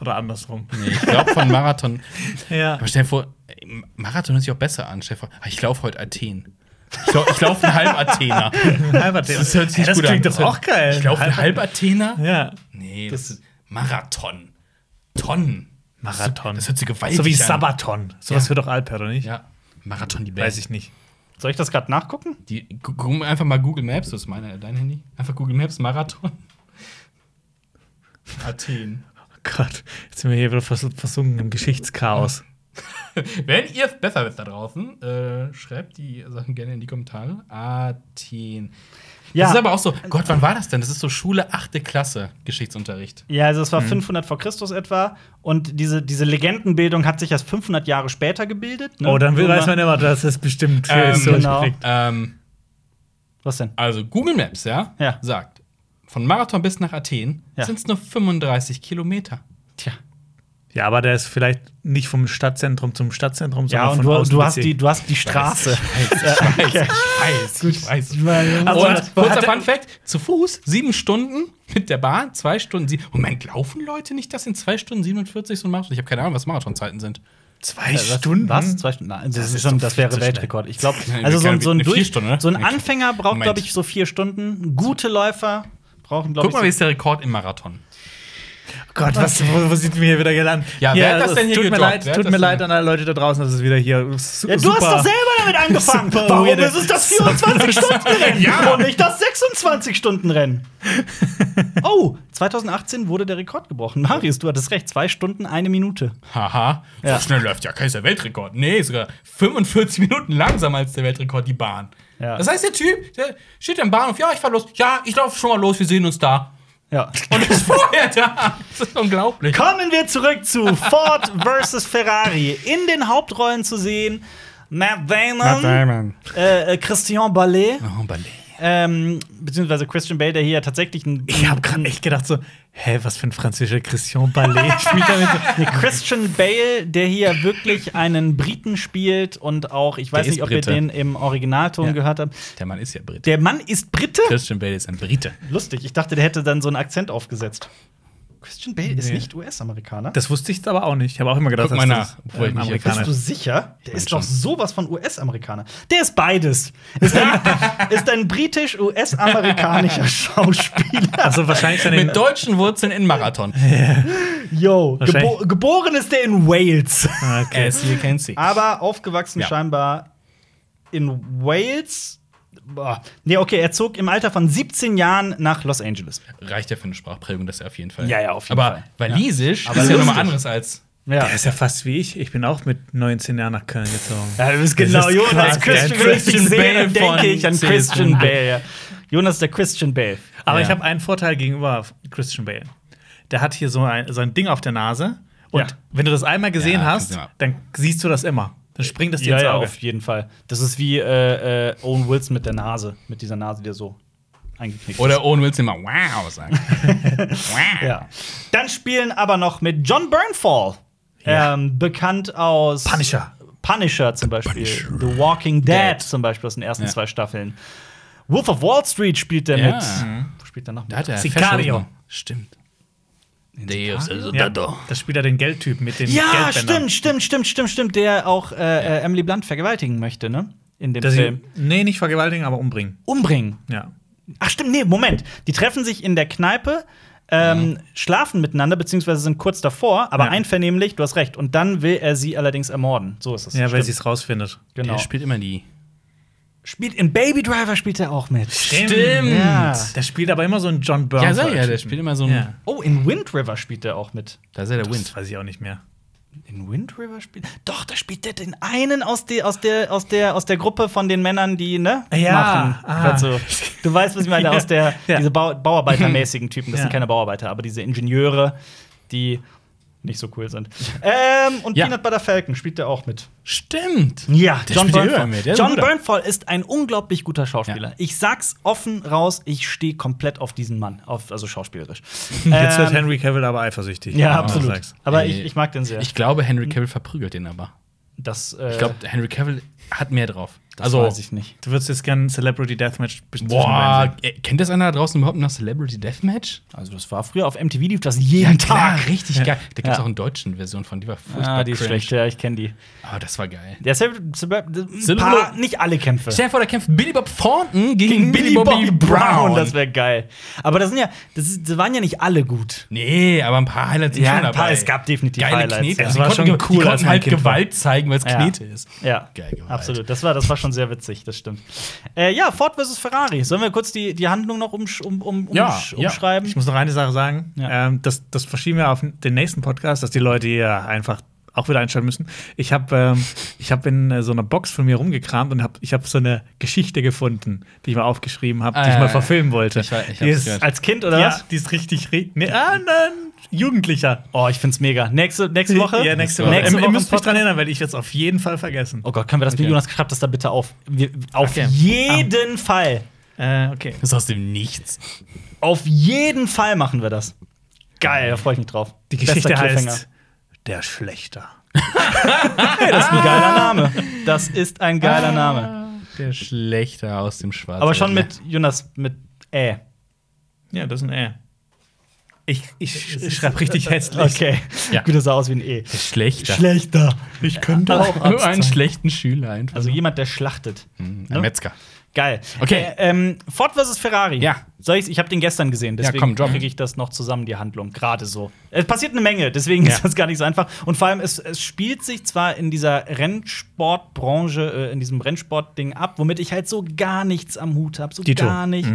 [SPEAKER 3] Oder andersrum.
[SPEAKER 2] Nee, ich glaube von Marathon.
[SPEAKER 3] Ja.
[SPEAKER 2] Aber stell dir vor, ey, Marathon hört sich auch besser an. Stell dir vor, ah, ich laufe heute Athen. Ich, lau ich laufe einen halb Athener.
[SPEAKER 3] Halber das
[SPEAKER 2] hört sich
[SPEAKER 3] das
[SPEAKER 2] gut an.
[SPEAKER 3] klingt doch auch geil.
[SPEAKER 2] Ich laufe einen halb Athener?
[SPEAKER 3] Ja.
[SPEAKER 2] Nee, das ist Marathon. Tonnen.
[SPEAKER 3] Marathon.
[SPEAKER 2] Das hört sich gewaltig
[SPEAKER 3] So wie
[SPEAKER 2] an.
[SPEAKER 3] Sabaton. Sowas
[SPEAKER 2] Ja.
[SPEAKER 3] wird doch Alper, oder nicht?
[SPEAKER 2] Ja, Marathon, die Band.
[SPEAKER 3] Weiß ich nicht.
[SPEAKER 1] Soll ich das gerade nachgucken?
[SPEAKER 2] Die, gu- gu- einfach mal Google Maps, das ist meine, dein Handy. Einfach Google Maps, Marathon. Athen.
[SPEAKER 3] Oh Gott, jetzt sind wir hier wieder vers versunken im Geschichtschaos.
[SPEAKER 2] Wenn ihr besser wisst da draußen, äh, schreibt die Sachen gerne in die Kommentare. Athen.
[SPEAKER 1] Ja.
[SPEAKER 2] Das ist aber auch so, Gott, wann war das denn? Das ist so Schule, achte Klasse, Geschichtsunterricht.
[SPEAKER 1] Ja, also es war 500 vor Christus etwa und diese, diese Legendenbildung hat sich erst 500 Jahre später gebildet. ne?
[SPEAKER 3] Oh, dann will-
[SPEAKER 1] Wo
[SPEAKER 3] weiß man immer, dass es bestimmt
[SPEAKER 2] Ähm,
[SPEAKER 3] so
[SPEAKER 1] genau.
[SPEAKER 3] gekriegt.
[SPEAKER 2] Ähm,
[SPEAKER 1] Was denn?
[SPEAKER 2] also Google Maps, ja,
[SPEAKER 1] Ja.
[SPEAKER 2] sagt, von Marathon bis nach Athen
[SPEAKER 1] Ja.
[SPEAKER 2] sind es nur 35 Kilometer.
[SPEAKER 1] Tja.
[SPEAKER 3] Ja, aber der ist vielleicht nicht vom Stadtzentrum zum Stadtzentrum,
[SPEAKER 1] Ja, und
[SPEAKER 3] sondern
[SPEAKER 1] du,
[SPEAKER 3] von
[SPEAKER 1] du, hast die,
[SPEAKER 3] bezirkt.
[SPEAKER 1] du hast die Straße.
[SPEAKER 2] Ich weiß, ich weiß, ich weiß.
[SPEAKER 1] Ich meine,
[SPEAKER 3] Also,
[SPEAKER 2] Und
[SPEAKER 3] wo hat
[SPEAKER 2] kurzer
[SPEAKER 3] der-
[SPEAKER 2] Fun-Fact: Zu Fuß sieben Stunden mit der Bahn, zwei Stunden. Sie Moment, laufen Leute nicht, dass in zwei Stunden 47 so ein Marathon? Ich habe keine Ahnung, was Marathonzeiten sind. Äh,
[SPEAKER 3] zwei
[SPEAKER 1] Äh, was-
[SPEAKER 3] Stunden.
[SPEAKER 1] Was? Zwei Stunden? Nein, das, ist
[SPEAKER 3] ist
[SPEAKER 1] schon,
[SPEAKER 3] doch
[SPEAKER 1] das wäre
[SPEAKER 3] viel zu schnell.
[SPEAKER 1] Weltrekord. Ich glaube,
[SPEAKER 2] Nein,
[SPEAKER 1] also so, ein-
[SPEAKER 2] keine-
[SPEAKER 1] so ein,
[SPEAKER 2] eine
[SPEAKER 1] durch,
[SPEAKER 2] Vierstunden, ne?
[SPEAKER 1] so ein
[SPEAKER 2] Eine-
[SPEAKER 1] Anfänger braucht,
[SPEAKER 2] Moment.
[SPEAKER 1] glaube ich, so vier Stunden. Gute Läufer brauchen, glaube
[SPEAKER 2] Guck
[SPEAKER 1] ich,
[SPEAKER 2] mal, wie
[SPEAKER 1] so
[SPEAKER 2] ist der Rekord im Marathon?
[SPEAKER 3] Gott, was, wo, wo sind wir hier wieder gelandet?
[SPEAKER 2] Ja, wer hat das denn hier
[SPEAKER 3] Tut mir
[SPEAKER 2] gedroppt?
[SPEAKER 3] leid,
[SPEAKER 2] Wer hat
[SPEAKER 3] tut
[SPEAKER 2] das
[SPEAKER 3] mir
[SPEAKER 2] denn-
[SPEAKER 3] leid an alle Leute da draußen, dass es wieder hier su-
[SPEAKER 1] Ja, du
[SPEAKER 3] super-
[SPEAKER 1] hast doch selber damit angefangen.
[SPEAKER 3] Super
[SPEAKER 1] Warum
[SPEAKER 3] weirde-
[SPEAKER 1] ist es das 24-Stunden-Rennen
[SPEAKER 2] Ja.
[SPEAKER 1] und nicht das 26-Stunden-Rennen? Oh, 2018 wurde der Rekord gebrochen. Marius, du hattest recht. Zwei Stunden, eine Minute.
[SPEAKER 2] Haha,
[SPEAKER 1] Ja.
[SPEAKER 2] so schnell läuft ja kein der Weltrekord. Nee, sogar 45 Minuten langsamer als der Weltrekord, die Bahn.
[SPEAKER 1] Ja.
[SPEAKER 2] Das heißt, der Typ, der steht am Bahnhof, ja, ich fahr los, ja, ich laufe schon mal los, wir sehen uns da.
[SPEAKER 1] Ja.
[SPEAKER 2] Und ist vorher da. Das ist unglaublich.
[SPEAKER 1] Kommen wir zurück zu Ford versus Ferrari. In den Hauptrollen zu sehen Matt Damon,
[SPEAKER 3] Ähm,
[SPEAKER 1] Äh, äh, Christian Ballet,
[SPEAKER 2] Oh, Ballet.
[SPEAKER 1] ähm, beziehungsweise Christian Bale, der hier tatsächlich einen
[SPEAKER 3] Ich habe gerade echt gedacht so, hä, was für ein französischer Christian Ballet spielt damit so.
[SPEAKER 1] Nee, Christian Bale, der hier wirklich einen Briten spielt und auch, ich weiß
[SPEAKER 2] Der ist
[SPEAKER 1] nicht, ob
[SPEAKER 2] Brite.
[SPEAKER 1] ihr den im Originalton
[SPEAKER 2] Ja.
[SPEAKER 1] gehört habt.
[SPEAKER 2] Der Mann ist ja Brite.
[SPEAKER 1] Der Mann ist Brite?
[SPEAKER 2] Christian Bale ist ein Brite.
[SPEAKER 1] Lustig, ich dachte, der hätte dann so einen Akzent aufgesetzt. Christian Bale ist
[SPEAKER 2] Nee.
[SPEAKER 1] nicht US-Amerikaner.
[SPEAKER 3] Das wusste ich jetzt aber auch nicht. Ich habe auch immer gedacht,
[SPEAKER 2] Guck mal
[SPEAKER 3] das
[SPEAKER 2] nach, obwohl ich
[SPEAKER 3] ähm,
[SPEAKER 2] mich hier
[SPEAKER 1] Bist
[SPEAKER 3] Amerikaner
[SPEAKER 1] du
[SPEAKER 3] ist.
[SPEAKER 1] sicher? Der ist doch
[SPEAKER 2] schon.
[SPEAKER 1] sowas von US-Amerikaner. Der ist beides. Ist ein, ist ein britisch-US-amerikanischer Schauspieler.
[SPEAKER 3] Also wahrscheinlich dann in,
[SPEAKER 2] Mit deutschen Wurzeln in Marathon.
[SPEAKER 1] Yo,
[SPEAKER 3] Wahrscheinlich-
[SPEAKER 1] gebo geboren ist der in Wales.
[SPEAKER 3] Ah, okay.
[SPEAKER 2] As you can see.
[SPEAKER 1] Aber aufgewachsen
[SPEAKER 2] Ja.
[SPEAKER 1] scheinbar in Wales. Boah. Nee, okay, er zog im Alter von 17 Jahren nach Los Angeles.
[SPEAKER 2] Reicht ja für eine Sprachprägung, das ist ja auf jeden Fall.
[SPEAKER 1] Ja, ja, auf jeden
[SPEAKER 2] Aber
[SPEAKER 1] Fall.
[SPEAKER 2] walisisch
[SPEAKER 1] Aber
[SPEAKER 2] ist ja nochmal
[SPEAKER 1] lustig.
[SPEAKER 2] anderes als.
[SPEAKER 1] Ja.
[SPEAKER 3] Der ist ja fast wie ich. Ich bin auch mit 19 Jahren nach Köln gezogen.
[SPEAKER 1] Ja, du bist
[SPEAKER 3] genau
[SPEAKER 1] genau Jonas.
[SPEAKER 3] Jonas.
[SPEAKER 1] Christian,
[SPEAKER 2] Der
[SPEAKER 1] wenn ich dich
[SPEAKER 2] Christian
[SPEAKER 1] sehe,
[SPEAKER 2] Bale
[SPEAKER 1] dann denke
[SPEAKER 2] von
[SPEAKER 1] ich an
[SPEAKER 2] CSU.
[SPEAKER 1] Christian Bale. Ja. Jonas, der Christian Bale.
[SPEAKER 3] Aber
[SPEAKER 2] Ja.
[SPEAKER 3] ich habe einen Vorteil gegenüber Christian Bale. Der hat hier so ein, so ein Ding auf der Nase. Und
[SPEAKER 1] Ja.
[SPEAKER 3] wenn du das einmal gesehen
[SPEAKER 2] Ja, kannst
[SPEAKER 3] hast,
[SPEAKER 2] du mal.
[SPEAKER 3] dann siehst du das immer. Dann springt das dir
[SPEAKER 1] Ja,
[SPEAKER 3] ins
[SPEAKER 1] ja,
[SPEAKER 3] Auge.
[SPEAKER 1] auf jeden Fall. Das ist wie äh, äh, Owen Wilson mit der Nase, mit dieser Nase, die er so eingeknickt ist.
[SPEAKER 2] Oder Owen Wilson immer wow sagen. wow.
[SPEAKER 1] Ja. Dann spielen aber noch mit John Burnfall.
[SPEAKER 3] Ja.
[SPEAKER 1] Ähm, bekannt aus
[SPEAKER 3] Punisher.
[SPEAKER 1] Punisher zum Beispiel. The Walking Dead,
[SPEAKER 2] Dead.
[SPEAKER 1] zum Beispiel aus den ersten
[SPEAKER 2] Ja.
[SPEAKER 1] zwei Staffeln. Wolf of Wall Street spielt der
[SPEAKER 2] Ja.
[SPEAKER 1] mit. Wo spielt er noch mit?
[SPEAKER 2] Da hat er
[SPEAKER 3] Sicario.
[SPEAKER 2] Fashion- Stimmt. also Deus
[SPEAKER 3] Ja,
[SPEAKER 2] Soldado.
[SPEAKER 3] das spielt er den Geldtypen mit den
[SPEAKER 1] ja,
[SPEAKER 3] Geldbändern.
[SPEAKER 1] stimmt, stimmt, stimmt, stimmt, stimmt. Der auch äh, äh, Emily Blunt vergewaltigen möchte, ne? In dem
[SPEAKER 3] Dass sie,
[SPEAKER 1] Film.
[SPEAKER 3] nee, nicht vergewaltigen, aber umbringen.
[SPEAKER 1] Umbringen.
[SPEAKER 3] Ja.
[SPEAKER 1] Ach stimmt, nee, Moment. Die treffen sich in der Kneipe, ähm, schlafen miteinander, beziehungsweise sind kurz davor, aber
[SPEAKER 3] Ja.
[SPEAKER 1] einvernehmlich, du hast recht. Und dann will er sie allerdings ermorden. So ist es.
[SPEAKER 3] Ja, weil
[SPEAKER 1] Stimmt.
[SPEAKER 3] sie es rausfindet.
[SPEAKER 1] genau.
[SPEAKER 2] Der spielt immer die.
[SPEAKER 1] spielt in Baby Driver spielt er auch mit.
[SPEAKER 2] Stimmt.
[SPEAKER 1] Ja.
[SPEAKER 3] Der spielt aber immer so einen John Burns.
[SPEAKER 2] Ja, sei ja, der spielt immer so ein.
[SPEAKER 3] Ja.
[SPEAKER 1] Oh, in Wind River spielt er auch mit.
[SPEAKER 2] Da ist ja der
[SPEAKER 3] Das
[SPEAKER 2] Wind.
[SPEAKER 3] weiß ich auch nicht mehr.
[SPEAKER 1] In Wind River spielt. Doch, da spielt er den einen aus der aus der aus der aus der Gruppe von den Männern, die ne
[SPEAKER 3] Ja,
[SPEAKER 1] machen.
[SPEAKER 3] ah.
[SPEAKER 1] Also, du weißt, was ich meine aus der
[SPEAKER 3] Ja.
[SPEAKER 1] diese Bau Bauarbeitermäßigen Typen. Das
[SPEAKER 3] Ja.
[SPEAKER 1] sind keine Bauarbeiter, aber diese Ingenieure, die nicht so cool sind. Ähm, und
[SPEAKER 2] Ja.
[SPEAKER 1] Peanut Butter Falcon spielt er auch mit.
[SPEAKER 2] Stimmt.
[SPEAKER 1] Ja,
[SPEAKER 2] Der
[SPEAKER 1] John
[SPEAKER 2] spielt ja
[SPEAKER 1] Burnfall.
[SPEAKER 2] immer mit, der ist ein
[SPEAKER 1] John
[SPEAKER 2] guter.
[SPEAKER 1] Burnfall ist ein unglaublich guter Schauspieler.
[SPEAKER 2] Ja.
[SPEAKER 1] Ich sag's offen raus, ich stehe komplett auf diesen Mann, auf, also schauspielerisch.
[SPEAKER 3] Jetzt wird
[SPEAKER 1] Ähm,
[SPEAKER 3] Henry Cavill aber eifersüchtig.
[SPEAKER 1] ja,
[SPEAKER 3] wenn du das
[SPEAKER 1] absolut.
[SPEAKER 3] sagst.
[SPEAKER 1] Aber
[SPEAKER 2] Nee.
[SPEAKER 1] ich, ich mag den sehr.
[SPEAKER 2] Äh,
[SPEAKER 1] Hm?
[SPEAKER 2] Ich glaube, Henry Cavill verprügelt den aber.
[SPEAKER 1] das, äh,
[SPEAKER 2] Ich glaube, Henry Cavill hat mehr drauf.
[SPEAKER 1] das
[SPEAKER 2] also,
[SPEAKER 1] weiß ich nicht.
[SPEAKER 3] Du würdest jetzt gerne ein Celebrity Deathmatch zwischen beiden sehen.
[SPEAKER 2] boah, äh, kennt das einer da draußen überhaupt noch Celebrity Deathmatch?
[SPEAKER 1] Also das war früher auf MTV lief das jeden
[SPEAKER 2] Klar,
[SPEAKER 1] Tag.
[SPEAKER 2] richtig geil. Da gibt es
[SPEAKER 1] Ja.
[SPEAKER 2] auch eine deutschen Version von, die war furchtbar
[SPEAKER 1] Ah, die ist
[SPEAKER 2] cringe.
[SPEAKER 1] schlecht, ja, ich kenne die.
[SPEAKER 2] Aber das war geil.
[SPEAKER 1] Der Celeb Celeb ein
[SPEAKER 2] Celeb-
[SPEAKER 1] paar, nicht alle Kämpfe.
[SPEAKER 2] Stell dir vor, da kämpft Billy Bob Thornton
[SPEAKER 1] Gegen
[SPEAKER 2] gegen, Billy Bobby, Brown.
[SPEAKER 1] das wäre geil. Aber das sind ja, das, ist, das waren ja nicht alle gut.
[SPEAKER 2] nee, aber ein paar Highlights sind
[SPEAKER 1] Ja,
[SPEAKER 2] schon
[SPEAKER 1] ein paar,
[SPEAKER 2] dabei.
[SPEAKER 1] es gab definitiv
[SPEAKER 2] Geile
[SPEAKER 1] Highlights.
[SPEAKER 2] Knete.
[SPEAKER 1] Ja.
[SPEAKER 3] Das
[SPEAKER 2] Die
[SPEAKER 3] war
[SPEAKER 2] konnten
[SPEAKER 3] schon
[SPEAKER 2] ge-
[SPEAKER 3] cool,
[SPEAKER 2] Die
[SPEAKER 3] als
[SPEAKER 2] konnten
[SPEAKER 3] man
[SPEAKER 2] halt
[SPEAKER 3] Kind war.
[SPEAKER 2] Gewalt zeigen, weil es
[SPEAKER 1] Ja.
[SPEAKER 2] Knete ist.
[SPEAKER 1] Ja,
[SPEAKER 2] Geil, Gewalt.
[SPEAKER 1] absolut. Das war, das war schon sehr witzig, das stimmt. Äh, ja, Ford vs. Ferrari. Sollen wir kurz die, die Handlung noch umsch um, um,
[SPEAKER 2] Ja,
[SPEAKER 1] umsch
[SPEAKER 2] ja.
[SPEAKER 1] umschreiben?
[SPEAKER 3] Ich muss noch eine Sache sagen.
[SPEAKER 1] Ja.
[SPEAKER 3] Ähm, das, das verschieben wir auf den nächsten Podcast, dass die Leute hier einfach auch wieder einschalten müssen. Ich habe ähm, ich hab in äh, so einer Box von mir rumgekramt und hab, ich habe so eine Geschichte gefunden, die ich mal aufgeschrieben habe, die ich
[SPEAKER 2] Ah,
[SPEAKER 3] mal
[SPEAKER 2] ja,
[SPEAKER 3] verfilmen wollte.
[SPEAKER 2] Ich weiß, ich hab's
[SPEAKER 3] die, ist,
[SPEAKER 2] gehört.
[SPEAKER 1] Als Kind oder
[SPEAKER 3] ja,
[SPEAKER 1] was?
[SPEAKER 3] die ist richtig. re- Nee, ah, nein, Jugendlicher.
[SPEAKER 1] Oh, ich find's mega. Nächste, nächste Woche?
[SPEAKER 3] Ja, nächste Woche.
[SPEAKER 1] Nächste
[SPEAKER 3] Ähm,
[SPEAKER 1] Woche
[SPEAKER 3] ihr müsst
[SPEAKER 1] im
[SPEAKER 3] mich dran erinnern, weil ich werde es auf jeden Fall vergessen.
[SPEAKER 1] Oh Gott, können wir das mit
[SPEAKER 2] Okay.
[SPEAKER 1] Jonas schreibt das da bitte auf. Wir, auf
[SPEAKER 3] Okay.
[SPEAKER 1] jeden Fall.
[SPEAKER 3] Äh, okay.
[SPEAKER 2] Das ist aus dem Nichts.
[SPEAKER 1] Auf jeden Fall machen wir das. Geil, da freue ich mich drauf.
[SPEAKER 3] Die
[SPEAKER 1] Bester
[SPEAKER 3] Geschichte
[SPEAKER 1] Cliffhanger.
[SPEAKER 3] heißt der Schlechter.
[SPEAKER 1] Das
[SPEAKER 3] Ah!
[SPEAKER 1] ist ein geiler Name. Das ist ein geiler Name.
[SPEAKER 2] Der Schlechter aus dem Schwarzen.
[SPEAKER 1] Aber schon mit Jonas mit Ä.
[SPEAKER 3] Ja, das ist ein
[SPEAKER 1] Äh.
[SPEAKER 3] Ä. Ich, ich schreibe richtig hässlich.
[SPEAKER 1] Okay.
[SPEAKER 2] Ja.
[SPEAKER 1] Gut, das sah aus wie ein E.
[SPEAKER 2] Schlechter.
[SPEAKER 1] Schlechter.
[SPEAKER 3] Ich könnte
[SPEAKER 1] auch
[SPEAKER 2] Nur einen schlechten Schüler einfach.
[SPEAKER 1] Also jemand, der schlachtet.
[SPEAKER 2] Hm,
[SPEAKER 1] Ne?
[SPEAKER 2] ein Metzger.
[SPEAKER 1] Geil.
[SPEAKER 2] Okay.
[SPEAKER 1] Äh, ähm, Ford vs. Ferrari.
[SPEAKER 2] Ja.
[SPEAKER 1] Soll ich's? Ich habe den gestern gesehen, deswegen
[SPEAKER 2] komm, drop.
[SPEAKER 1] kriege ich das noch zusammen, die Handlung. Gerade so. Es passiert eine Menge, deswegen
[SPEAKER 2] Ja.
[SPEAKER 1] ist das gar nicht so einfach. Und vor allem, es, es spielt sich zwar in dieser Rennsportbranche, äh, in diesem Rennsportding ab, womit ich halt so gar nichts am Hut habe. So
[SPEAKER 3] Dito.
[SPEAKER 1] gar nicht.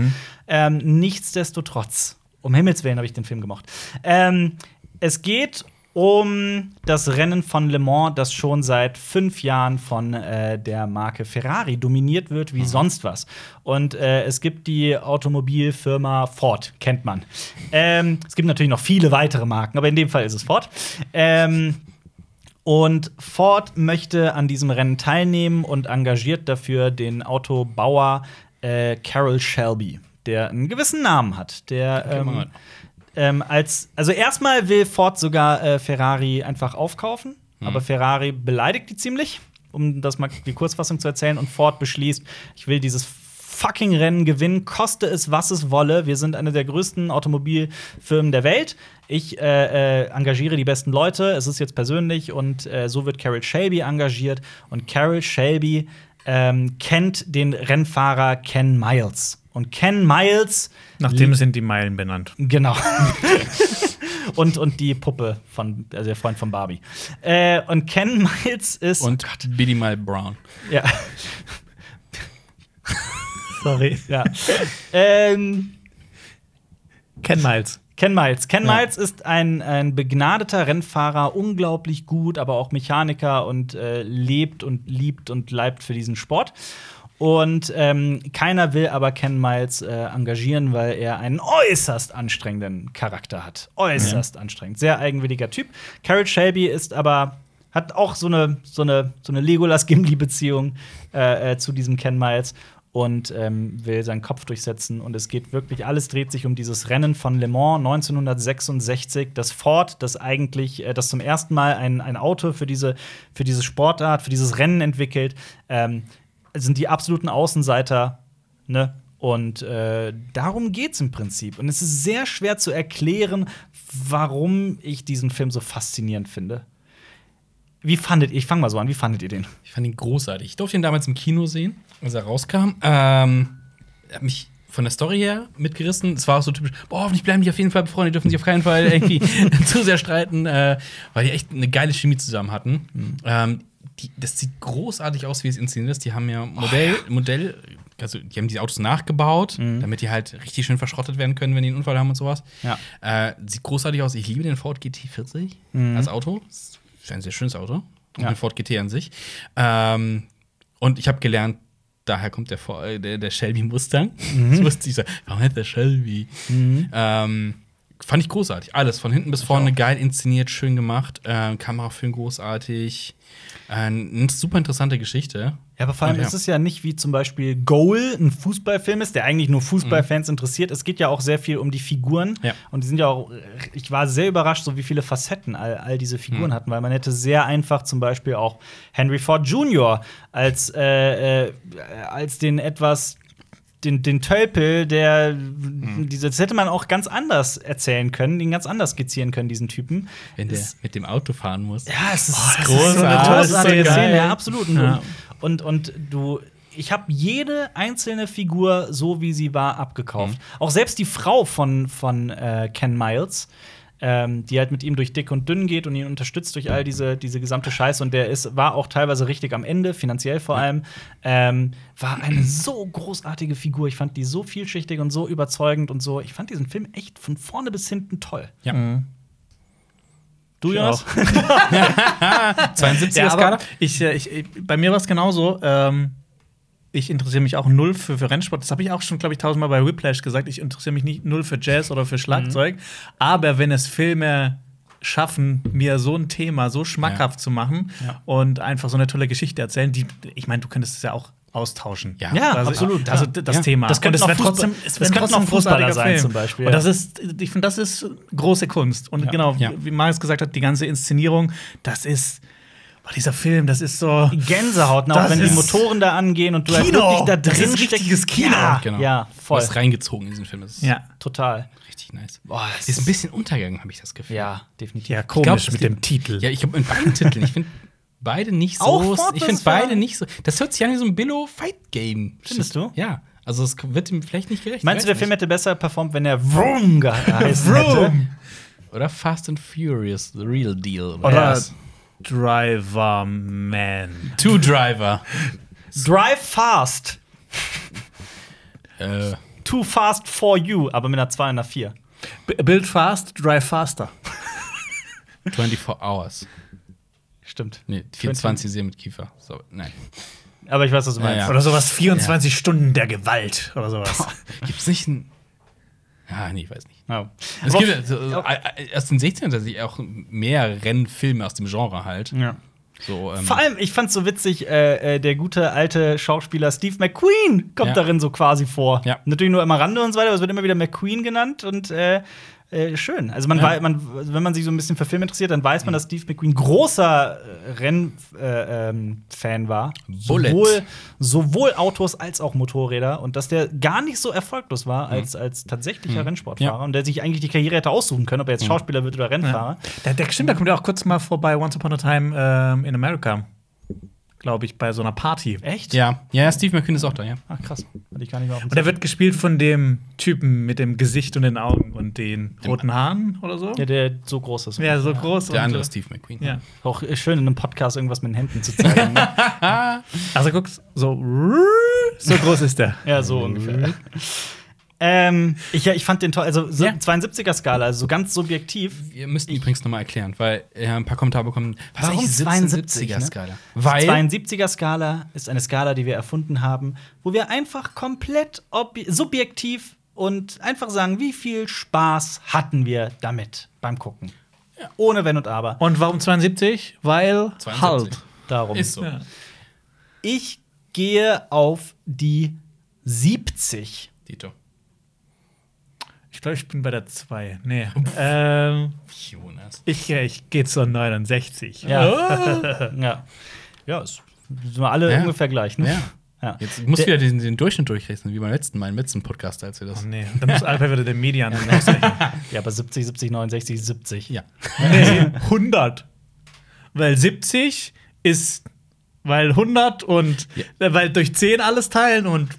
[SPEAKER 1] Ähm, nichtsdestotrotz, um Himmels Willen habe ich den Film gemocht. Ähm, es geht um das Rennen von Le Mans, das schon seit fünf Jahren von äh, der Marke Ferrari dominiert wird wie sonst was. Und äh, es gibt die Automobilfirma Ford, kennt man. Ähm, es gibt natürlich noch viele weitere Marken, aber in dem Fall ist es Ford. Ähm, und Ford möchte an diesem Rennen teilnehmen und engagiert dafür den Autobauer äh, Carroll Shelby, der einen gewissen Namen hat. Der ähm,
[SPEAKER 2] Mann.
[SPEAKER 1] ähm, als also erstmal will Ford sogar äh, Ferrari einfach aufkaufen, aber Ferrari beleidigt die ziemlich, um das mal die Kurzfassung zu erzählen. Und Ford beschließt, ich will dieses fucking Rennen gewinnen, koste es, was es wolle. Wir sind eine der größten Automobilfirmen der Welt. Ich äh, äh, engagiere die besten Leute. Es ist jetzt persönlich und äh, so wird Carol Shelby engagiert. Und Carol Shelby ähm, kennt den Rennfahrer Ken Miles. Und Ken Miles
[SPEAKER 3] Nachdem sind die Meilen benannt.
[SPEAKER 1] Genau. und, und die Puppe von, also der Freund von Barbie. Äh, und Ken Miles ist.
[SPEAKER 2] Und Billy Mal Brown.
[SPEAKER 1] Ja. Sorry. Ja. ähm,
[SPEAKER 3] Ken Miles.
[SPEAKER 1] Ken Miles. Ken Miles ist ein, ein begnadeter Rennfahrer, unglaublich gut, aber auch Mechaniker und äh, lebt und liebt und leibt für diesen Sport. Und ähm, keiner will aber Ken Miles äh, engagieren, weil er einen äußerst anstrengenden Charakter hat. Äußerst anstrengend. Sehr eigenwilliger Typ. Carol Shelby ist aber hat auch so eine, so eine, so eine Legolas-Gimli-Beziehung äh, äh, zu diesem Ken Miles und ähm, will seinen Kopf durchsetzen. Und es geht wirklich, alles dreht sich um dieses Rennen von Le Mans 1966, das Ford, das eigentlich, äh, das zum ersten Mal ein, ein Auto für diese, für diese Sportart, für dieses Rennen entwickelt, ähm, sind die absoluten Außenseiter, ne? Und äh, darum geht's im Prinzip. Und es ist sehr schwer zu erklären, warum ich diesen Film so faszinierend finde. Wie fandet ihr, ich fang mal so an, wie fandet ihr den?
[SPEAKER 2] Ich fand ihn großartig. Ich durfte ihn damals im Kino sehen, als er rauskam. Ähm, er hat mich von der Story her mitgerissen. Es war auch so typisch, boah, hoffentlich bleiben die auf jeden Fall befreundet, die dürfen sich auf keinen Fall irgendwie zu sehr streiten, äh, weil die echt eine geile Chemie zusammen hatten. Ähm, die, das sieht großartig aus, wie es inszeniert ist. Die haben ja Modell, Modell, also die haben die Autos nachgebaut, damit die halt richtig schön verschrottet werden können, wenn die einen Unfall haben und sowas.
[SPEAKER 1] Mhm. Ja.
[SPEAKER 2] Äh, sieht großartig aus. Ich liebe den Ford GT40 als Auto. Ist ein sehr schönes Auto. Und
[SPEAKER 1] Mhm. Ja.
[SPEAKER 2] den Ford GT an sich. Ähm, und ich habe gelernt, daher kommt der, Ford- äh, der, der Shelby Mustang.
[SPEAKER 1] Mhm.
[SPEAKER 2] Das wusste ich so. Warum hat der Shelby? Ähm, fand ich großartig. Alles von hinten bis vorne geil inszeniert, schön gemacht. Ähm, Kamerafilm großartig. Äh, eine super interessante Geschichte.
[SPEAKER 1] Ja, aber vor allem
[SPEAKER 2] Ja.
[SPEAKER 1] ist es ja nicht wie zum Beispiel Goal, ein Fußballfilm ist, der eigentlich nur Fußballfans interessiert. Es geht ja auch sehr viel um die Figuren.
[SPEAKER 2] Ja.
[SPEAKER 1] Und die sind Mhm. ja auch, ich war sehr überrascht, so wie viele Facetten all, all diese Figuren hatten, weil man hätte sehr einfach zum Beispiel auch Henry Ford Jr. als, äh, äh, als den etwas den, den Tölpel, der diese, das hätte man auch ganz anders erzählen können, ihn ganz anders skizzieren können, diesen Typen.
[SPEAKER 2] Wenn der
[SPEAKER 1] Es-
[SPEAKER 2] mit dem Auto fahren muss.
[SPEAKER 1] ja, es ist,
[SPEAKER 3] das
[SPEAKER 1] großartig.
[SPEAKER 2] ist so eine
[SPEAKER 1] großartige
[SPEAKER 3] großartige
[SPEAKER 1] Szene,
[SPEAKER 3] Szene.
[SPEAKER 1] ja, absolut. Und,
[SPEAKER 3] Ja.
[SPEAKER 1] und, und du, ich habe jede einzelne Figur, so wie sie war, abgekauft. Auch selbst die Frau von, von äh, Ken Miles. Ähm, die halt mit ihm durch dick und dünn geht und ihn unterstützt durch all diese, diese gesamte Scheiße. Und der ist, war auch teilweise richtig am Ende, finanziell vor allem. Ähm, war eine so großartige Figur. Ich fand die so vielschichtig und so überzeugend und so. Ich fand diesen Film echt von vorne bis hinten toll.
[SPEAKER 2] Ja.
[SPEAKER 1] Mhm. Du,
[SPEAKER 3] Ich
[SPEAKER 1] Jonas?
[SPEAKER 3] auch.
[SPEAKER 2] 72er
[SPEAKER 3] Ja,
[SPEAKER 2] Skala.
[SPEAKER 3] aber ich, äh, ich, ich- bei mir war es genauso. Ähm, ich interessiere mich auch null für, für Rennsport. Das habe ich auch schon, glaube ich, tausendmal bei Whiplash gesagt. Ich interessiere mich nicht null für Jazz oder für Schlagzeug.
[SPEAKER 1] Mhm.
[SPEAKER 3] Aber wenn es Filme schaffen, mir so ein Thema so schmackhaft zu machen
[SPEAKER 2] Ja.
[SPEAKER 3] und einfach so eine tolle Geschichte erzählen, die, ich meine, du könntest es ja auch austauschen.
[SPEAKER 2] Ja.
[SPEAKER 1] Ja,
[SPEAKER 3] also,
[SPEAKER 1] absolut.
[SPEAKER 3] Also
[SPEAKER 1] ja.
[SPEAKER 3] das
[SPEAKER 1] Ja.
[SPEAKER 3] Thema.
[SPEAKER 1] Das könnte
[SPEAKER 3] Und es
[SPEAKER 1] noch
[SPEAKER 3] wär
[SPEAKER 1] Fußball-
[SPEAKER 3] trotzdem,
[SPEAKER 1] das
[SPEAKER 3] es wär
[SPEAKER 1] könnte
[SPEAKER 3] trotzdem
[SPEAKER 1] noch
[SPEAKER 3] ein großartiger
[SPEAKER 1] Fußballer sein,
[SPEAKER 3] Film.
[SPEAKER 1] zum Beispiel,
[SPEAKER 3] Und
[SPEAKER 1] ja.
[SPEAKER 3] das ist, ich finde, das ist große Kunst. Und genau,
[SPEAKER 2] Ja.
[SPEAKER 3] wie Marius gesagt hat, die ganze Inszenierung, das ist, boah, dieser Film, das ist so.
[SPEAKER 1] Gänsehaut, ne, auch
[SPEAKER 3] Das
[SPEAKER 1] wenn die
[SPEAKER 3] ist
[SPEAKER 1] Motoren da angehen und du halt
[SPEAKER 3] Kino.
[SPEAKER 1] wirklich da
[SPEAKER 3] Das
[SPEAKER 1] drin
[SPEAKER 3] ist richtiges
[SPEAKER 1] steckst.
[SPEAKER 3] Kino.
[SPEAKER 1] Ja,
[SPEAKER 2] Genau.
[SPEAKER 1] Ah, ja voll.
[SPEAKER 2] Du hast reingezogen in diesen Film. Das ist
[SPEAKER 3] Ja,
[SPEAKER 1] Total.
[SPEAKER 2] richtig nice.
[SPEAKER 1] Boah, es
[SPEAKER 2] Ist ein bisschen Untergang, habe ich das Gefühl.
[SPEAKER 1] Ja, definitiv.
[SPEAKER 3] ja
[SPEAKER 2] Ich glaub,
[SPEAKER 3] komisch
[SPEAKER 2] es
[SPEAKER 3] mit
[SPEAKER 2] gibt-
[SPEAKER 3] dem Titel.
[SPEAKER 2] Ja, ich habe in beiden Titeln. Ich finde beide nicht so.
[SPEAKER 1] Auch Ford
[SPEAKER 2] ich finde
[SPEAKER 1] vs. Ferrari?
[SPEAKER 2] beide nicht so. Das hört sich an wie so ein Billo-Fight-Game.
[SPEAKER 1] Findest du?
[SPEAKER 2] Ja. Also, es wird ihm vielleicht nicht gerecht.
[SPEAKER 1] Meinst du, der
[SPEAKER 2] Weiß
[SPEAKER 1] Film
[SPEAKER 2] nicht.
[SPEAKER 1] hätte besser performt, wenn er Vroom geheißen hätte?
[SPEAKER 3] Vroom.
[SPEAKER 2] Oder Fast and Furious, The Real Deal.
[SPEAKER 3] Oder
[SPEAKER 2] was?
[SPEAKER 3] Driver Man.
[SPEAKER 2] Two Driver.
[SPEAKER 1] Drive Fast.
[SPEAKER 2] äh,
[SPEAKER 1] Too Fast for You, aber mit einer 2 und einer 4.
[SPEAKER 3] B build fast, drive faster.
[SPEAKER 2] 24 Hours.
[SPEAKER 1] Stimmt.
[SPEAKER 2] Nee, 24 sehen mit Kiefer. So, nein.
[SPEAKER 1] Aber ich weiß, was du meinst.
[SPEAKER 2] Ja.
[SPEAKER 3] Oder sowas 24 Stunden der Gewalt oder sowas.
[SPEAKER 2] Gibt's nicht ein. Ah, nee, ich weiß nicht.
[SPEAKER 1] Ja.
[SPEAKER 2] Es
[SPEAKER 1] Aber-
[SPEAKER 2] gibt äh, so, äh, aus den 16 tatsächlich auch mehr Rennfilme aus dem Genre halt.
[SPEAKER 1] ja.
[SPEAKER 2] So, ähm,
[SPEAKER 1] Vor allem, ich fand's so witzig, äh, äh, der gute alte Schauspieler Steve McQueen kommt
[SPEAKER 2] Ja.
[SPEAKER 1] darin so quasi vor.
[SPEAKER 2] Ja.
[SPEAKER 1] Natürlich nur am Rande und so weiter, aber es wird immer wieder McQueen genannt und äh, äh, schön. Also man,
[SPEAKER 2] Ja.
[SPEAKER 1] wei- man, wenn man sich so ein bisschen für Film interessiert, dann weiß man, dass Steve McQueen großer Rennfan äh, ähm, Fan war.
[SPEAKER 2] Bullet.
[SPEAKER 1] Sowohl, sowohl Autos als auch Motorräder und dass der gar nicht so erfolglos war als, als tatsächlicher Rennsportfahrer
[SPEAKER 2] Mhm. Ja. Mhm.
[SPEAKER 1] und der sich eigentlich die Karriere hätte aussuchen können, ob er jetzt Schauspieler wird oder Rennfahrer.
[SPEAKER 3] Der, der, stimmt, da kommt ja auch kurz mal vorbei Once Upon a Time ähm, in America. Glaube ich, bei so einer Party.
[SPEAKER 1] Echt?
[SPEAKER 2] Ja. ja, Steve McQueen ist auch da, ja.
[SPEAKER 1] Ach krass, hatte ich gar nicht mehr auf dem
[SPEAKER 3] Und er wird gespielt von dem Typen mit dem Gesicht und den Augen und den
[SPEAKER 2] Dem-
[SPEAKER 3] roten Haaren oder so.
[SPEAKER 1] Ja, der so groß ist.
[SPEAKER 3] Ja, so groß.
[SPEAKER 2] Der
[SPEAKER 3] und,
[SPEAKER 2] andere
[SPEAKER 3] äh,
[SPEAKER 2] Steve McQueen.
[SPEAKER 3] Ja.
[SPEAKER 1] Auch äh, schön in einem Podcast irgendwas mit den Händen zu zeigen. ne?
[SPEAKER 3] Also guck, so, so groß ist der.
[SPEAKER 1] ja, so
[SPEAKER 2] Mhm.
[SPEAKER 1] ungefähr. ähm, ich, ja, ich fand den toll. Also so
[SPEAKER 2] Ja.
[SPEAKER 1] 72er-Skala, also so ganz subjektiv.
[SPEAKER 2] Wir müssten übrigens nochmal erklären, weil äh, ein paar Kommentare bekommen. Was
[SPEAKER 1] Warum
[SPEAKER 2] ist
[SPEAKER 1] 72,
[SPEAKER 2] 72er
[SPEAKER 1] ne?
[SPEAKER 2] Skala? Weil
[SPEAKER 1] 72er-Skala ist eine Skala, die wir erfunden haben, wo wir einfach komplett ob- subjektiv und einfach sagen, wie viel Spaß hatten wir damit beim Gucken. Ohne Wenn und Aber.
[SPEAKER 3] Und warum 72? Weil
[SPEAKER 2] 72.
[SPEAKER 3] halt.
[SPEAKER 1] Darum.
[SPEAKER 2] ist so.
[SPEAKER 3] Ja.
[SPEAKER 1] Ich gehe auf die 70.
[SPEAKER 2] Dito.
[SPEAKER 3] Ich glaube, ich bin bei der 2. Nee. ähm,
[SPEAKER 2] Jonas.
[SPEAKER 3] ich äh, ich gehe zur 69.
[SPEAKER 1] Ja. ja. Ja, ist, sind wir alle
[SPEAKER 2] Ja.
[SPEAKER 1] ungefähr gleich, ne?
[SPEAKER 2] Ja.
[SPEAKER 1] Ja.
[SPEAKER 2] Jetzt musst du
[SPEAKER 1] Der-
[SPEAKER 2] wieder den, den Durchschnitt durchrechnen, wie beim letzten Mal im letzten Podcast, als wir
[SPEAKER 3] Oh
[SPEAKER 2] das.
[SPEAKER 3] nee, dann muss Alper wieder den Median ausrechnen.
[SPEAKER 1] Ja, aber 70, 70, 69, 70.
[SPEAKER 2] Ja.
[SPEAKER 3] Nee, 100. Weil 70 ist, weil 100 und
[SPEAKER 2] Ja.
[SPEAKER 3] äh, weil durch 10 alles teilen und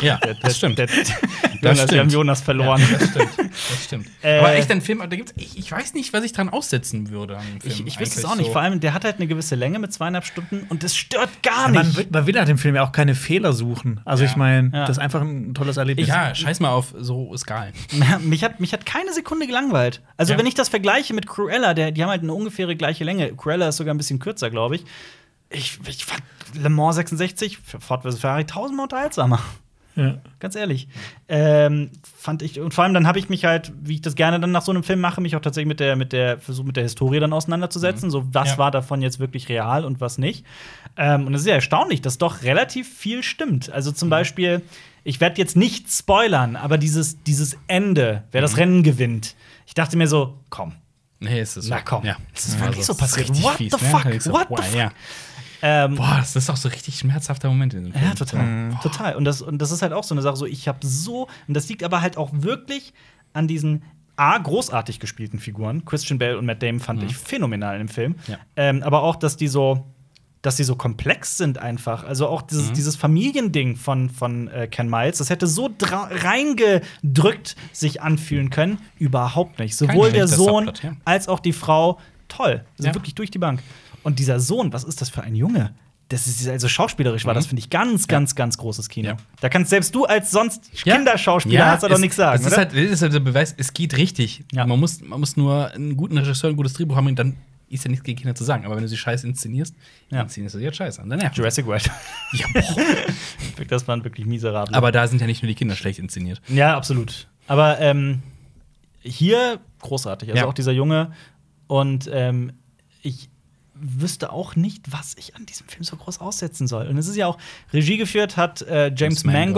[SPEAKER 2] Ja, das stimmt.
[SPEAKER 1] Der,
[SPEAKER 2] Das
[SPEAKER 1] der, Jonas, Wir haben
[SPEAKER 2] stimmt.
[SPEAKER 1] Jonas verloren.
[SPEAKER 2] stimmt. Das stimmt.
[SPEAKER 1] Äh,
[SPEAKER 2] Aber echt ein Film, da gibt's, ich, ich weiß nicht, was ich dran aussetzen würde. An dem Film.
[SPEAKER 1] Ich, ich wüsste es
[SPEAKER 2] Eigentlich
[SPEAKER 1] auch nicht.
[SPEAKER 2] so-
[SPEAKER 1] Vor allem, der hat halt eine gewisse Länge mit zweieinhalb Stunden und das stört gar
[SPEAKER 3] man,
[SPEAKER 1] nicht.
[SPEAKER 3] will- man will ja dem Film ja auch keine Fehler suchen. Also
[SPEAKER 2] Ja.
[SPEAKER 3] ich meine,
[SPEAKER 1] Ja.
[SPEAKER 3] das ist einfach ein tolles Erlebnis.
[SPEAKER 2] Ja, scheiß mal auf so Skalen.
[SPEAKER 1] Ja, mich, hat, mich hat keine Sekunde gelangweilt. Also,
[SPEAKER 2] Ja.
[SPEAKER 1] wenn ich das vergleiche mit Cruella, der, die haben halt eine ungefähre gleiche Länge. Cruella ist sogar ein bisschen kürzer, glaube ich. ich. Ich fand Le Mans 66, Ford vs. Ferrari, tausendmal unterhaltsamer.
[SPEAKER 3] Ja.
[SPEAKER 1] Ganz ehrlich. Ähm, fand ich, und vor allem dann habe ich mich halt, wie ich das gerne dann nach so einem Film mache, mich auch tatsächlich mit der, mit der, versucht mit der Historie dann auseinanderzusetzen. So, was
[SPEAKER 2] Ja.
[SPEAKER 1] war davon jetzt wirklich real und was nicht. Ähm, und es ist ja erstaunlich, dass doch relativ viel stimmt. Also zum Beispiel, ich werde jetzt nicht spoilern, aber dieses, dieses Ende, wer das Rennen gewinnt. Ich dachte mir so, komm,
[SPEAKER 2] Nee, es ist so.
[SPEAKER 1] na komm,
[SPEAKER 2] Ja.
[SPEAKER 1] das ist wirklich
[SPEAKER 2] Also,
[SPEAKER 1] so
[SPEAKER 2] es ist
[SPEAKER 1] passiert.
[SPEAKER 2] richtig
[SPEAKER 1] What
[SPEAKER 2] fies,
[SPEAKER 1] the
[SPEAKER 2] ne?
[SPEAKER 1] fuck?
[SPEAKER 2] Ich so,
[SPEAKER 1] What the
[SPEAKER 2] wow,
[SPEAKER 1] fuck?
[SPEAKER 2] ja.
[SPEAKER 1] Ähm,
[SPEAKER 2] Boah, das ist auch so richtig schmerzhafter Moment in dem Film.
[SPEAKER 1] Ja, total. Total. Und das, und das ist halt auch so eine Sache, so ich habe so, und das liegt aber halt auch wirklich an diesen A, großartig gespielten Figuren. Christian Bale und Matt Damon fand ich phänomenal im Film.
[SPEAKER 2] Mhm. Ja.
[SPEAKER 1] Ähm, aber auch, dass die so, dass die so komplex sind einfach. Also auch dieses,
[SPEAKER 2] Mhm.
[SPEAKER 1] dieses Familiending von, von äh, Ken Miles, das hätte so dra- reingedrückt sich anfühlen können. Überhaupt nicht. Sowohl der
[SPEAKER 2] schlechter
[SPEAKER 1] Sohn
[SPEAKER 2] Subplot, ja.
[SPEAKER 1] als auch die Frau toll. Also
[SPEAKER 2] Ja.
[SPEAKER 1] wirklich durch die Bank. Und dieser Sohn, was ist das für ein Junge? Das ist also schauspielerisch war,
[SPEAKER 2] Mhm.
[SPEAKER 1] das finde ich ganz, ganz, ganz großes Kino.
[SPEAKER 2] Ja.
[SPEAKER 1] Da kannst selbst du als sonst
[SPEAKER 2] Ja.
[SPEAKER 1] Kinderschauspieler hast du
[SPEAKER 2] es-
[SPEAKER 1] doch nichts sagen,
[SPEAKER 2] Es
[SPEAKER 1] oder?
[SPEAKER 2] ist halt, das ist halt der Beweis, es geht richtig.
[SPEAKER 1] Ja.
[SPEAKER 2] Man, muss, man muss nur einen guten Regisseur, ein gutes Drehbuch haben, und dann ist ja nichts gegen Kinder zu sagen. Aber wenn du sie scheiße inszenierst,
[SPEAKER 1] Ja.
[SPEAKER 2] inszenierst du sie halt scheiße an. Dann nervt
[SPEAKER 1] Jurassic World.
[SPEAKER 2] ja, boah.
[SPEAKER 1] das waren wirklich miserable.
[SPEAKER 2] Aber da sind ja nicht nur die Kinder schlecht inszeniert.
[SPEAKER 1] ja, absolut. Aber ähm, hier großartig. Also
[SPEAKER 2] Ja.
[SPEAKER 1] auch dieser Junge und ähm, ich wüsste auch nicht, was ich an diesem Film so groß aussetzen soll. Und es ist ja auch Regie geführt hat äh, James
[SPEAKER 2] James Mangold.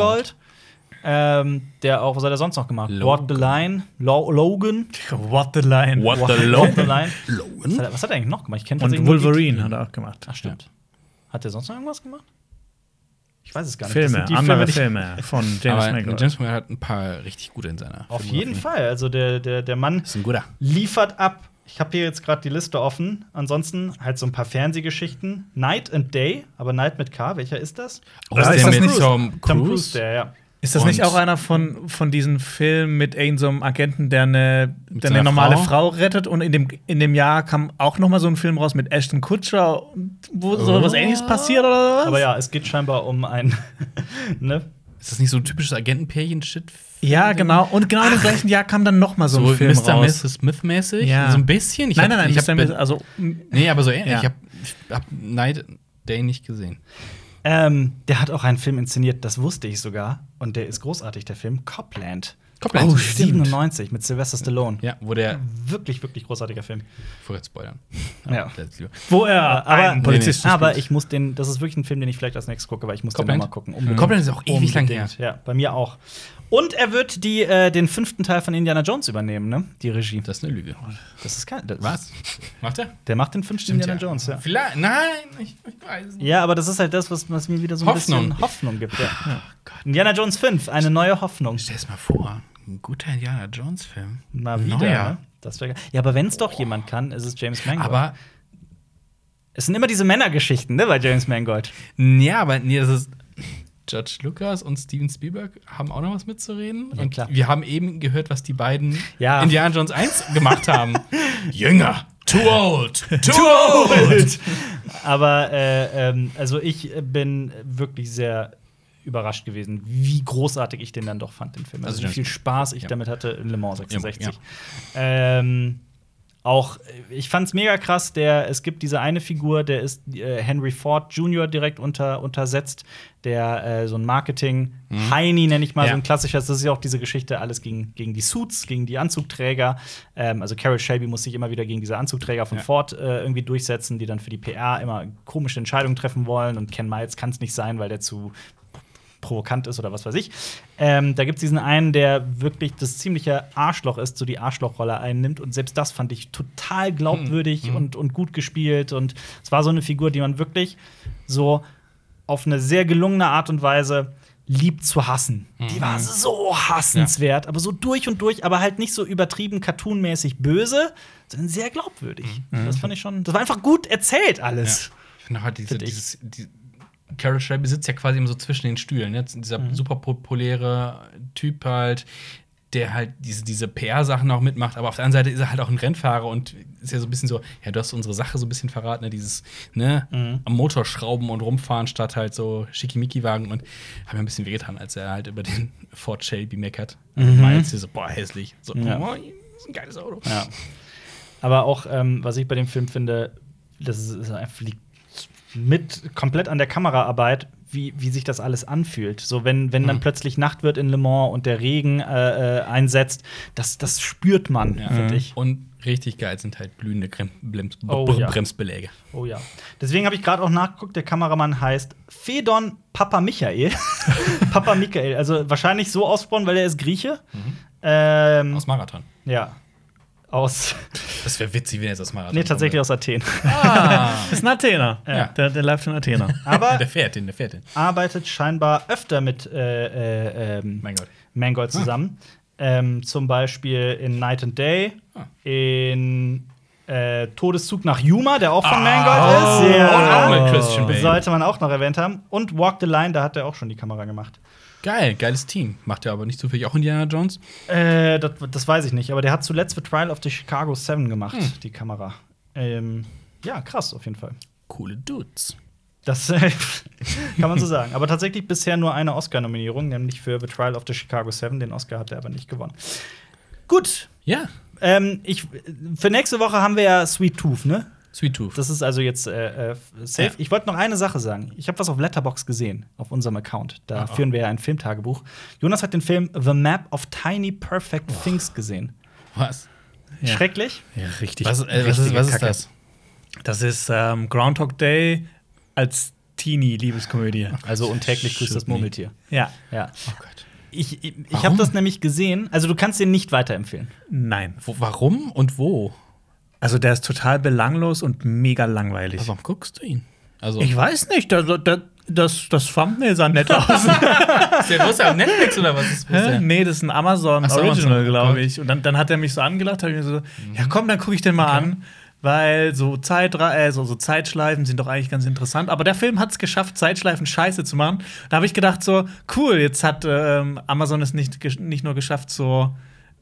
[SPEAKER 1] Mangold, ähm, der auch, was hat er sonst noch gemacht? Walk the
[SPEAKER 2] Logan.
[SPEAKER 1] Line, Lo Logan.
[SPEAKER 3] What the Line.
[SPEAKER 2] What the
[SPEAKER 1] Walk the
[SPEAKER 2] Logan?
[SPEAKER 1] Line. Was
[SPEAKER 2] Logan?
[SPEAKER 1] hat, er, was hat er eigentlich noch gemacht? Ich kenne
[SPEAKER 3] Und Wolverine hat er auch gemacht.
[SPEAKER 1] Ach, stimmt. Hat er sonst noch irgendwas gemacht? Ich weiß es gar nicht. Das
[SPEAKER 3] Filme,
[SPEAKER 1] sind die
[SPEAKER 3] andere
[SPEAKER 1] die-
[SPEAKER 3] Filme von James
[SPEAKER 2] Aber
[SPEAKER 3] Mangold.
[SPEAKER 2] James Mangold hat ein paar richtig gute in seiner.
[SPEAKER 1] Auf
[SPEAKER 2] Filmografie.
[SPEAKER 1] jeden Fall. Also der, der, der Mann
[SPEAKER 2] Ist ein guter.
[SPEAKER 1] liefert ab. Ich habe hier jetzt gerade die Liste offen. Ansonsten halt so ein paar Fernsehgeschichten. Night and Day, aber Night mit K, welcher ist das?
[SPEAKER 2] Oh,
[SPEAKER 3] Oder ist das nicht
[SPEAKER 2] Tom
[SPEAKER 1] Tom Cruise, der, ja.
[SPEAKER 3] Ist das nicht
[SPEAKER 2] Und-
[SPEAKER 3] auch einer von, von diesen Filmen mit irgendeinem so einem Agenten, der eine, der eine
[SPEAKER 2] seiner
[SPEAKER 3] normale Frau?
[SPEAKER 2] Frau?
[SPEAKER 3] rettet? Und in dem, in dem Jahr kam auch noch mal so ein Film raus mit Ashton Kutcher, wo so
[SPEAKER 2] Oh.
[SPEAKER 3] was Ähnliches passiert oder was?
[SPEAKER 1] Aber ja, es geht scheinbar um ein. ne?
[SPEAKER 2] Ist das nicht so ein typisches Agentenpärchen-Shit?
[SPEAKER 3] ja, genau. Und genau im gleichen Jahr kam dann noch mal so
[SPEAKER 2] So
[SPEAKER 3] ein Film
[SPEAKER 2] Mr.
[SPEAKER 3] raus.
[SPEAKER 2] Mrs. Smith-mäßig?
[SPEAKER 3] Ja.
[SPEAKER 2] So ein bisschen? Ich
[SPEAKER 3] nein,
[SPEAKER 2] hab-
[SPEAKER 3] nein, nein,
[SPEAKER 2] ich hab,
[SPEAKER 3] Mr. Miss- also m-
[SPEAKER 2] Nee, aber so ähnlich.
[SPEAKER 3] Ja.
[SPEAKER 2] Ich habe hab Night Day nicht gesehen.
[SPEAKER 1] Ähm, der hat auch einen Film inszeniert, das wusste ich sogar. Und der ist großartig, der Film Copland.
[SPEAKER 2] Copland.
[SPEAKER 1] Oh,
[SPEAKER 2] Stimmt.
[SPEAKER 1] 97 mit Sylvester Stallone.
[SPEAKER 2] Ja, wo der.
[SPEAKER 1] Hm. Wirklich, wirklich großartiger Film.
[SPEAKER 2] Vorher spoilern.
[SPEAKER 1] Ja.
[SPEAKER 2] Das-
[SPEAKER 3] wo er
[SPEAKER 1] aber-
[SPEAKER 3] einen Polizisten
[SPEAKER 1] Aber
[SPEAKER 3] spielt.
[SPEAKER 1] ich muss den, das ist wirklich ein Film, den ich vielleicht als nächstes gucke, weil ich muss
[SPEAKER 2] Copland?
[SPEAKER 1] den nochmal gucken.
[SPEAKER 2] Mhm. Copland ist auch ewig lang her.
[SPEAKER 1] Unbedingt, Ja, bei mir auch. Und er wird die, äh, den fünften Teil von Indiana Jones übernehmen, ne? Die Regie.
[SPEAKER 2] Oh, Das ist eine Lüge.
[SPEAKER 1] Das ist kein. Das,
[SPEAKER 2] Was? Macht er?
[SPEAKER 1] Der macht den fünften Indiana Jones, ja.
[SPEAKER 2] Vielleicht. Nein, ich, ich weiß es nicht.
[SPEAKER 1] Ja, aber das ist halt das, was, was mir wieder so ein
[SPEAKER 2] Hoffnung.
[SPEAKER 1] bisschen Hoffnung gibt. Ja.
[SPEAKER 2] Oh Gott.
[SPEAKER 1] Indiana Jones 5, eine neue Hoffnung.
[SPEAKER 2] Stell es mal vor. Ein guter Indiana Jones-Film.
[SPEAKER 1] Mal wieder. Ne? Das wär, ja, aber wenn es doch jemand kann, ist es James Mangold.
[SPEAKER 2] Aber,
[SPEAKER 1] es sind immer diese Männergeschichten, ne, bei James Mangold.
[SPEAKER 2] ja, aber nee, das ist. George Lucas und Steven Spielberg haben auch noch was mitzureden.
[SPEAKER 1] Ja,
[SPEAKER 2] und
[SPEAKER 1] klar.
[SPEAKER 2] wir haben eben gehört, was die beiden
[SPEAKER 1] Ja.
[SPEAKER 2] Indiana Jones 1 gemacht haben. Jünger. Too old. Too
[SPEAKER 1] Aber äh, ähm, also ich bin wirklich sehr überrascht gewesen, wie großartig ich den dann doch fand, den Film. Also,
[SPEAKER 2] Also
[SPEAKER 1] wie
[SPEAKER 2] James
[SPEAKER 1] viel Spaß ich
[SPEAKER 2] Ja.
[SPEAKER 1] damit hatte in Le Mans 66.
[SPEAKER 2] Ja, ja.
[SPEAKER 1] Ähm, auch, äh, ich fand's mega krass, der, es gibt diese eine Figur, der ist äh, Henry Ford Jr. direkt unter, untersetzt, der äh, so ein Marketing, Heini nenne ich mal,
[SPEAKER 2] Mhm. Ja.
[SPEAKER 1] so ein klassischer, das ist ja auch diese Geschichte, alles gegen, gegen die Suits, gegen die Anzugträger. Ähm, also Carol Shelby muss sich immer wieder gegen diese Anzugträger von
[SPEAKER 2] Ja.
[SPEAKER 1] Ford äh, irgendwie durchsetzen, die dann für die PR immer komische Entscheidungen treffen wollen und Ken Miles kann's nicht sein, weil der zu provokant ist oder was weiß ich. Ähm, da gibt es diesen einen, der wirklich das ziemliche Arschloch ist, so die Arschlochrolle einnimmt. Und selbst das fand ich total glaubwürdig Und, und gut gespielt. Und es war so eine Figur, die man wirklich so auf eine sehr gelungene Art und Weise liebt zu hassen. Die war so hassenswert, aber so durch und durch, aber halt nicht so übertrieben cartoonmäßig böse, sondern sehr glaubwürdig. Das fand ich schon. Das war einfach gut erzählt alles.
[SPEAKER 2] Ich finde halt diese,
[SPEAKER 1] Find ich.
[SPEAKER 2] dieses, die, Carol Shelby sitzt ja quasi immer so zwischen den Stühlen. Ne? Dieser
[SPEAKER 1] Mhm.
[SPEAKER 2] super populäre Typ halt, der halt diese, diese PR-Sachen auch mitmacht, aber auf der anderen Seite ist er halt auch ein Rennfahrer und ist ja so ein bisschen so, ja, du hast unsere Sache so ein bisschen verraten, ne? dieses, ne,
[SPEAKER 1] Mhm.
[SPEAKER 2] am Motor schrauben und rumfahren statt halt so Schickimicki-Wagen und hat mir ein bisschen wehgetan, als er halt über den Ford Shelby meckert. Mhm. Meins so, boah, hässlich. So,
[SPEAKER 1] Ja.
[SPEAKER 2] oh, ist ein geiles Auto.
[SPEAKER 1] Ja. Aber auch, ähm, was ich bei dem Film finde, das ist, ist einfach liegt mit komplett an der Kameraarbeit, wie, wie sich das alles anfühlt. So, wenn, wenn
[SPEAKER 2] Mhm.
[SPEAKER 1] dann plötzlich Nacht wird in Le Mans und der Regen äh, äh, einsetzt, das, das spürt man,
[SPEAKER 2] Ja. Mhm.
[SPEAKER 1] finde ich.
[SPEAKER 2] Und richtig geil sind halt blühende Krem Brems
[SPEAKER 1] Äh. Oh, ja.
[SPEAKER 2] Bremsbeläge.
[SPEAKER 1] Oh ja. Deswegen habe ich gerade auch nachgeguckt, der Kameramann heißt Fedon Papa Michael. Papa Michael, also wahrscheinlich so ausbauen, weil er ist Grieche. Ähm,
[SPEAKER 2] Mhm. Aus Marathon.
[SPEAKER 1] ja. Aus.
[SPEAKER 2] Das wäre witzig, wenn er jetzt aus Marathon
[SPEAKER 1] Nee, tatsächlich aus Athen.
[SPEAKER 2] Ah,
[SPEAKER 3] ist ein Athener.
[SPEAKER 2] Ja.
[SPEAKER 3] Der, der läuft in Athener.
[SPEAKER 1] Aber
[SPEAKER 2] der fährt den, der fährt den.
[SPEAKER 1] arbeitet scheinbar öfter mit äh, äh, ähm,
[SPEAKER 2] Mein Gott.
[SPEAKER 1] Mangold
[SPEAKER 2] Hm.
[SPEAKER 1] zusammen. Ähm, zum Beispiel in Night and Day,
[SPEAKER 2] Ah.
[SPEAKER 1] in äh, Todeszug nach Yuma, der auch von
[SPEAKER 2] Ah,
[SPEAKER 1] Mangold ist.
[SPEAKER 2] Und auch mit Christian Bale.
[SPEAKER 1] Sollte man auch noch erwähnt haben. Und Walk the Line, da hat er auch schon die Kamera gemacht.
[SPEAKER 2] Geil, geiles Team. Macht er aber nicht zufällig auch Indiana Jones.
[SPEAKER 1] Äh, das, das weiß ich nicht, aber der hat zuletzt für Trial of the Chicago 7 gemacht,
[SPEAKER 2] Hm.
[SPEAKER 1] die Kamera. Ähm, ja, krass, auf jeden Fall.
[SPEAKER 2] Coole Dudes.
[SPEAKER 1] Das äh, kann man so sagen. Aber tatsächlich bisher nur eine Oscar-Nominierung, nämlich für The Trial of the Chicago Seven. Den Oscar hat er aber nicht gewonnen. Gut,
[SPEAKER 2] Ja,
[SPEAKER 1] ähm, ich, für nächste Woche haben wir ja Sweet Tooth, ne?
[SPEAKER 2] Sweet Tooth.
[SPEAKER 1] Das ist also jetzt äh, äh, safe.
[SPEAKER 2] Ja.
[SPEAKER 1] Ich wollte noch eine Sache sagen. Ich habe was auf Letterbox gesehen, auf unserem Account. Da führen wir ja ein Filmtagebuch. Jonas hat den Film The Map of Tiny Perfect Things gesehen.
[SPEAKER 2] was?
[SPEAKER 3] Ja.
[SPEAKER 1] Schrecklich.
[SPEAKER 3] Ja, richtig.
[SPEAKER 2] Was, äh, was, ist, was ist das?
[SPEAKER 3] Das ist ähm, Groundhog Day als Teenie-Liebeskomödie.
[SPEAKER 1] Also untäglich grüßt das
[SPEAKER 2] Shoot me.
[SPEAKER 1] Murmeltier.
[SPEAKER 3] Ja.
[SPEAKER 1] Ja.
[SPEAKER 2] Oh Gott.
[SPEAKER 1] Ich, ich, ich habe
[SPEAKER 2] Warum?
[SPEAKER 1] das nämlich gesehen. Also du kannst den nicht weiterempfehlen.
[SPEAKER 3] Nein.
[SPEAKER 2] Wo, warum und wo?
[SPEAKER 3] Also der ist total belanglos und mega langweilig.
[SPEAKER 2] Warum guckst du ihn? Also,
[SPEAKER 3] ich weiß nicht, das, das, das, das Thumbnail sah nett aus.
[SPEAKER 2] ist der große auf Netflix oder was ist
[SPEAKER 3] Hä? nee, das ist ein Amazon
[SPEAKER 2] Ach so,
[SPEAKER 3] Original,
[SPEAKER 2] Amazon,
[SPEAKER 3] glaube
[SPEAKER 2] Gott.
[SPEAKER 3] ich. Und dann, dann hat er mich so angelacht, habe ich mir so, ja komm, dann gucke ich den mal an. Weil so, Zeitre äh, so, so Zeitschleifen sind doch eigentlich ganz interessant. Aber der Film hat es geschafft, Zeitschleifen scheiße zu machen. Da habe ich gedacht, so, cool, jetzt hat ähm, Amazon es nicht, gesch- nicht nur geschafft, so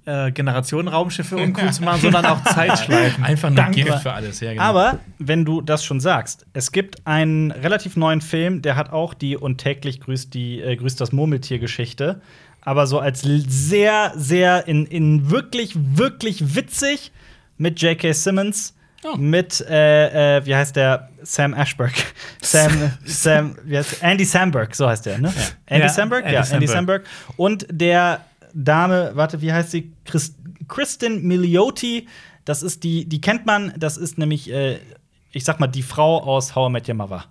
[SPEAKER 3] äh, Generationen-Raumschiffe uncool zu machen, sondern auch Zeitschleifen.
[SPEAKER 2] Einfach nur
[SPEAKER 3] Danke.
[SPEAKER 2] Gift für alles. Ja, genau.
[SPEAKER 1] Aber wenn du das schon sagst, es gibt einen relativ neuen Film, der hat auch die und täglich grüßt die äh, grüßt das Murmeltier-Geschichte, aber so als l- sehr sehr in, in wirklich wirklich witzig mit J.K. Simmons.
[SPEAKER 2] Oh.
[SPEAKER 1] Mit, äh, äh, wie heißt der? Sam Ashberg. Sam, Sam, wie heißt Andy Samberg, so heißt der, ne? Andy
[SPEAKER 3] Ja,
[SPEAKER 1] Samberg?
[SPEAKER 3] Andy
[SPEAKER 1] ja, Andy Samberg.
[SPEAKER 3] Samberg.
[SPEAKER 1] Und der Dame, warte, wie heißt sie? Christ Kristen Milioti. Das ist die, die kennt man, das ist nämlich, äh, ich sag mal, die Frau aus How I Met Your Mother.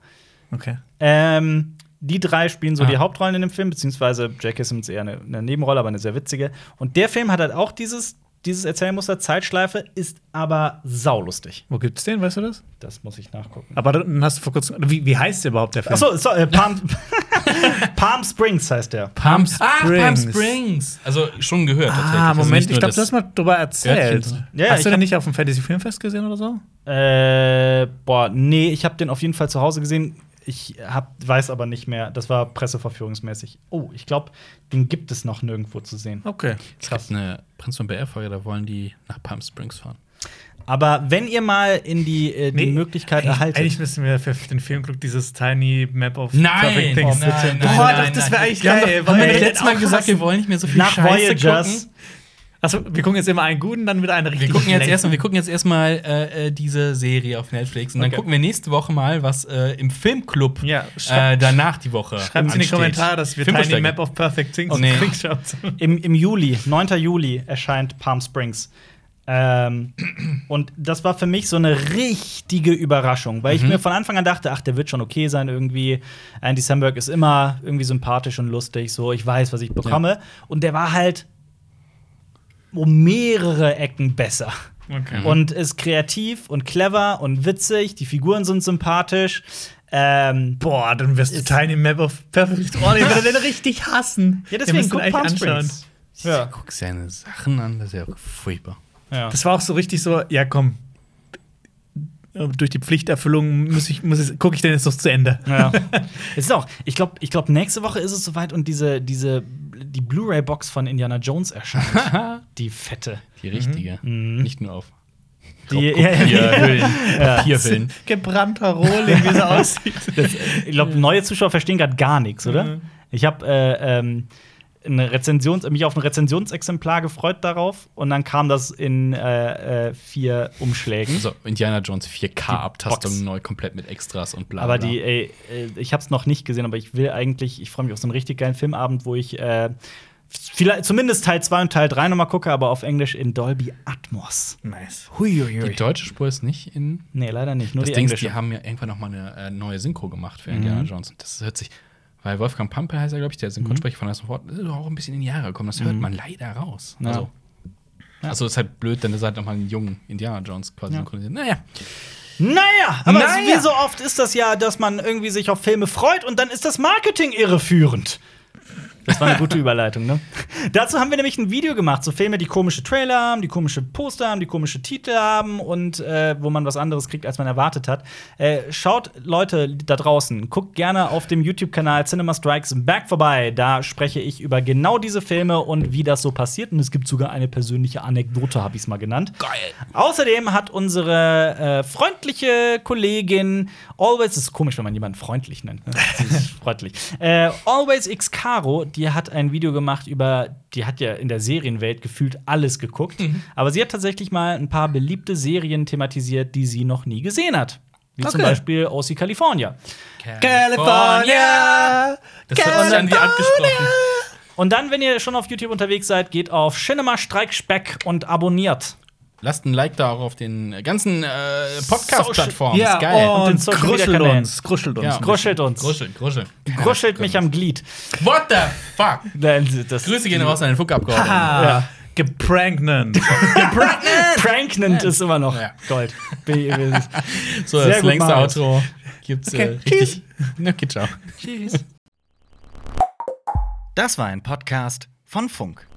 [SPEAKER 3] Okay.
[SPEAKER 1] Ähm, die drei spielen so
[SPEAKER 2] Ah.
[SPEAKER 1] die Hauptrollen in dem Film, beziehungsweise Jack ist eher eine, eine Nebenrolle, aber eine sehr witzige. Und der Film hat halt auch dieses, dieses Erzählmuster, Zeitschleife, ist aber saulustig.
[SPEAKER 3] Wo gibt's den, weißt du das?
[SPEAKER 1] Das muss ich nachgucken.
[SPEAKER 3] Mhm. Aber dann hast du vor kurzem. Wie, wie heißt der überhaupt der Film?
[SPEAKER 1] Achso, so, äh, Palm, Palm Springs heißt der.
[SPEAKER 2] Palm Ah, Palm
[SPEAKER 3] Springs.
[SPEAKER 2] Springs. Also schon gehört. tatsächlich.
[SPEAKER 3] Ah,
[SPEAKER 2] Also
[SPEAKER 3] Moment,
[SPEAKER 2] nicht nur
[SPEAKER 3] ich glaube, du hast mal drüber erzählt.
[SPEAKER 2] Wörtchen.
[SPEAKER 1] Ja, ich
[SPEAKER 3] hast du
[SPEAKER 1] hab-
[SPEAKER 3] den nicht auf dem Fantasy Filmfest gesehen oder so?
[SPEAKER 1] Äh, boah, nee, ich habe den auf jeden Fall zu Hause gesehen. Ich hab, weiß aber nicht mehr. Das war presseverführungsmäßig. Oh, ich glaube, den gibt es noch nirgendwo zu sehen.
[SPEAKER 3] Okay.
[SPEAKER 2] Es gibt eine Prinz von BR-Folge, da wollen die nach Palm Springs fahren.
[SPEAKER 1] Aber wenn ihr mal in die, äh, die
[SPEAKER 3] Nee,
[SPEAKER 1] Möglichkeit
[SPEAKER 3] eigentlich,
[SPEAKER 1] erhaltet.
[SPEAKER 3] Eigentlich müssen wir für den Filmclub dieses Tiny Map of
[SPEAKER 2] Nein!
[SPEAKER 3] Perfect Things.
[SPEAKER 2] Oh, nein,
[SPEAKER 3] Boah,
[SPEAKER 2] nein,
[SPEAKER 3] doch,
[SPEAKER 2] nein,
[SPEAKER 3] das wäre
[SPEAKER 2] nein.
[SPEAKER 3] eigentlich
[SPEAKER 2] Wir haben
[SPEAKER 3] geil.
[SPEAKER 2] doch- haben wir
[SPEAKER 3] weil-
[SPEAKER 2] nicht letztes Mal
[SPEAKER 3] auch
[SPEAKER 2] gesagt, wir
[SPEAKER 3] hassen.
[SPEAKER 2] wollen nicht mehr so viel
[SPEAKER 1] nach
[SPEAKER 2] Scheiße
[SPEAKER 1] Voyagers.
[SPEAKER 2] gucken.
[SPEAKER 3] Achso, wir gucken jetzt immer einen guten, dann wieder einen
[SPEAKER 2] Wir
[SPEAKER 3] richtigen.
[SPEAKER 2] gucken jetzt
[SPEAKER 3] schlechten.
[SPEAKER 2] erstmal, wir gucken jetzt erstmal äh, äh, diese Serie auf Netflix und dann
[SPEAKER 3] Okay.
[SPEAKER 2] gucken wir nächste Woche mal, was äh, im Filmclub
[SPEAKER 3] Ja,
[SPEAKER 2] äh,
[SPEAKER 3] schreibt-
[SPEAKER 2] danach die Woche.
[SPEAKER 3] Schreibt es in die
[SPEAKER 2] ansteht.
[SPEAKER 3] Kommentare, dass wir Tiny
[SPEAKER 2] Filmvorschläge.
[SPEAKER 3] Map of Perfect Things
[SPEAKER 2] Oh, nee.
[SPEAKER 3] Quickshots.
[SPEAKER 1] Im, Im Juli, 9. Juli, erscheint Palm Springs. Ähm, und das war für mich so eine richtige Überraschung,
[SPEAKER 3] Mhm.
[SPEAKER 1] weil ich mir von Anfang an dachte, ach, der wird schon okay sein irgendwie. Andy Samberg ist immer irgendwie sympathisch und lustig, so ich weiß, was ich bekomme. Und der war halt um mehrere Ecken besser.
[SPEAKER 3] Okay.
[SPEAKER 1] Und ist kreativ und clever und witzig, die Figuren sind sympathisch. Ähm,
[SPEAKER 3] Boah, dann wirst du
[SPEAKER 1] Ist-
[SPEAKER 3] Tiny Map of Perfect. Oh, den würde den richtig hassen.
[SPEAKER 1] ja,
[SPEAKER 3] Den
[SPEAKER 1] deswegen
[SPEAKER 3] müssen wir
[SPEAKER 1] guck
[SPEAKER 3] echt
[SPEAKER 1] Palm
[SPEAKER 3] anschauen.
[SPEAKER 1] Springs. Ja.
[SPEAKER 2] Guck seine Sachen an, das ist ja furchtbar.
[SPEAKER 1] ja.
[SPEAKER 3] Das war auch so richtig so, ja komm, durch die Pflichterfüllung muss ich, muss ich, gucke ich denn jetzt noch zu Ende.
[SPEAKER 1] Ja. es ist auch, ich glaube, ich glaub, nächste Woche ist es soweit und diese, diese die Blu-ray-Box von Indiana Jones erscheint. die fette.
[SPEAKER 2] Die
[SPEAKER 3] Mhm.
[SPEAKER 2] richtige. Nicht nur auf
[SPEAKER 1] Die-
[SPEAKER 2] Papierhüllen.
[SPEAKER 1] Ja.
[SPEAKER 2] Papierhüllen.
[SPEAKER 3] Gebrannter Rohling, wie sie aussieht.
[SPEAKER 1] Ich glaube, neue Zuschauer verstehen gerade gar nichts, oder?
[SPEAKER 3] Mhm.
[SPEAKER 1] Ich habe äh, ähm, eine Rezensions mich auf ein Rezensionsexemplar gefreut darauf und dann kam das in äh, äh, vier Umschlägen.
[SPEAKER 2] So, Also, Indiana Jones
[SPEAKER 1] Hm? Die Box.
[SPEAKER 2] 4K-Abtastung neu, komplett mit Extras und bla.
[SPEAKER 1] Aber
[SPEAKER 2] bla.
[SPEAKER 1] die, ey, äh, ich hab's noch nicht gesehen, aber ich will eigentlich, ich freue mich auf so einen richtig geilen Filmabend, wo ich äh, vielleicht, zumindest Teil 2 und Teil 3 nochmal gucke, aber auf Englisch in Dolby Atmos.
[SPEAKER 3] Nice.
[SPEAKER 2] die
[SPEAKER 1] Huiuiui.
[SPEAKER 2] deutsche Spur ist nicht in.
[SPEAKER 1] Nee, leider nicht. Nur
[SPEAKER 2] das
[SPEAKER 1] die
[SPEAKER 2] Ding ist,
[SPEAKER 1] englische. Mhm.
[SPEAKER 2] die haben ja irgendwann noch mal eine äh, neue Synchro gemacht für Indiana Jones. Und das hört sich, weil Wolfgang Pampel heißt er, glaube ich, der Synchronsprecher von Harrison Ford, ist auch ein bisschen in die Jahre gekommen. Das hört man leider raus.
[SPEAKER 1] Mhm. Ja.
[SPEAKER 2] Also, also ist halt blöd, denn ihr seid noch mal einen jungen Indiana Jones quasi synchronisiert. Naja,
[SPEAKER 1] Naja, aber
[SPEAKER 2] Naja.
[SPEAKER 1] Es, wie so oft ist das ja, dass man irgendwie sich auf Filme freut und dann ist das Marketing irreführend. Das war eine gute Überleitung, ne? Dazu haben wir nämlich ein Video gemacht, so Filme, die komische Trailer haben, die komische Poster haben, die komische Titel haben und äh, wo man was anderes kriegt, als man erwartet hat. Äh, schaut, Leute da draußen, guckt gerne auf dem YouTube-Kanal Cinema Strikes Back vorbei. Da spreche ich über genau diese Filme und wie das so passiert. Und es gibt sogar eine persönliche Anekdote, habe ich es mal genannt.
[SPEAKER 2] geil.
[SPEAKER 1] Außerdem hat unsere äh, freundliche Kollegin Always, ist komisch, wenn man jemanden freundlich nennt, ne? Sie ist freundlich. Äh, Always X Caro, die hat ein Video gemacht über, die hat ja in der Serienwelt gefühlt alles geguckt, aber sie hat tatsächlich mal ein paar beliebte Serien thematisiert, die sie noch nie gesehen hat. Wie zum
[SPEAKER 3] Okay.
[SPEAKER 1] Beispiel OC California.
[SPEAKER 3] California!
[SPEAKER 2] Das hat uns an die abgesprochen.
[SPEAKER 1] Und dann, wenn ihr schon auf YouTube unterwegs seid, geht auf Cinema Strike Speck und abonniert.
[SPEAKER 2] Lasst ein Like da auch auf den ganzen äh, Podcast-Plattformen.
[SPEAKER 3] Ja,
[SPEAKER 2] Ist geil.
[SPEAKER 1] Und den
[SPEAKER 3] und
[SPEAKER 1] Social oh. Media
[SPEAKER 3] kruschelt
[SPEAKER 1] Kanälen.
[SPEAKER 3] uns, kruschelt uns.
[SPEAKER 2] Ja.
[SPEAKER 1] Gruschelt uns.
[SPEAKER 2] Gruschel, gruschel.
[SPEAKER 1] Gruschelt mich am Glied.
[SPEAKER 2] What the fuck?
[SPEAKER 1] Nein, Das
[SPEAKER 2] Grüße gehen raus an den Funkabgeordneten.
[SPEAKER 3] Ah,
[SPEAKER 1] Ja.
[SPEAKER 3] Gepranknen.
[SPEAKER 1] Pranknant ist immer noch
[SPEAKER 2] Ja.
[SPEAKER 1] Gold. Bin-
[SPEAKER 2] So,
[SPEAKER 1] Sehr
[SPEAKER 2] das
[SPEAKER 1] gut,
[SPEAKER 2] längste
[SPEAKER 1] Marius.
[SPEAKER 2] Outro gibt's.
[SPEAKER 3] Okay,
[SPEAKER 2] Äh, richtig. Okay, ciao.
[SPEAKER 1] Das war ein Podcast von Funk.